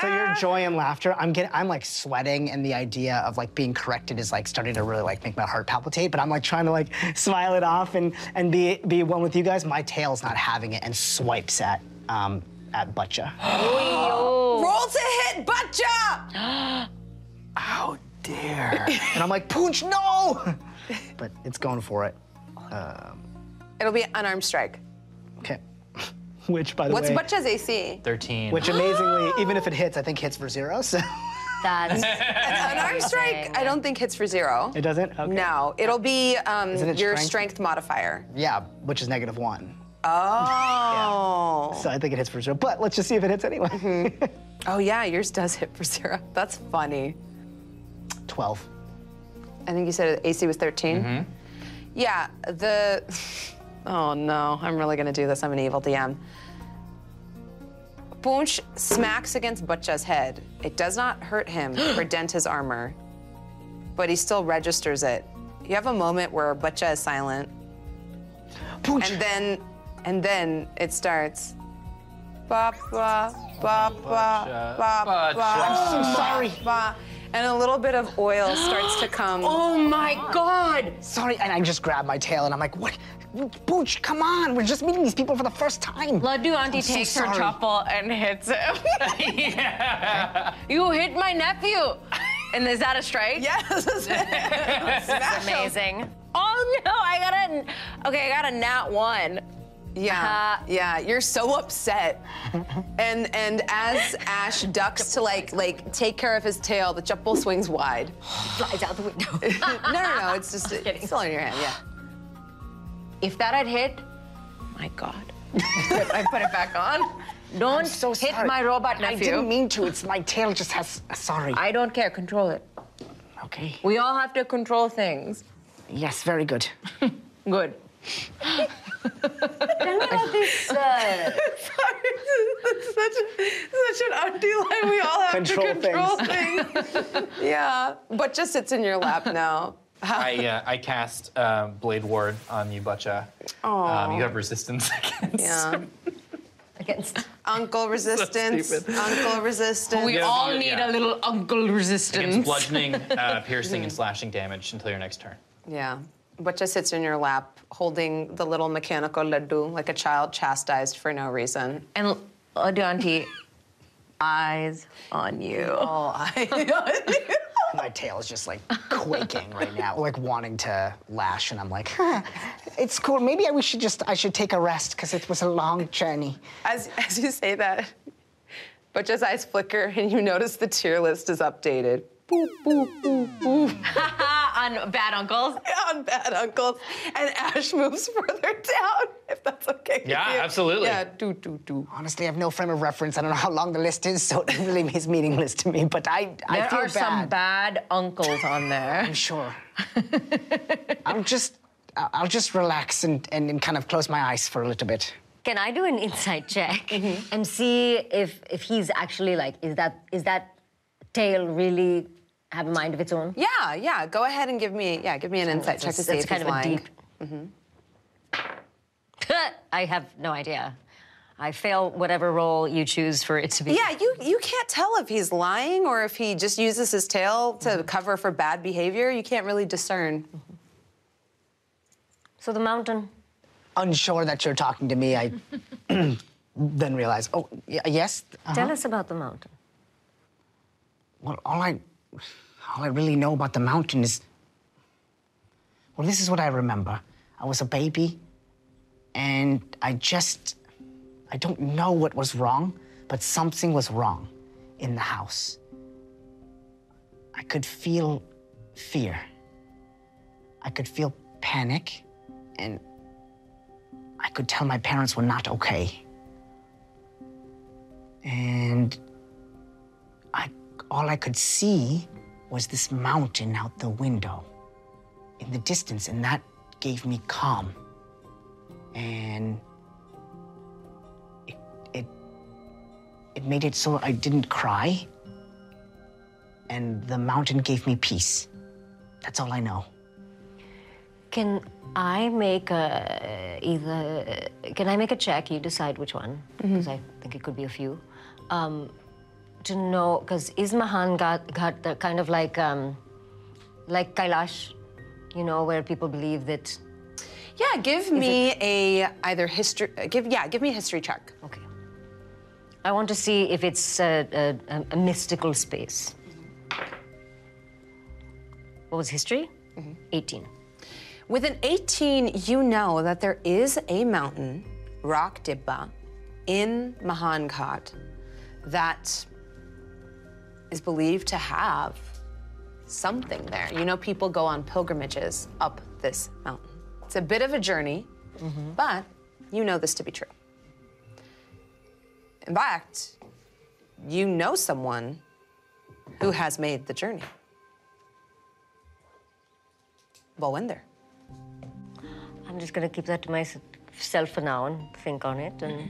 S4: So your joy and laughter, I'm getting, I'm like sweating, and the idea of like being corrected is like starting to really like make my heart palpitate. But I'm like trying to like (laughs) smile it off and and be be one with you guys. My tail's not having it, and swipes at um at Butcha.
S8: Roll to hit, butcha!
S4: (gasps) How dare! (laughs) and I'm like Pooch, no! (laughs) But it's going for it.
S8: It'll be an unarmed strike.
S4: Okay. (laughs) Which by the
S8: What's
S4: way,
S8: butcha's AC?
S2: 13.
S4: which amazingly,
S8: (gasps)
S4: even if it hits, I think hits for zero. So (laughs)
S5: That's
S8: (laughs) An unarmed strike, I don't think hits for zero.
S4: it doesn't. Okay.
S8: No, it'll be um,
S4: Isn't it
S8: your
S4: strength?
S8: strength modifier.
S4: Yeah, which is negative one.
S8: Oh.
S4: So I think it hits for zero. But let's just see if it hits anyway.
S8: Oh, yeah, yours does hit for zero. (laughs) That's funny.
S4: (laughs) Twelve.
S8: I think you said AC was 13. Yeah, the. Oh no, I'm really gonna do this. I'm an evil DM. Punch smacks against Butcha's head. It does not hurt him or dent his armor, but he still registers it. You have a moment where Butcha is silent,
S4: Pooch.
S8: and then, and then it starts. Ba ba ba ba ba ba.
S2: Butcha.
S4: I'm sorry.
S8: ba, And a little bit of oil starts to come.
S4: Oh my God! Sorry, and I just grabbed my tail and I'm like, what? Booch, come on! We're just meeting these people for the first time.
S6: Ladu auntie
S4: so
S6: takes her
S4: sorry.
S6: chapel and hits (laughs) him.
S2: yeah.
S6: you hit my nephew. And is that a strike?
S4: (laughs)
S8: Yes. (laughs) Smash 'em.
S6: Amazing. Oh no, I got a okay. I got a nat one.
S8: Yeah, yeah. You're so upset. and and as Ash ducks to like like take care of his tail, the chapel swings wide.
S25: Flies out the window.
S8: (laughs) no, no, no. It's just it's still in your hand. Yeah.
S6: If that had hit, my God. I put it back
S8: (laughs)
S6: on. Don't hit
S4: sorry.
S6: my robot
S4: (laughs) I
S6: nephew.
S4: didn't mean to. It's my tail just has. Sorry.
S6: I don't care. Control it.
S4: okay.
S6: We all have to control things.
S4: Yes, very good.
S6: (laughs) Good.
S8: Such an undue line. We all have
S4: Control control
S8: things. (laughs) yeah, but just sits in your lap now.
S2: I, uh, I cast um, Blade Ward on you, Butcha. Um, you have resistance (laughs) against.
S8: Yeah.
S5: against.
S8: Uncle resistance. uncle resistance.
S6: We
S2: Yeah,
S6: all
S2: yeah.
S6: need a little uncle
S2: Against
S6: resistance.
S2: bludgeoning,
S6: (laughs)
S2: uh, piercing, and slashing damage until your next turn.
S8: Yeah. But just sits in your lap, holding the little mechanical laddu like a child chastised for no reason.
S6: And Ladu auntie, eyes on you.
S8: Oh, I.
S4: My tail is just like quaking right now, like wanting to lash, and I'm like, huh, it's cool. Maybe I- we should just. I should take a rest because it was a long journey.
S8: As, as you say that, Butch's eyes flicker and you notice the tier list is updated. Boop, boop, boop, boop. (laughs)
S6: on bad uncles.
S8: On bad uncles. And Ash moves (laughs) further down, if that's okay. with
S2: Yeah,
S8: you.
S2: absolutely.
S8: Yeah, do, do, do.
S4: Honestly, I have no frame of reference. I don't know how long the list is, so it really is meaningless to me. But I, I
S6: There
S4: feel
S6: are some bad uncles on (laughs) there.
S4: I'm sure. (laughs) I'm just. I- I'll just relax and, and, and kind of close my eyes for a little bit.
S5: Can I do an insight check
S8: Mm-hmm.
S5: and see if if he's actually like is that is that tail really have a mind of its own?
S8: Yeah, yeah, go ahead and give me, yeah, give me an insight check to
S5: That's-
S8: see
S5: that's
S8: if he's
S5: kind of a
S8: lying. Mm-hmm.
S5: deep. (laughs) I have no idea. I fail whatever role you choose for it to be.
S8: Yeah, you, you can't tell if he's lying or if he just uses his tail to cover for bad behavior. You can't really discern.
S5: So the mountain.
S4: unsure that you're talking to me, I (clears throat) then realize, oh, y- yes. uh,
S5: Tell us about the mountain.
S4: well, all I, all I really know about the mountain is. Well, this is what I remember. I was a baby, and I just, I don't know what was wrong, but something was wrong in the house. I could feel fear. I could feel panic, and I could tell my parents were not okay. and I all I could see was this mountain out the window in the distance, and that gave me calm. And it it, it made it so I didn't cry. And the mountain gave me peace. That's all I know.
S5: Can I make a either? Can I make a check? You decide which one, because I think it could be a few. Um, to know, because Ismahan got got the kind of like um, like Kailash, you know, where people believe that.
S8: Yeah, give me a either history. Give yeah, give me a history check.
S5: Okay. I want to see if it's a, a, a, a mystical space. What was history? 18.
S8: With an 18, you know that there is a mountain, Rock Dibba, in Mahankot that is believed to have something there. You know, people go on pilgrimages up this mountain. It's a bit of a journey, but you know this to be true. In fact, you know someone who has made the journey. Bolwinder.
S5: I'm just going to keep that to myself for now and think on it. And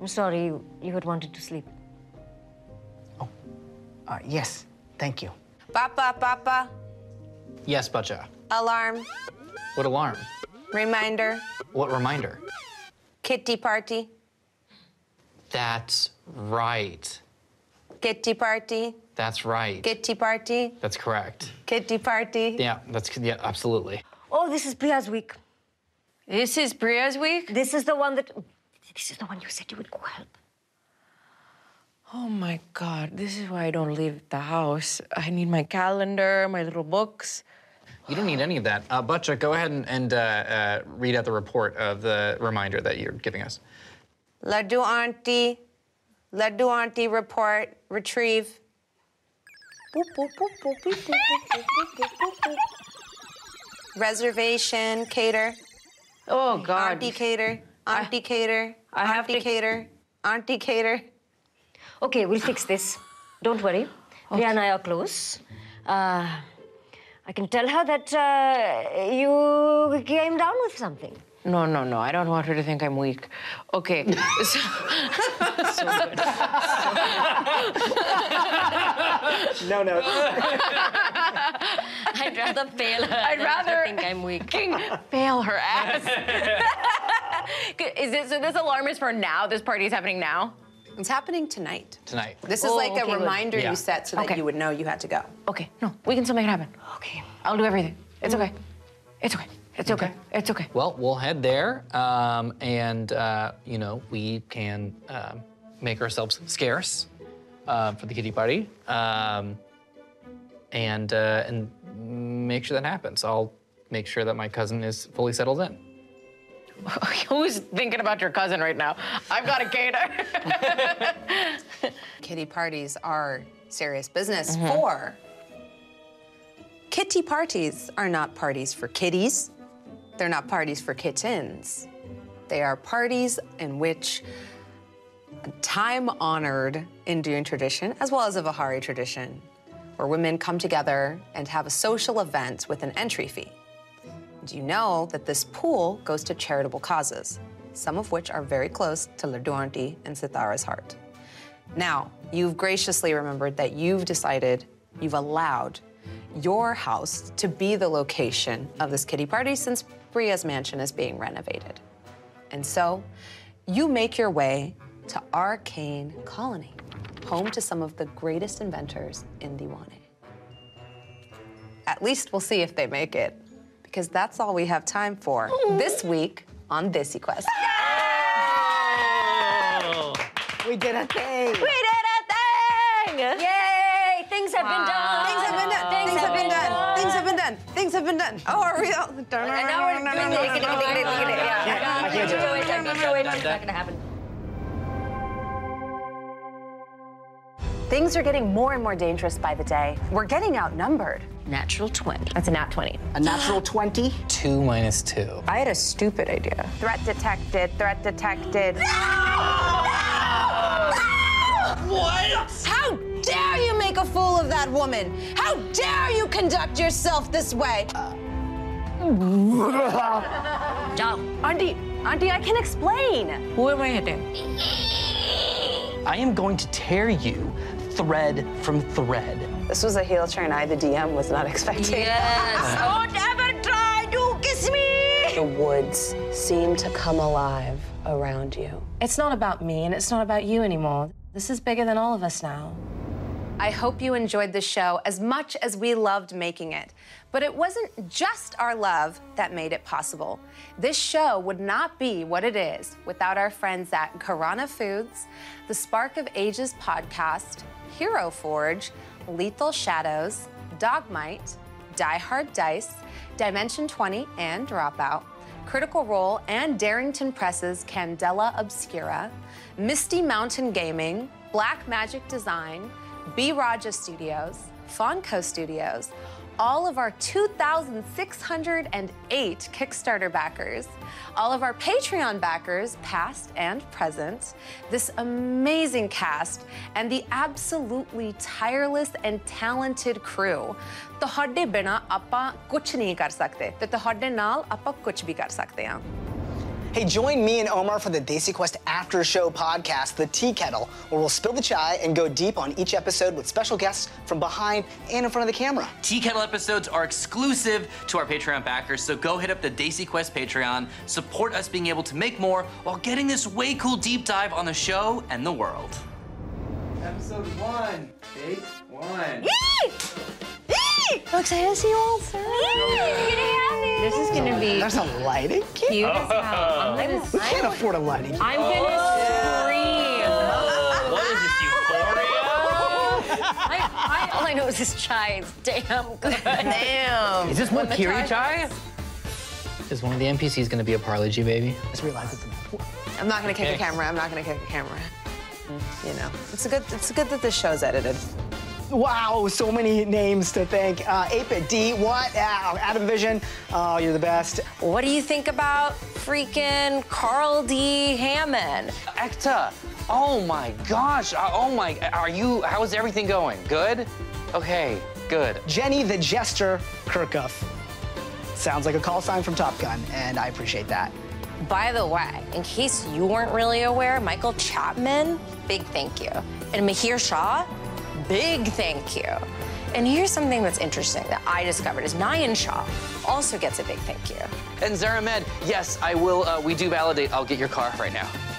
S5: I'm sorry you, you had wanted to sleep.
S4: Uh, yes, thank you.
S8: Papa, papa,
S2: Yes, Butcha.
S8: alarm,
S2: What alarm?
S8: reminder,
S2: What reminder?
S8: kitty party,
S2: That's right.
S8: kitty party,
S2: That's right.
S8: kitty party,
S2: That's correct.
S8: kitty party.
S2: Yeah, that's yeah, absolutely.
S5: Oh, this is Priya's week.
S6: This is Priya's week?
S5: This is the one that. This is the one you said you would go help.
S6: Oh my god, this is why I don't leave the house. I need my calendar, my little books.
S2: You don't need any of that. Uh, Butcha, go ahead and, and uh, uh, read out the report of the reminder that you're giving us.
S8: Laddu auntie, Laddu auntie report, retrieve. Reservation, cater,
S6: Oh god.
S8: auntie cater, auntie cater,
S6: I have
S8: auntie
S6: to-
S8: cater, auntie cater.
S5: Okay, we'll fix this. Don't worry. Priya and I are close. Uh, I can tell her that uh, you came down with something.
S6: No, no, no. I don't want her to think I'm weak. (laughs) Okay. so, so good.
S4: No,
S6: (laughs)
S4: no.
S6: I'd rather fail her. I'd rather think I'm weak. fail her (laughs) ass. is this so this alarm is for now? This party is happening now?
S8: It's happening tonight.
S2: Tonight.
S8: This is
S6: Oh,
S8: like
S6: okay,
S8: a
S6: good.
S8: reminder
S2: Yeah.
S8: you set so that
S6: Okay.
S8: you would know you had to go.
S6: Okay, no, we can still make it happen. Okay. I'll do everything. It's okay. It's okay. It's okay. It's okay. (laughs)
S2: Well, we'll head there, um, and uh, you know we can um make ourselves scarce uh, for the kitty party, um, and uh, and make sure that happens. I'll make sure that my cousin is fully settled in.
S6: Who's thinking about your cousin right now? I've got a gator.
S8: Kitty parties are serious business for. Kitty parties are not parties for kitties. They're not parties for kittens. They are parties in which a time honored Indian tradition, as well as a Vihari tradition, where women come together and have a social event with an entry fee. And you know that this pool goes to charitable causes, some of which are very close to Ladornti and Sitara's heart. Now, you've graciously remembered that you've decided, you've allowed your house to be the location of this kitty party since Bria's mansion is being renovated. And so, you make your way to Arcane Colony, home to some of the greatest inventors in Diwane. At least we'll see if they make it, because that's all we have time for this week on This Quest.
S4: we did a thing.
S5: We did a thing! Yay! Things have been done.
S8: Things have been done. Things, have been done. Things have been done. Things have been done. Oh, are we all? And now
S5: we're doing it. Look at it, look at it, look at it.
S4: I can't do it.
S5: Wait, I can't show it. It's not gonna happen.
S1: Things are getting more and more dangerous by the day.
S8: We're getting outnumbered.
S6: Natural twin.
S1: That's a nat 20.
S4: A natural 20.
S2: Two minus two.
S7: I had a stupid idea.
S1: Threat detected, threat detected.
S7: a fool of that woman. How dare you conduct yourself this way?
S27: Auntie, Auntie, I can explain.
S10: Who am I hitting?
S28: I am going to tear you thread from thread.
S29: This was a heel turn I, the DM, was not expecting.
S7: Don't ever try to kiss me!
S29: The woods seem to come alive around you.
S10: It's not about me and it's not about you anymore. This is bigger than all of us now.
S8: I hope you enjoyed the show as much as we loved making it. But it wasn't just our love that made it possible. This show would not be what it is without our friends at Karana Foods, the Spark of Ages podcast, Hero Forge, Lethal Shadows, Dogmite, Die Hard Dice, Dimension 20, and Dropout. Critical Role and Darrington Press's Candela Obscura, Misty Mountain Gaming, Black Magic Design, B Raja Studios, Fonco Studios, all of our 2,608 Kickstarter backers, all of our Patreon backers, past and present, this amazing cast, and the absolutely tireless and talented crew. ਤੁਹਾਡੇ ਬਿਨਾ ਆਪਾਂ ਕੁਝ ਨਹੀਂ ਕਰ ਸਕਦੇ ਤੇ ਤੁਹਾਡੇ ਨਾਲ ਆਪਾਂ ਕੁਝ ਵੀ ਕਰ ਸਕਦੇ ਹਾਂ
S4: Hey, join me and Omar for the Daisy Quest After Show podcast, The Tea Kettle, where we'll spill the chai and go deep on each episode with special guests from behind and in front of the camera.
S28: Tea Kettle episodes are exclusive to our Patreon backers, so go hit up the Daisy Quest Patreon, support us being able to make more while getting this way cool deep dive on the show and the world.
S5: Episode one, take one.
S7: I'm excited to see you all soon.
S10: This is gonna be
S4: There's a lighting kit.
S10: cute as hell. I'm gonna,
S4: We can't afford a lighting kit.
S10: I'm gonna
S6: Oh.
S10: scream.
S2: what is this, euphoria?
S30: I, I, all I know is this chai is damn good. damn.
S2: Is this one Kiri Chai? Is one of the NPCs gonna be a Parley G baby?
S4: Just realize it's a
S29: I'm not gonna kick a camera. I'm not gonna kick a camera. You know, it's a good. It's good that this show's edited.
S4: Wow, so many names to thank. Uh, Apit, D, what? Ow, Adam Vision, oh, you're the best.
S10: What do you think about freaking Carl D. Hammond?
S28: Ekta, oh my gosh, uh, oh my, are you, how is everything going? Good? Okay, good.
S4: Jenny the Jester Kirkuff. Sounds like a call sign from Top Gun, and I appreciate that.
S10: By the way, in case you weren't really aware, Michael Chapman, big thank you. And Mahir Shah, big thank you. And here's something that's interesting that I discovered is Nayan Shah also gets a big thank you.
S28: And Zaramed, yes, I will, uh, we do validate, I'll get your car right now.